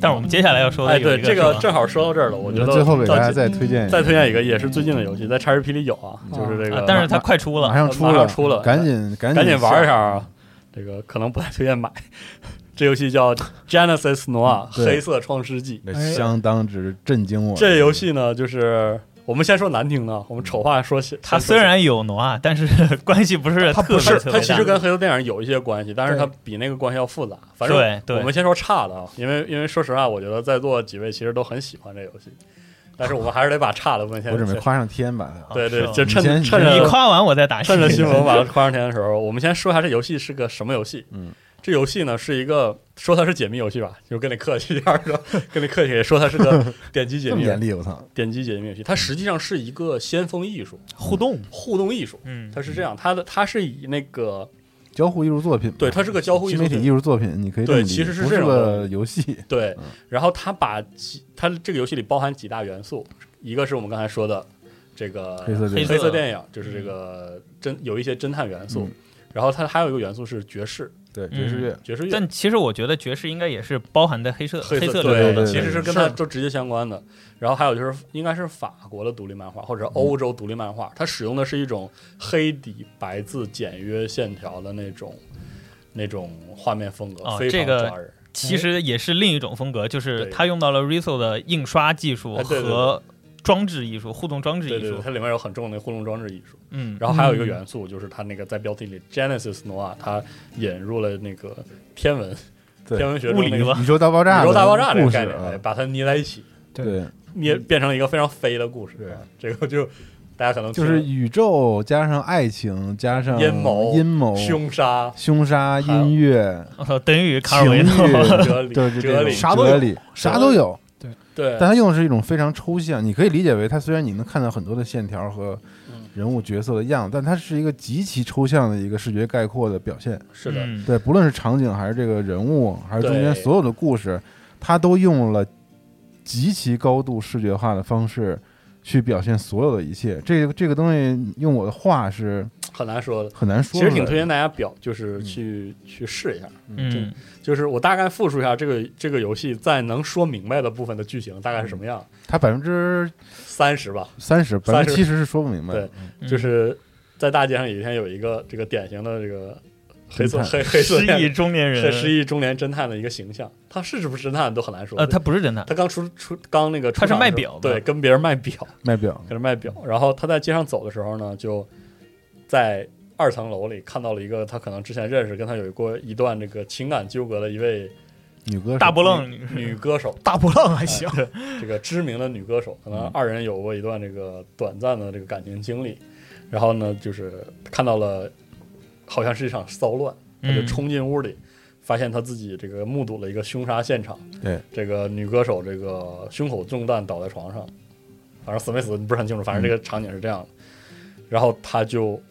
[SPEAKER 2] 但是我们接下来要说的
[SPEAKER 3] 哎，
[SPEAKER 2] 有
[SPEAKER 3] 对，
[SPEAKER 2] 一
[SPEAKER 3] 这
[SPEAKER 2] 个
[SPEAKER 3] 个
[SPEAKER 2] 是吧
[SPEAKER 3] 正好说到这儿了，我觉得
[SPEAKER 5] 最后给大
[SPEAKER 3] 到
[SPEAKER 5] 家
[SPEAKER 3] 今
[SPEAKER 5] 再推荐一
[SPEAKER 3] 再
[SPEAKER 5] 下，
[SPEAKER 3] 推荐一个也是最近的游戏，在叉 GP 里有啊，
[SPEAKER 4] 啊
[SPEAKER 3] 就是这
[SPEAKER 2] 啊
[SPEAKER 3] 个，
[SPEAKER 2] 但是它快出
[SPEAKER 5] 马
[SPEAKER 2] 了，
[SPEAKER 5] 上
[SPEAKER 3] 马
[SPEAKER 5] 出了，
[SPEAKER 3] 上出了
[SPEAKER 5] 赶紧赶
[SPEAKER 3] 赶紧玩一
[SPEAKER 5] 下。
[SPEAKER 3] 下啊！这个可能不太推荐买， 这游戏叫《Genesis Noir》
[SPEAKER 5] 嗯对
[SPEAKER 3] 黑色创世纪。
[SPEAKER 5] 这
[SPEAKER 4] 哎
[SPEAKER 5] 相当之震惊我！
[SPEAKER 3] 这游戏呢，就是我们先说难听的，我们丑话说先，
[SPEAKER 2] 它虽然有挪啊，但是 关系不是
[SPEAKER 4] 它不
[SPEAKER 2] 特别
[SPEAKER 3] 是它
[SPEAKER 2] 特别
[SPEAKER 3] 其
[SPEAKER 2] 大
[SPEAKER 3] 实跟黑色电影有一些关系，但是它比那个关系要复杂。反正
[SPEAKER 2] 对对
[SPEAKER 3] 我们先说差的啊，因为因为说实话，我觉得在座几位其实都很喜欢这游戏，但是我们还是得把差的问先
[SPEAKER 5] 我准备夸上天吧，
[SPEAKER 2] 啊
[SPEAKER 3] 对
[SPEAKER 2] 是
[SPEAKER 3] 对，
[SPEAKER 2] 吧
[SPEAKER 3] 就趁
[SPEAKER 5] 你先
[SPEAKER 3] 趁
[SPEAKER 5] 你
[SPEAKER 3] 着
[SPEAKER 2] 你夸完我再打，
[SPEAKER 3] 趁着新闻完了夸上天的时候，我们先说一下这游戏是个什么游戏。
[SPEAKER 5] 嗯，
[SPEAKER 3] 这游戏呢是一个说它是解密游戏吧，就跟你客气一点儿说，跟你客气说它是 个点击解
[SPEAKER 5] 这么
[SPEAKER 3] 密、
[SPEAKER 5] 严厉，我操！
[SPEAKER 3] 点击解密游戏。它实际上是一个先锋艺术、
[SPEAKER 4] 互动，
[SPEAKER 3] 互动艺术。
[SPEAKER 2] 嗯，
[SPEAKER 3] 它是这样，它的它是以那个
[SPEAKER 5] 交互艺术作品嘛，
[SPEAKER 3] 对，它是个交互艺
[SPEAKER 5] 新
[SPEAKER 3] 术
[SPEAKER 5] 媒体艺术作品，你可以这
[SPEAKER 3] 对
[SPEAKER 5] 么理
[SPEAKER 3] 其
[SPEAKER 5] 解
[SPEAKER 3] 实是
[SPEAKER 5] 不
[SPEAKER 3] 这
[SPEAKER 5] 是
[SPEAKER 3] 种
[SPEAKER 5] 个游戏，
[SPEAKER 3] 对
[SPEAKER 5] 嗯，
[SPEAKER 3] 然后它把几它这个游戏里包含几大元素，一个是我们刚才说的这个
[SPEAKER 5] 黑色电
[SPEAKER 2] 影
[SPEAKER 3] 黑色电影，就是这个侦有一些侦探元素
[SPEAKER 5] 嗯，
[SPEAKER 3] 然后它还有一个元素是爵士
[SPEAKER 5] 对
[SPEAKER 2] 爵士乐
[SPEAKER 3] 爵士乐。
[SPEAKER 2] 但其实我觉得爵士应该也是包含在黑色
[SPEAKER 3] 黑
[SPEAKER 2] 色
[SPEAKER 3] 色
[SPEAKER 2] 里
[SPEAKER 5] 对对
[SPEAKER 2] 面的，
[SPEAKER 5] 对
[SPEAKER 3] 其实是跟
[SPEAKER 2] 是
[SPEAKER 3] 它都直接相关的。然后还有就是，应该是法国的独立漫画，或者是欧洲独立漫
[SPEAKER 5] 嗯
[SPEAKER 3] 画，它使用的是一种黑底白字简约线条的那种那种画面风格，
[SPEAKER 2] 哦
[SPEAKER 3] 非常
[SPEAKER 2] 这个
[SPEAKER 3] 抓人。
[SPEAKER 2] 其实也是另一种风格，就是
[SPEAKER 3] 对
[SPEAKER 2] 它用到了 Riso 的印刷技术
[SPEAKER 3] 哎对对对
[SPEAKER 2] 和装置艺术、互动装置
[SPEAKER 3] 对
[SPEAKER 2] 艺
[SPEAKER 3] 对对，
[SPEAKER 2] 术。
[SPEAKER 3] 它里面有很重的互动装置艺术。
[SPEAKER 2] 嗯，
[SPEAKER 3] 然后还有一个元素就是它那个在标题里 Genesis Noir，它引入了那个天文、
[SPEAKER 5] 对
[SPEAKER 3] 天文学
[SPEAKER 2] 物
[SPEAKER 3] 中
[SPEAKER 2] 理
[SPEAKER 3] 那个
[SPEAKER 2] 吧
[SPEAKER 5] 宇宙大爆炸的
[SPEAKER 3] 宇宙大爆炸这
[SPEAKER 5] 故
[SPEAKER 3] 个
[SPEAKER 5] 事
[SPEAKER 3] 概念，哎
[SPEAKER 5] 啊，
[SPEAKER 3] 把它捏在一起，
[SPEAKER 5] 对，
[SPEAKER 3] 捏变成了一个非常飞的故事。
[SPEAKER 5] 对
[SPEAKER 3] 啊这个就大家可能
[SPEAKER 5] 就是
[SPEAKER 3] 听
[SPEAKER 5] 宇宙加上爱情，加上
[SPEAKER 3] 阴谋
[SPEAKER 5] 阴谋、
[SPEAKER 3] 凶杀。
[SPEAKER 5] 凶杀、
[SPEAKER 3] 还有
[SPEAKER 5] 音乐、
[SPEAKER 2] 哦等于卡尔
[SPEAKER 5] 情
[SPEAKER 2] 维
[SPEAKER 5] 欲
[SPEAKER 2] 诺，
[SPEAKER 3] 哲 理，
[SPEAKER 5] 对对
[SPEAKER 3] 哲
[SPEAKER 5] 对，
[SPEAKER 3] 理，
[SPEAKER 4] 啥都有，
[SPEAKER 5] 哲理啥都有。
[SPEAKER 3] 对，
[SPEAKER 5] 但它用的是一种非常抽象，你可以理解为它虽然你能看到很多的线条和
[SPEAKER 3] 嗯
[SPEAKER 5] 人物角色的样子，但它是一个极其抽象的一个视觉概括的表现。
[SPEAKER 3] 是的，
[SPEAKER 2] 嗯
[SPEAKER 5] 对，不论是场景还是这个人物，还是中间
[SPEAKER 3] 对
[SPEAKER 5] 所有的故事，它都用了极其高度视觉化的方式去表现所有的一切。这个这个东西用我的话是
[SPEAKER 3] 很难说的。
[SPEAKER 5] 很难说
[SPEAKER 3] 其
[SPEAKER 5] 出
[SPEAKER 3] 实
[SPEAKER 5] 来嗯的。
[SPEAKER 3] 挺推荐大家表，就是去去试一下。
[SPEAKER 2] 嗯，
[SPEAKER 3] 就是我大概复述一下这个这个游戏在能说明白的部分的剧情大概是什么样，
[SPEAKER 5] 它百分之
[SPEAKER 3] 三十吧。
[SPEAKER 5] 三十，百分之
[SPEAKER 3] 30%
[SPEAKER 5] 七十是说不明白的
[SPEAKER 3] 对。，
[SPEAKER 2] 嗯
[SPEAKER 3] 就是在大街上有一天有一个这个典型的这个黑色
[SPEAKER 5] 侦探
[SPEAKER 3] 黑黑色
[SPEAKER 2] 失忆中年
[SPEAKER 3] 黑
[SPEAKER 2] 人，
[SPEAKER 3] 失忆中年侦探的一个形象，他是不是侦探都很难说。
[SPEAKER 2] 呃，他不是侦探，
[SPEAKER 3] 他刚出出刚那个出
[SPEAKER 2] 他是
[SPEAKER 3] 场的
[SPEAKER 2] 卖
[SPEAKER 3] 时候
[SPEAKER 2] 表的
[SPEAKER 3] 对，跟别人卖表，
[SPEAKER 5] 卖表，
[SPEAKER 3] 搁那卖表。然后他在街上走的时候呢，就在二层楼里看到了一个他可能之前认识、跟他有过一段这个情感纠葛的一位
[SPEAKER 5] 女歌手
[SPEAKER 2] 大波浪
[SPEAKER 3] 女歌手
[SPEAKER 4] 大波浪还行，
[SPEAKER 3] 这个知名的女歌手，可能二人有过一段这个短暂的这个感情经历。然后呢，就是看到了好像是一场骚乱，他就
[SPEAKER 2] 嗯
[SPEAKER 3] 冲进屋里。发现他自己这个目睹了一个凶杀现场，
[SPEAKER 5] 对
[SPEAKER 3] 这个女歌手这个胸口中弹倒在床上，反正死没死不是很清楚，反正这个场景是这样的。然后他就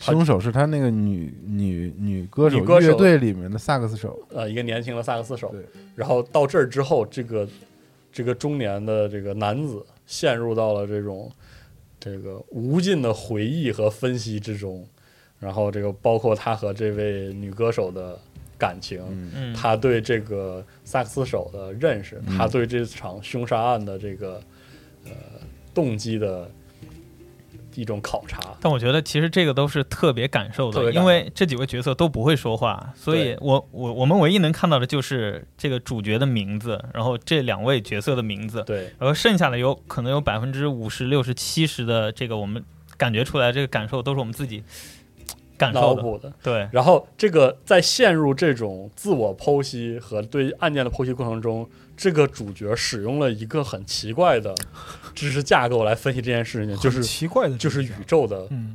[SPEAKER 3] 他
[SPEAKER 5] 凶手是他那个女女女歌手
[SPEAKER 3] 女歌手
[SPEAKER 5] 乐队里面的萨克斯手，
[SPEAKER 3] 呃一个年轻的萨克斯手
[SPEAKER 5] 对，
[SPEAKER 3] 然后到这儿之后，这个这个中年的这个男子陷入到了这种这个无尽的回忆和分析之中，然后这个包括他和这位女歌手的感情，
[SPEAKER 5] 嗯，
[SPEAKER 2] 嗯，
[SPEAKER 3] 他对这个萨克斯手的认识，
[SPEAKER 5] 嗯
[SPEAKER 3] 他对这场凶杀案的这个呃动机的一种考察。
[SPEAKER 2] 但我觉得其实这个都是特别感受
[SPEAKER 3] 特
[SPEAKER 2] 的，
[SPEAKER 3] 别感
[SPEAKER 2] 因
[SPEAKER 3] 受
[SPEAKER 2] 为这几位角色都不会说话，所以
[SPEAKER 3] 对
[SPEAKER 2] 我我我们唯一能看到的就是这个主角的名字，然后这两位角色的名字，
[SPEAKER 3] 对，
[SPEAKER 2] 然后剩下的有可能有百分之五十六十七十的这个我们感觉出来这个感受都是我们自己感
[SPEAKER 3] 脑
[SPEAKER 2] 受的，
[SPEAKER 3] 补的。
[SPEAKER 2] 对，
[SPEAKER 3] 然后这个在陷入这种自我剖析和对案件的剖析过程中，这个主角使用了一个很奇怪的知识架构来分析这件事情，就
[SPEAKER 4] 很
[SPEAKER 3] 是
[SPEAKER 4] 奇怪的，
[SPEAKER 3] 就是宇，宙的
[SPEAKER 4] 嗯，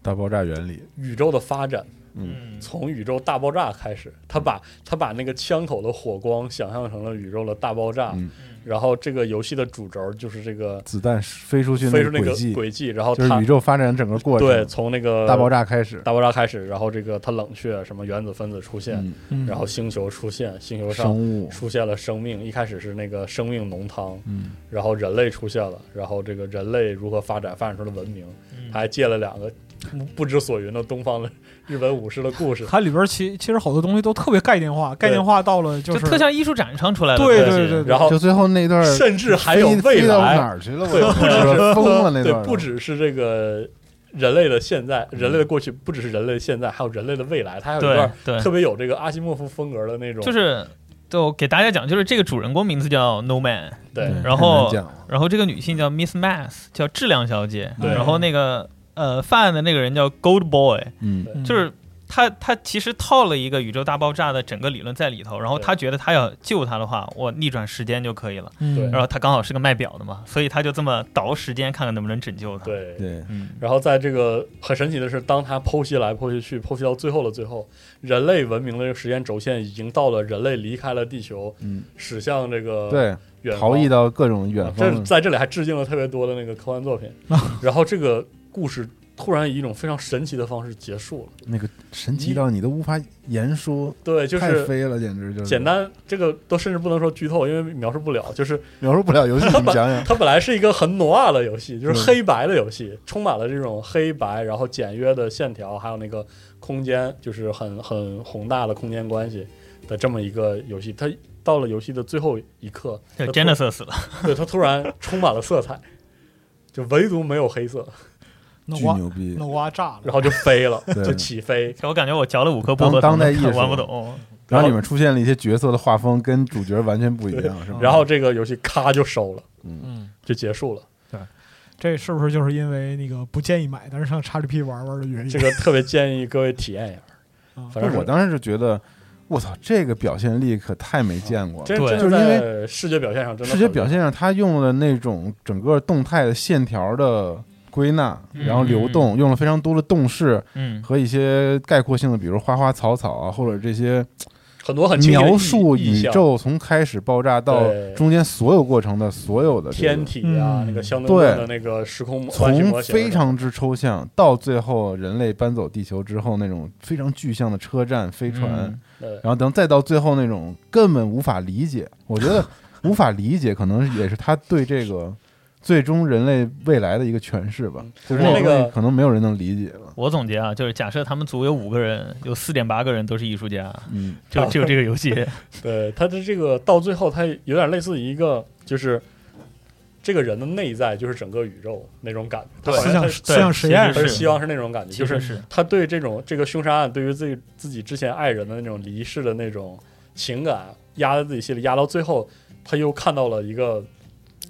[SPEAKER 5] 大爆炸原理，
[SPEAKER 3] 宇宙的发展，
[SPEAKER 2] 嗯，
[SPEAKER 3] 从宇宙大爆炸开始，他把他把那个枪口的火光想象成了宇宙的大爆炸，
[SPEAKER 5] 嗯
[SPEAKER 3] 然后这个游戏的主轴就是这个
[SPEAKER 5] 子弹飞出去
[SPEAKER 3] 飞出那个
[SPEAKER 5] 个轨迹，
[SPEAKER 3] 轨迹，然后
[SPEAKER 5] 就是
[SPEAKER 3] 他
[SPEAKER 5] 宇宙发展整个过程，
[SPEAKER 3] 对从那个
[SPEAKER 5] 大爆炸开始，
[SPEAKER 3] 大爆炸开始，然后这个它冷却，什么原子分子出现，
[SPEAKER 4] 嗯
[SPEAKER 5] 嗯，
[SPEAKER 3] 然后星球出现，星球上
[SPEAKER 5] 生物，
[SPEAKER 3] 出现了生命，一开始是那个生命浓汤，
[SPEAKER 5] 嗯，
[SPEAKER 3] 然后人类出现了，然后这个人类如何发展，发展出了文明，
[SPEAKER 2] 嗯
[SPEAKER 3] 他还借了两个不不知所云的东方的日本武士的故 事。
[SPEAKER 4] 它里边其其实好多东西都特别概念化，概念化到了就
[SPEAKER 2] 就是特像艺术展上出来的东西。
[SPEAKER 4] 对对对，
[SPEAKER 3] 然后
[SPEAKER 5] 就最后那段
[SPEAKER 3] 甚至还有
[SPEAKER 5] 飞
[SPEAKER 3] 未
[SPEAKER 5] 飞到哪
[SPEAKER 3] 来，
[SPEAKER 5] 儿去了？
[SPEAKER 3] 对，不只
[SPEAKER 5] 我
[SPEAKER 3] 是
[SPEAKER 5] 疯了那
[SPEAKER 3] 对
[SPEAKER 5] 段，，
[SPEAKER 3] 不只是这个人类的现在，人类的过去，不只是人类的现在，还有人类的未来，它还有一
[SPEAKER 2] 对
[SPEAKER 3] 段
[SPEAKER 2] 对
[SPEAKER 3] 特别有这个阿西莫夫风格的那种，
[SPEAKER 2] 就是就给大家讲，就是这个主人公名字叫 No Man，
[SPEAKER 3] 对
[SPEAKER 5] 对
[SPEAKER 2] 然后
[SPEAKER 5] 太难讲了
[SPEAKER 2] 然后这个女性叫 Miss Mass，叫质量小姐，
[SPEAKER 3] 对
[SPEAKER 2] 然后那个呃犯案的那个人叫 Gold Boy，
[SPEAKER 5] 嗯，
[SPEAKER 4] 嗯
[SPEAKER 2] 就是。他他其实套了一个宇宙大爆炸的整个理论在里头，然后
[SPEAKER 3] 对
[SPEAKER 2] 他觉得他要救他的话，我逆转时间就可以了。
[SPEAKER 4] 嗯
[SPEAKER 3] 对
[SPEAKER 2] 然后他刚好是个卖表的嘛，所以他就这么倒时间看看能不能拯救他。，
[SPEAKER 3] 对。
[SPEAKER 5] 对，
[SPEAKER 2] 嗯，
[SPEAKER 3] 然后在这个很神奇的是，当他剖析来剖析去，剖析到最后的最后，人类文明的这个时间轴线已经到了人类离开了地球，
[SPEAKER 5] 嗯，
[SPEAKER 3] 驶向这个
[SPEAKER 5] 对，
[SPEAKER 3] 远方
[SPEAKER 5] 逃逸到各种远
[SPEAKER 3] 这
[SPEAKER 5] 方，
[SPEAKER 3] 在这里还致敬了特别多的那个科幻作品。然后这个故事突然以一种非常神奇的方式结束了。
[SPEAKER 5] 那个神奇到你都无法言说，
[SPEAKER 3] 对，就
[SPEAKER 5] 太
[SPEAKER 3] 是
[SPEAKER 5] 飞了，简直就是
[SPEAKER 3] 简，单，这个都甚至不能说剧透，因为描述不了。就是
[SPEAKER 5] 描述不了游戏，你讲 讲，
[SPEAKER 3] 它本来是一个很 noir 的游戏，就是
[SPEAKER 5] 嗯
[SPEAKER 3] 黑白的游戏，充满了这种黑白，然后简约的线条，还有那个空间，就是很很宏大的空间关系的这么一个游戏。它到了游戏的最后一刻，
[SPEAKER 2] 这
[SPEAKER 3] 它突
[SPEAKER 2] Genesis 死了，
[SPEAKER 3] 对它突然充满了色彩，就唯独没有黑色，
[SPEAKER 4] 脑
[SPEAKER 5] 巨
[SPEAKER 4] 瓜
[SPEAKER 5] 牛逼，
[SPEAKER 4] 脑瓜炸了
[SPEAKER 3] 然，后就飞了，
[SPEAKER 5] 对
[SPEAKER 3] 就起飞。
[SPEAKER 2] 我感觉我嚼了五颗薄荷
[SPEAKER 5] 当当
[SPEAKER 2] 糖
[SPEAKER 5] 代
[SPEAKER 2] 都
[SPEAKER 5] 艺术
[SPEAKER 2] 玩不懂。
[SPEAKER 5] 然后里面出现了一些角色的画风跟主角完全不一样，是吗？
[SPEAKER 3] 然后这个游戏咔就收了，
[SPEAKER 4] 嗯，
[SPEAKER 3] 就结束了。
[SPEAKER 4] 这是不是就是因为那个不建议买，但是上 XGP 玩玩的原因？
[SPEAKER 3] 这个特别建议各位体验一下
[SPEAKER 4] 啊。
[SPEAKER 3] 反正
[SPEAKER 5] 我当时就觉得，我操，这个表现力可太没见过了。
[SPEAKER 3] 真
[SPEAKER 2] 对
[SPEAKER 3] 真
[SPEAKER 5] 就
[SPEAKER 3] 的
[SPEAKER 5] 是因为
[SPEAKER 3] 在视觉表现上，真的
[SPEAKER 5] 视觉
[SPEAKER 3] 很
[SPEAKER 5] 表现上，他用了那种整个动态的线条的归纳，
[SPEAKER 2] 嗯
[SPEAKER 5] 然后流动，用了非常多的动势
[SPEAKER 2] 嗯，
[SPEAKER 5] 和一些概括性的，比如花花草草啊，或者这些
[SPEAKER 3] 很 多很清晰的
[SPEAKER 5] 描述
[SPEAKER 3] 意意
[SPEAKER 5] 宇
[SPEAKER 3] 象
[SPEAKER 5] 宙从开始爆炸到
[SPEAKER 3] 对
[SPEAKER 5] 中间所有过程的所有的这个
[SPEAKER 3] 天体啊，
[SPEAKER 4] 嗯
[SPEAKER 3] 那个相对论
[SPEAKER 5] 对
[SPEAKER 3] 的那个时空模弯曲
[SPEAKER 5] 从
[SPEAKER 3] 模型，
[SPEAKER 5] 非常之抽象到最后人类搬走地球之后那种非常具象的车站、飞船，
[SPEAKER 2] 嗯
[SPEAKER 3] 对
[SPEAKER 5] 然后等再到最后那种根本无法理解，我 觉得无法理解可能也是他对这个最终人类未来的一个诠释吧，就
[SPEAKER 3] 嗯
[SPEAKER 5] 是
[SPEAKER 3] 那
[SPEAKER 5] 种东西
[SPEAKER 3] 个
[SPEAKER 5] 可能没有人能理解了。
[SPEAKER 2] 我总结啊，就是假设他们组有五个人，有四点八个人都是艺术家，
[SPEAKER 5] 嗯，
[SPEAKER 3] 啊
[SPEAKER 2] 就只有这 个游戏。
[SPEAKER 3] 对它的这个到最后，它有点类似于一个就是这个人的内在就是整个宇宙那种感觉，
[SPEAKER 2] 对
[SPEAKER 3] 好
[SPEAKER 4] 思
[SPEAKER 3] 像
[SPEAKER 4] 想
[SPEAKER 3] 他
[SPEAKER 4] 思想实验
[SPEAKER 3] 他
[SPEAKER 2] 是
[SPEAKER 3] 是希望是那种感觉，
[SPEAKER 2] 其
[SPEAKER 3] 就
[SPEAKER 2] 实
[SPEAKER 3] 是
[SPEAKER 2] 是
[SPEAKER 3] 他对这种这个凶杀案，对于自己自己之前爱人的那种离世的那种情感压在自己心里，压到最后，他又看到了一个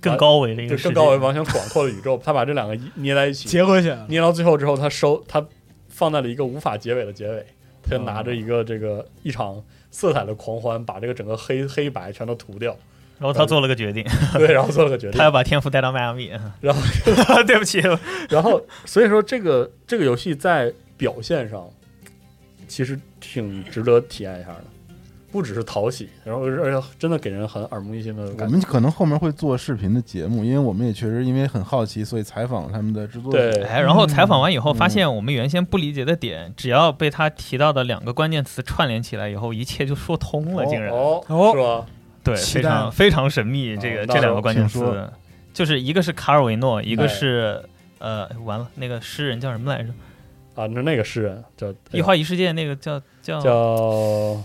[SPEAKER 2] 更高维的一
[SPEAKER 3] 就
[SPEAKER 2] 个世
[SPEAKER 3] 更
[SPEAKER 2] 界
[SPEAKER 3] 高维完全广阔的宇宙，他把这两个一捏在一起，
[SPEAKER 4] 结合起来了，
[SPEAKER 3] 捏到最后之后，他收他放在了一个无法结尾的结尾，他就
[SPEAKER 2] 啊
[SPEAKER 3] 拿着一个这个一场色彩的狂欢，把这个整个黑黑白全都涂掉，
[SPEAKER 2] 然后他做了个决定，
[SPEAKER 3] 对，然后做了个决定
[SPEAKER 2] 他。要把天赋带到迈阿密。
[SPEAKER 3] 啊
[SPEAKER 2] 啊
[SPEAKER 3] 然后，
[SPEAKER 2] 对不起，
[SPEAKER 3] 然后所以说这个这个游戏在表现上其实挺值得体验一下的，不只是讨喜，然后而且真的给人很耳目一新的
[SPEAKER 5] 我
[SPEAKER 3] 感觉。
[SPEAKER 5] 们可能后面会做视频的节目，因为我们也确实因为很好奇，所以采访了他们的制作人。
[SPEAKER 3] 对
[SPEAKER 2] 哎，然后采访完以
[SPEAKER 3] 嗯
[SPEAKER 2] 后，发现我们原先不理解的点，只要被他提到的两个关键词串联起来以后，一切就说通了，竟然。
[SPEAKER 3] 哦，
[SPEAKER 4] 哦
[SPEAKER 3] 是吧？
[SPEAKER 2] 对，
[SPEAKER 4] 期
[SPEAKER 2] 非
[SPEAKER 4] 待
[SPEAKER 2] 常非常神秘。这
[SPEAKER 3] 哦
[SPEAKER 2] 个
[SPEAKER 3] 那
[SPEAKER 2] 这两
[SPEAKER 3] 我
[SPEAKER 2] 个关键
[SPEAKER 5] 请说
[SPEAKER 2] 词，就是一个是卡尔维诺，一个
[SPEAKER 3] 哎
[SPEAKER 2] 是呃，完了，那个诗人叫什么来着？
[SPEAKER 3] 啊，那那个诗人叫
[SPEAKER 2] 一花一世界那个叫叫
[SPEAKER 3] 叫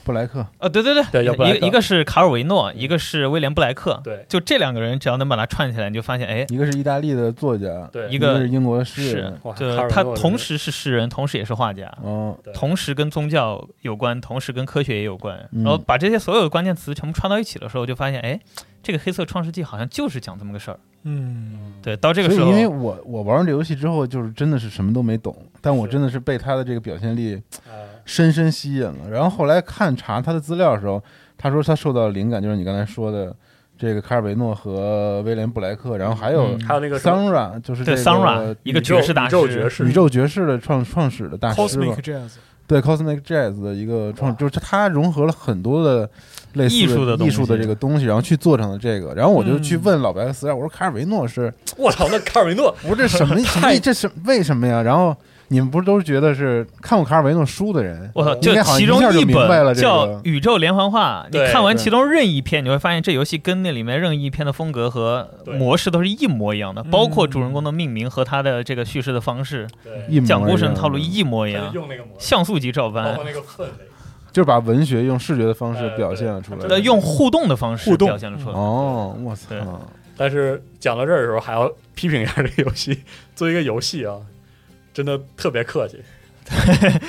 [SPEAKER 5] 布莱克，
[SPEAKER 2] 啊，对对
[SPEAKER 3] 对
[SPEAKER 2] 对，
[SPEAKER 3] 叫布莱
[SPEAKER 2] 一
[SPEAKER 3] 克
[SPEAKER 2] 个一个是卡尔维诺，一个是威廉布莱克。
[SPEAKER 3] 对
[SPEAKER 2] 就这两个人，只要能把它串起来，你就发现，哎，
[SPEAKER 5] 一个是意大利的作家，
[SPEAKER 3] 对
[SPEAKER 2] 一
[SPEAKER 5] 一
[SPEAKER 2] 个
[SPEAKER 5] 是英国的诗
[SPEAKER 2] 是
[SPEAKER 5] 人。，
[SPEAKER 3] 哇卡
[SPEAKER 2] 就
[SPEAKER 3] 尔
[SPEAKER 2] 他
[SPEAKER 3] 诺
[SPEAKER 2] 同
[SPEAKER 3] 人
[SPEAKER 2] 时是诗人，同时也是画家，
[SPEAKER 5] 嗯，
[SPEAKER 3] 对
[SPEAKER 2] 同时跟宗教有关，同时跟科学也有关。
[SPEAKER 5] 嗯
[SPEAKER 2] 然后把这些所有的关键词全部串到一起的时候，就发现，哎，这个《黑色创世纪》好像就是讲这么个事儿。
[SPEAKER 4] 嗯，
[SPEAKER 2] 对，到这个
[SPEAKER 5] 所以
[SPEAKER 2] 时候，
[SPEAKER 5] 因为我我玩完这游戏之后，就是真的是什么都没懂，但我
[SPEAKER 3] 是
[SPEAKER 5] 真的是被他的这个表现力
[SPEAKER 3] 哎
[SPEAKER 5] 深深吸引了。然后后来看查他的资料的时候，他说他受到的灵感就是你刚才说的这个卡尔维诺和威廉布莱克，然后还有
[SPEAKER 2] 嗯
[SPEAKER 3] 还有那个什么
[SPEAKER 5] Sandra，就是这
[SPEAKER 2] 对
[SPEAKER 5] 个
[SPEAKER 2] Sonra 一个
[SPEAKER 3] 宇宙
[SPEAKER 2] 爵士大
[SPEAKER 3] 宇宙
[SPEAKER 2] 师，
[SPEAKER 3] 爵士
[SPEAKER 5] 宇宙爵士的创创始的大师啊吧
[SPEAKER 4] Cosmic，Jazz，
[SPEAKER 5] 对 Cosmic Jazz 的一个创，
[SPEAKER 3] 哇
[SPEAKER 5] 就是他融合了很多的类似
[SPEAKER 2] 艺术的
[SPEAKER 5] 的
[SPEAKER 2] 东西
[SPEAKER 5] 艺术这个东西，然后去做成了这个。然后我就去
[SPEAKER 4] 嗯
[SPEAKER 5] 问老白和斯莱，我说卡尔维诺是
[SPEAKER 3] 我操，那卡尔维诺
[SPEAKER 5] 我说这什么什么
[SPEAKER 3] 太
[SPEAKER 5] 这什为什么呀？然后你们不是都是觉得是看过卡尔维诺书的人，
[SPEAKER 2] 我操，
[SPEAKER 5] 应该好像
[SPEAKER 2] 其
[SPEAKER 5] 一下
[SPEAKER 2] 中
[SPEAKER 5] 就
[SPEAKER 2] 一
[SPEAKER 5] 明白了
[SPEAKER 2] 本
[SPEAKER 5] 这个
[SPEAKER 2] 叫《宇宙连环画》，你
[SPEAKER 3] 对
[SPEAKER 2] 看完
[SPEAKER 5] 对
[SPEAKER 2] 其中任意一篇，你会发现这游戏跟那里面任意一篇的风格和
[SPEAKER 3] 对
[SPEAKER 2] 模式都是一模一样的，包括
[SPEAKER 4] 嗯
[SPEAKER 2] 主人公的命名和他的这个叙事的方式、
[SPEAKER 3] 对，
[SPEAKER 5] 一模
[SPEAKER 2] 讲故
[SPEAKER 5] 一
[SPEAKER 2] 事
[SPEAKER 5] 样
[SPEAKER 2] 的套路
[SPEAKER 5] 的
[SPEAKER 2] 一模一
[SPEAKER 3] 他就
[SPEAKER 2] 样，
[SPEAKER 3] 用那个模式，
[SPEAKER 2] 像素级照
[SPEAKER 3] 包
[SPEAKER 2] 搬
[SPEAKER 3] 括，那个氛围，
[SPEAKER 5] 就是把文学用视觉的方式
[SPEAKER 3] 呃
[SPEAKER 5] 表现了出
[SPEAKER 3] 对
[SPEAKER 2] 呃
[SPEAKER 5] 来。
[SPEAKER 2] 用互动的方式
[SPEAKER 4] 互动
[SPEAKER 2] 表现了出来。
[SPEAKER 5] 哦，我操
[SPEAKER 2] 对！
[SPEAKER 3] 但是讲到这儿的时候，还要批评一下这个游戏。 作为一个游戏啊，真的特别客 气，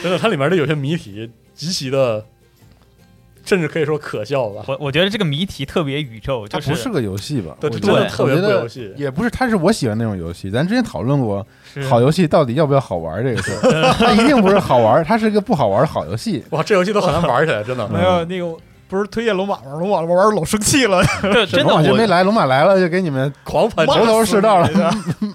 [SPEAKER 3] 真的它里面的有些谜题极其的，甚至可以说可笑吧。
[SPEAKER 2] 我我觉得这个谜题特别宇宙，
[SPEAKER 5] 它
[SPEAKER 2] 就
[SPEAKER 5] 不是个游戏吧？
[SPEAKER 3] 对，
[SPEAKER 5] 我
[SPEAKER 3] 真
[SPEAKER 5] 觉得
[SPEAKER 3] 的特别
[SPEAKER 5] 我觉
[SPEAKER 3] 不游
[SPEAKER 5] 得
[SPEAKER 3] 戏。
[SPEAKER 5] 也不是，它是我喜欢那种游戏。咱之前讨论过，
[SPEAKER 2] 是
[SPEAKER 5] 好游戏到底要不要好玩这个事 儿，它一定不是好玩，它是一个不好玩的好游戏。
[SPEAKER 3] 哇，这游戏都很难玩起来，真的。
[SPEAKER 4] 没有那个不是推荐龙马玩，龙马玩老生气了，
[SPEAKER 2] 这真的
[SPEAKER 5] 龙马就没
[SPEAKER 2] 我。
[SPEAKER 5] 来，龙马来了就给你们
[SPEAKER 3] 狂喷，
[SPEAKER 5] 头头是道了。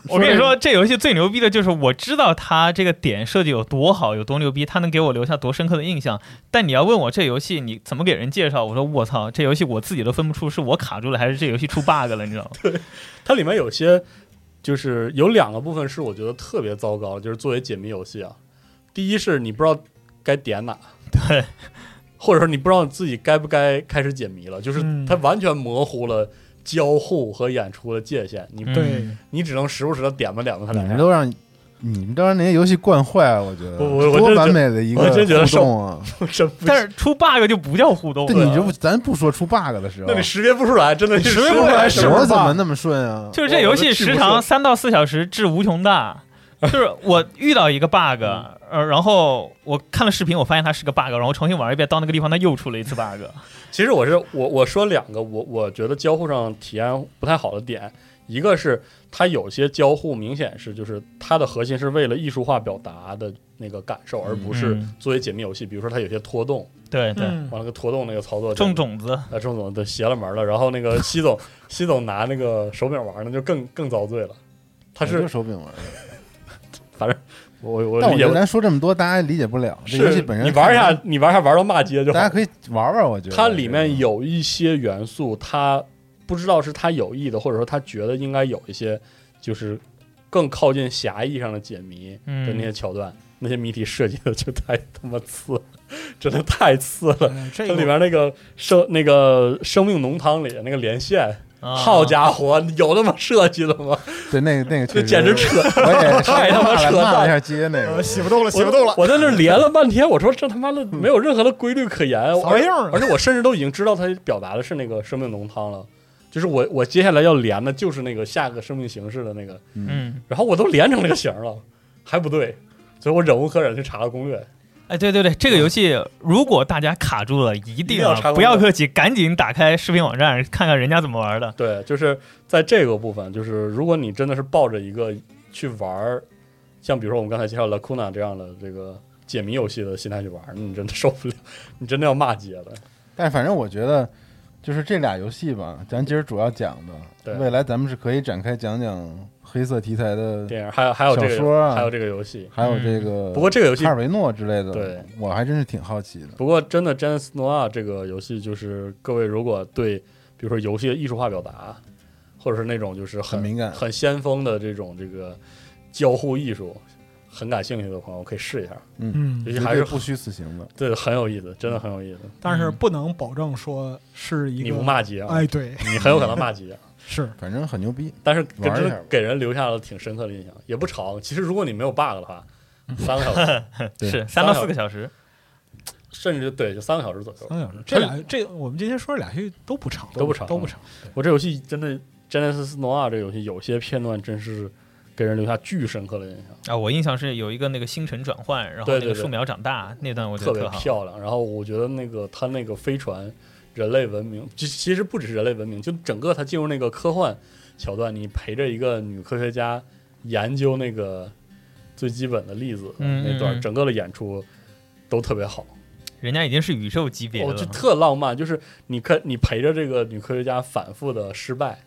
[SPEAKER 2] 我跟你说，这游戏最牛逼的就是我知道它这个点设计有多好，有多牛逼，它能给我留下多深刻的印象。但你要问我这游戏你怎么给人介绍，我说我操，这游戏我自己都分不出是我卡住了还是这游戏出 bug 了，你知道吗？
[SPEAKER 3] 它里面有些就是有两个部分是我觉得特别糟糕的，就是作为解谜游戏啊，第一是你不知道该点哪，
[SPEAKER 2] 对，
[SPEAKER 3] 或者说你不知道自己该不该开始解谜了，就是
[SPEAKER 4] 嗯
[SPEAKER 3] 它完全模糊了交互和演出的界限，你、
[SPEAKER 2] 嗯
[SPEAKER 4] 对，
[SPEAKER 3] 你只能时不时的点吧点吧它
[SPEAKER 5] 你
[SPEAKER 3] 两
[SPEAKER 5] 们
[SPEAKER 3] 下。
[SPEAKER 5] 都让你们都让那些游戏惯坏了，我觉得
[SPEAKER 3] 不不我
[SPEAKER 5] 多
[SPEAKER 3] 真
[SPEAKER 5] 完
[SPEAKER 3] 觉
[SPEAKER 5] 美的一个
[SPEAKER 3] 我真觉得
[SPEAKER 5] 互动啊！
[SPEAKER 3] 真不
[SPEAKER 2] 但是出 bug 就不叫互动
[SPEAKER 5] 对，你
[SPEAKER 2] 了，
[SPEAKER 5] 就不咱不说出 bug 的时候，
[SPEAKER 3] 那你识别不出来，真的是
[SPEAKER 4] 识别不出来
[SPEAKER 3] 什
[SPEAKER 4] 什
[SPEAKER 5] 手
[SPEAKER 3] 么
[SPEAKER 4] 么
[SPEAKER 5] 怎么那么顺啊？
[SPEAKER 2] 就是这游戏时长三到四小时至无穷大。就是我遇到一个 bug，
[SPEAKER 3] 嗯
[SPEAKER 2] 呃，然后我看了视频，我发现它是个 bug，然后重新玩一遍，到那个地方它又出了一次 bug。
[SPEAKER 3] 其实我是我我说两个我我觉得交互上体验不太好的点，一个是它有些交互明显是就是它的核心是为了艺术化表达的那个感受，而不是
[SPEAKER 2] 嗯
[SPEAKER 3] 作为解密游戏。比如说它有些拖动，
[SPEAKER 2] 对对，
[SPEAKER 4] 嗯
[SPEAKER 3] 完了个拖动那个操作
[SPEAKER 2] 种种子，
[SPEAKER 3] 啊，郑总都邪了门了。然后那个西总西总拿那个手柄玩呢，就更更遭罪了。他
[SPEAKER 5] 我
[SPEAKER 3] 是
[SPEAKER 5] 就手柄玩的，
[SPEAKER 3] 我我
[SPEAKER 5] 但我
[SPEAKER 3] 理解
[SPEAKER 5] 觉得
[SPEAKER 3] 不
[SPEAKER 5] 咱说这么多，大家理解不了这游戏
[SPEAKER 3] 是
[SPEAKER 5] 本身。
[SPEAKER 3] 你玩一下，，你玩一下玩到骂街就好
[SPEAKER 5] 大家可以玩玩。我觉得
[SPEAKER 3] 它里面有一些元素，它不知道是他有意的，或者说他觉得应该有一些，就是更靠近狭义上的解谜的那些
[SPEAKER 2] 嗯，
[SPEAKER 3] 桥段，那些谜题设计的就太他妈次了， 真的太次了。
[SPEAKER 4] 嗯
[SPEAKER 3] 它
[SPEAKER 4] 这
[SPEAKER 3] 里
[SPEAKER 4] 个
[SPEAKER 3] 面那个生那个生命浓汤里那个连线，
[SPEAKER 2] 啊
[SPEAKER 3] 好家伙，有那么设计的 吗？
[SPEAKER 5] 对那个那个
[SPEAKER 3] 这
[SPEAKER 5] 确实，
[SPEAKER 3] 简直 扯！
[SPEAKER 5] 我也
[SPEAKER 3] 太他妈扯淡了
[SPEAKER 5] 骂了一下街那个
[SPEAKER 4] 呃，洗不动了，洗
[SPEAKER 3] 我
[SPEAKER 4] 不动了，
[SPEAKER 3] 我在那连了半天，我说这他妈的没有任何的规律可言，
[SPEAKER 4] 啥玩意儿啊
[SPEAKER 3] 而且我甚至都已经知道他表达的是那个生命浓汤了，就是我我接下来要连的就是那个下个生命形式的那个，
[SPEAKER 2] 嗯，
[SPEAKER 3] 然后我都连成那个形了，还不对，所以我忍无可忍去查了攻略。
[SPEAKER 2] 哎，对对对，这个游戏如果大家卡住了，一定
[SPEAKER 3] 嗯要查攻
[SPEAKER 2] 啊
[SPEAKER 3] 略
[SPEAKER 2] 不要客气，赶紧打开视频网站看看人家怎么玩的。
[SPEAKER 3] 对，就是在这个部分，就是如果你真的是抱着一个去玩儿，像比如说我们刚才介绍了 Kuna 这样的这个解谜游戏的心态去玩儿，你真的受不了，你真的要骂街了。
[SPEAKER 5] 但反正我觉得，就是这俩游戏吧，咱今儿主要讲的，
[SPEAKER 3] 对
[SPEAKER 5] 未来咱们是可以展开讲讲黑色题材的，
[SPEAKER 3] 电影还有还有这
[SPEAKER 5] 小说
[SPEAKER 3] 个、
[SPEAKER 5] 啊
[SPEAKER 3] 还有这个游戏，
[SPEAKER 5] 还有这个。
[SPEAKER 3] 嗯不过这个游戏
[SPEAKER 5] 卡尔维诺之类的，
[SPEAKER 3] 对，
[SPEAKER 5] 我还真是挺好奇的。
[SPEAKER 3] 不过真的《詹斯诺啊》这个游戏，就是各位如果对，比如说游戏的艺术化表达，或者是那种就是很
[SPEAKER 5] 很敏感
[SPEAKER 3] 很先锋的这种这个交互艺术，很感兴趣的朋友可以试一下，
[SPEAKER 4] 嗯
[SPEAKER 3] 尤
[SPEAKER 5] 绝
[SPEAKER 3] 其
[SPEAKER 5] 对
[SPEAKER 3] 还是
[SPEAKER 5] 不虚此行的，
[SPEAKER 3] 对很有意思，真的很有意思。
[SPEAKER 4] 但是不能保证说是一个
[SPEAKER 3] 你不骂街啊，
[SPEAKER 4] 哎，对，
[SPEAKER 3] 你很有可能骂 街，啊
[SPEAKER 4] 是
[SPEAKER 5] 反正很牛逼。
[SPEAKER 3] 但是
[SPEAKER 5] 玩一下
[SPEAKER 3] 真
[SPEAKER 5] 吧
[SPEAKER 3] 的给人留下了挺深刻的印象，也不长。其实如果你没有 bug 的话，三个小 时，
[SPEAKER 5] 对
[SPEAKER 2] 是三到四个小时，
[SPEAKER 3] 甚至对就三个小时左右。
[SPEAKER 4] 三小时。这俩这我们今天说这俩游戏都不长，
[SPEAKER 3] 嗯都不长嗯
[SPEAKER 4] 都不长。
[SPEAKER 3] 我这游戏真的《詹姆斯诺亚》这个游戏有些片段真是给人留下巨深刻的印象，
[SPEAKER 2] 啊，我印象是有一个那个星辰转换，然后
[SPEAKER 3] 对
[SPEAKER 2] 那
[SPEAKER 3] 对
[SPEAKER 2] 个
[SPEAKER 3] 对
[SPEAKER 2] 树苗长大那段，我觉
[SPEAKER 3] 特
[SPEAKER 2] 得
[SPEAKER 3] 别
[SPEAKER 2] 好。
[SPEAKER 3] 漂亮。然后我觉得那个它那个飞船，人类文明，其其实不只是人类文明，就整个它进入那个科幻桥段，你陪着一个女科学家研究那个最基本的粒子，
[SPEAKER 2] 嗯
[SPEAKER 3] 那段
[SPEAKER 2] 嗯嗯
[SPEAKER 3] 整个的演出都特别好。
[SPEAKER 2] 人家已经是宇宙级别
[SPEAKER 3] 哦，
[SPEAKER 2] 了。
[SPEAKER 3] 就特浪漫，就是你看你陪着这个女科学家反复的失败，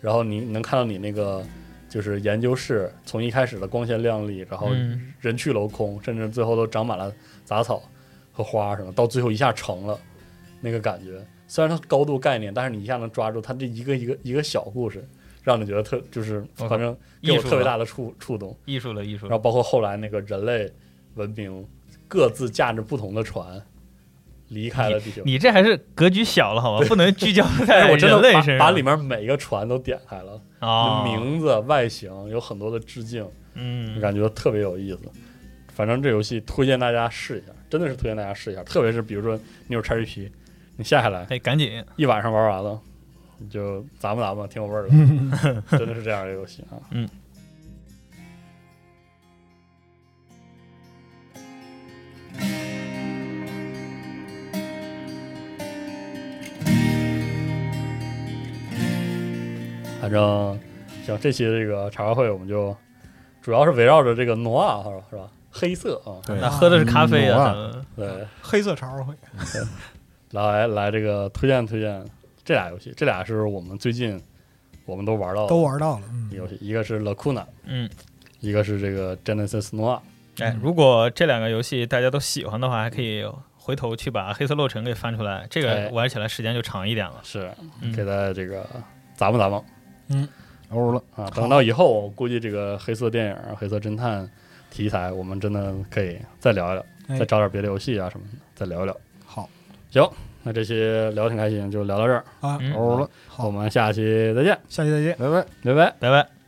[SPEAKER 3] 然后你能看到你那个就是研究室从一开始的光鲜亮丽，然后
[SPEAKER 2] 嗯
[SPEAKER 3] 人去楼空，甚至最后都长满了杂草和花什么，到最后一下成了那个感觉。虽然它高度概念，但是你一下能抓住它这一个一个一个小故事，让你觉得特就是
[SPEAKER 2] 我靠
[SPEAKER 3] 反正给
[SPEAKER 2] 艺
[SPEAKER 3] 我
[SPEAKER 2] 术
[SPEAKER 3] 特别
[SPEAKER 2] 了
[SPEAKER 3] 大的触触动。
[SPEAKER 2] 艺术了，艺术
[SPEAKER 3] 然
[SPEAKER 2] 了
[SPEAKER 3] 后。包括后来那个人类文明各自驾着不同的船离开了地球。
[SPEAKER 2] 你这还是格局小了好吧？不能聚焦
[SPEAKER 3] 但
[SPEAKER 2] 在
[SPEAKER 3] 是我真啊
[SPEAKER 2] 人类
[SPEAKER 3] 哎的
[SPEAKER 2] 身上。
[SPEAKER 3] 把把里面每一个船都点开了，
[SPEAKER 2] 啊，
[SPEAKER 3] 名字、外形有很多的致敬，
[SPEAKER 2] 嗯，
[SPEAKER 3] 感觉特别有意思。反正这游戏推荐大家试一下，真的是推荐大家试一下。特别是比如说你有 XGP，你下下来
[SPEAKER 2] 得哎赶紧
[SPEAKER 3] 一晚上玩完了，你就咂吧咂吧，挺有味儿的，真的是这样的游戏啊。
[SPEAKER 2] 嗯。
[SPEAKER 3] 反正行，这期这个茶话会我们就主要是围绕着这个挪啊，是吧？黑色啊，
[SPEAKER 5] 对
[SPEAKER 2] 那喝的是咖啡
[SPEAKER 5] 嗯
[SPEAKER 2] 啊，
[SPEAKER 5] 我啊
[SPEAKER 2] 咱们
[SPEAKER 3] 对，
[SPEAKER 4] 黑色茶会，
[SPEAKER 3] 来来这个推荐推荐这俩游戏，这俩是我们最近我们都玩到的
[SPEAKER 4] 都玩到了。嗯
[SPEAKER 3] 游戏，一个是 Lacuna，
[SPEAKER 2] 嗯，
[SPEAKER 3] 一个是这个 Genesis Noir。
[SPEAKER 2] 哎，如果这两个游戏大家都喜欢的话，还可以回头去把《黑色洛城》给翻出来，这
[SPEAKER 3] 哎
[SPEAKER 2] 个玩起来时间就长一点了。
[SPEAKER 3] 是
[SPEAKER 2] 嗯
[SPEAKER 3] 给他这个砸吧砸吧
[SPEAKER 4] 嗯
[SPEAKER 5] 欧了，
[SPEAKER 3] 啊！等到以后，我估计这个黑色电影、黑色侦探题材，我们真的可以再聊一聊，
[SPEAKER 4] 哎
[SPEAKER 3] 再找点别的游戏啊什么的，再聊一聊。
[SPEAKER 4] 好，
[SPEAKER 3] 行，那这期聊得挺开心，就聊到这儿，
[SPEAKER 4] 啊，
[SPEAKER 2] 嗯，
[SPEAKER 5] 欧了，
[SPEAKER 4] 好
[SPEAKER 3] 我们下期再见，
[SPEAKER 4] 下期再见。
[SPEAKER 5] 拜拜。
[SPEAKER 3] 拜拜。
[SPEAKER 2] 拜拜。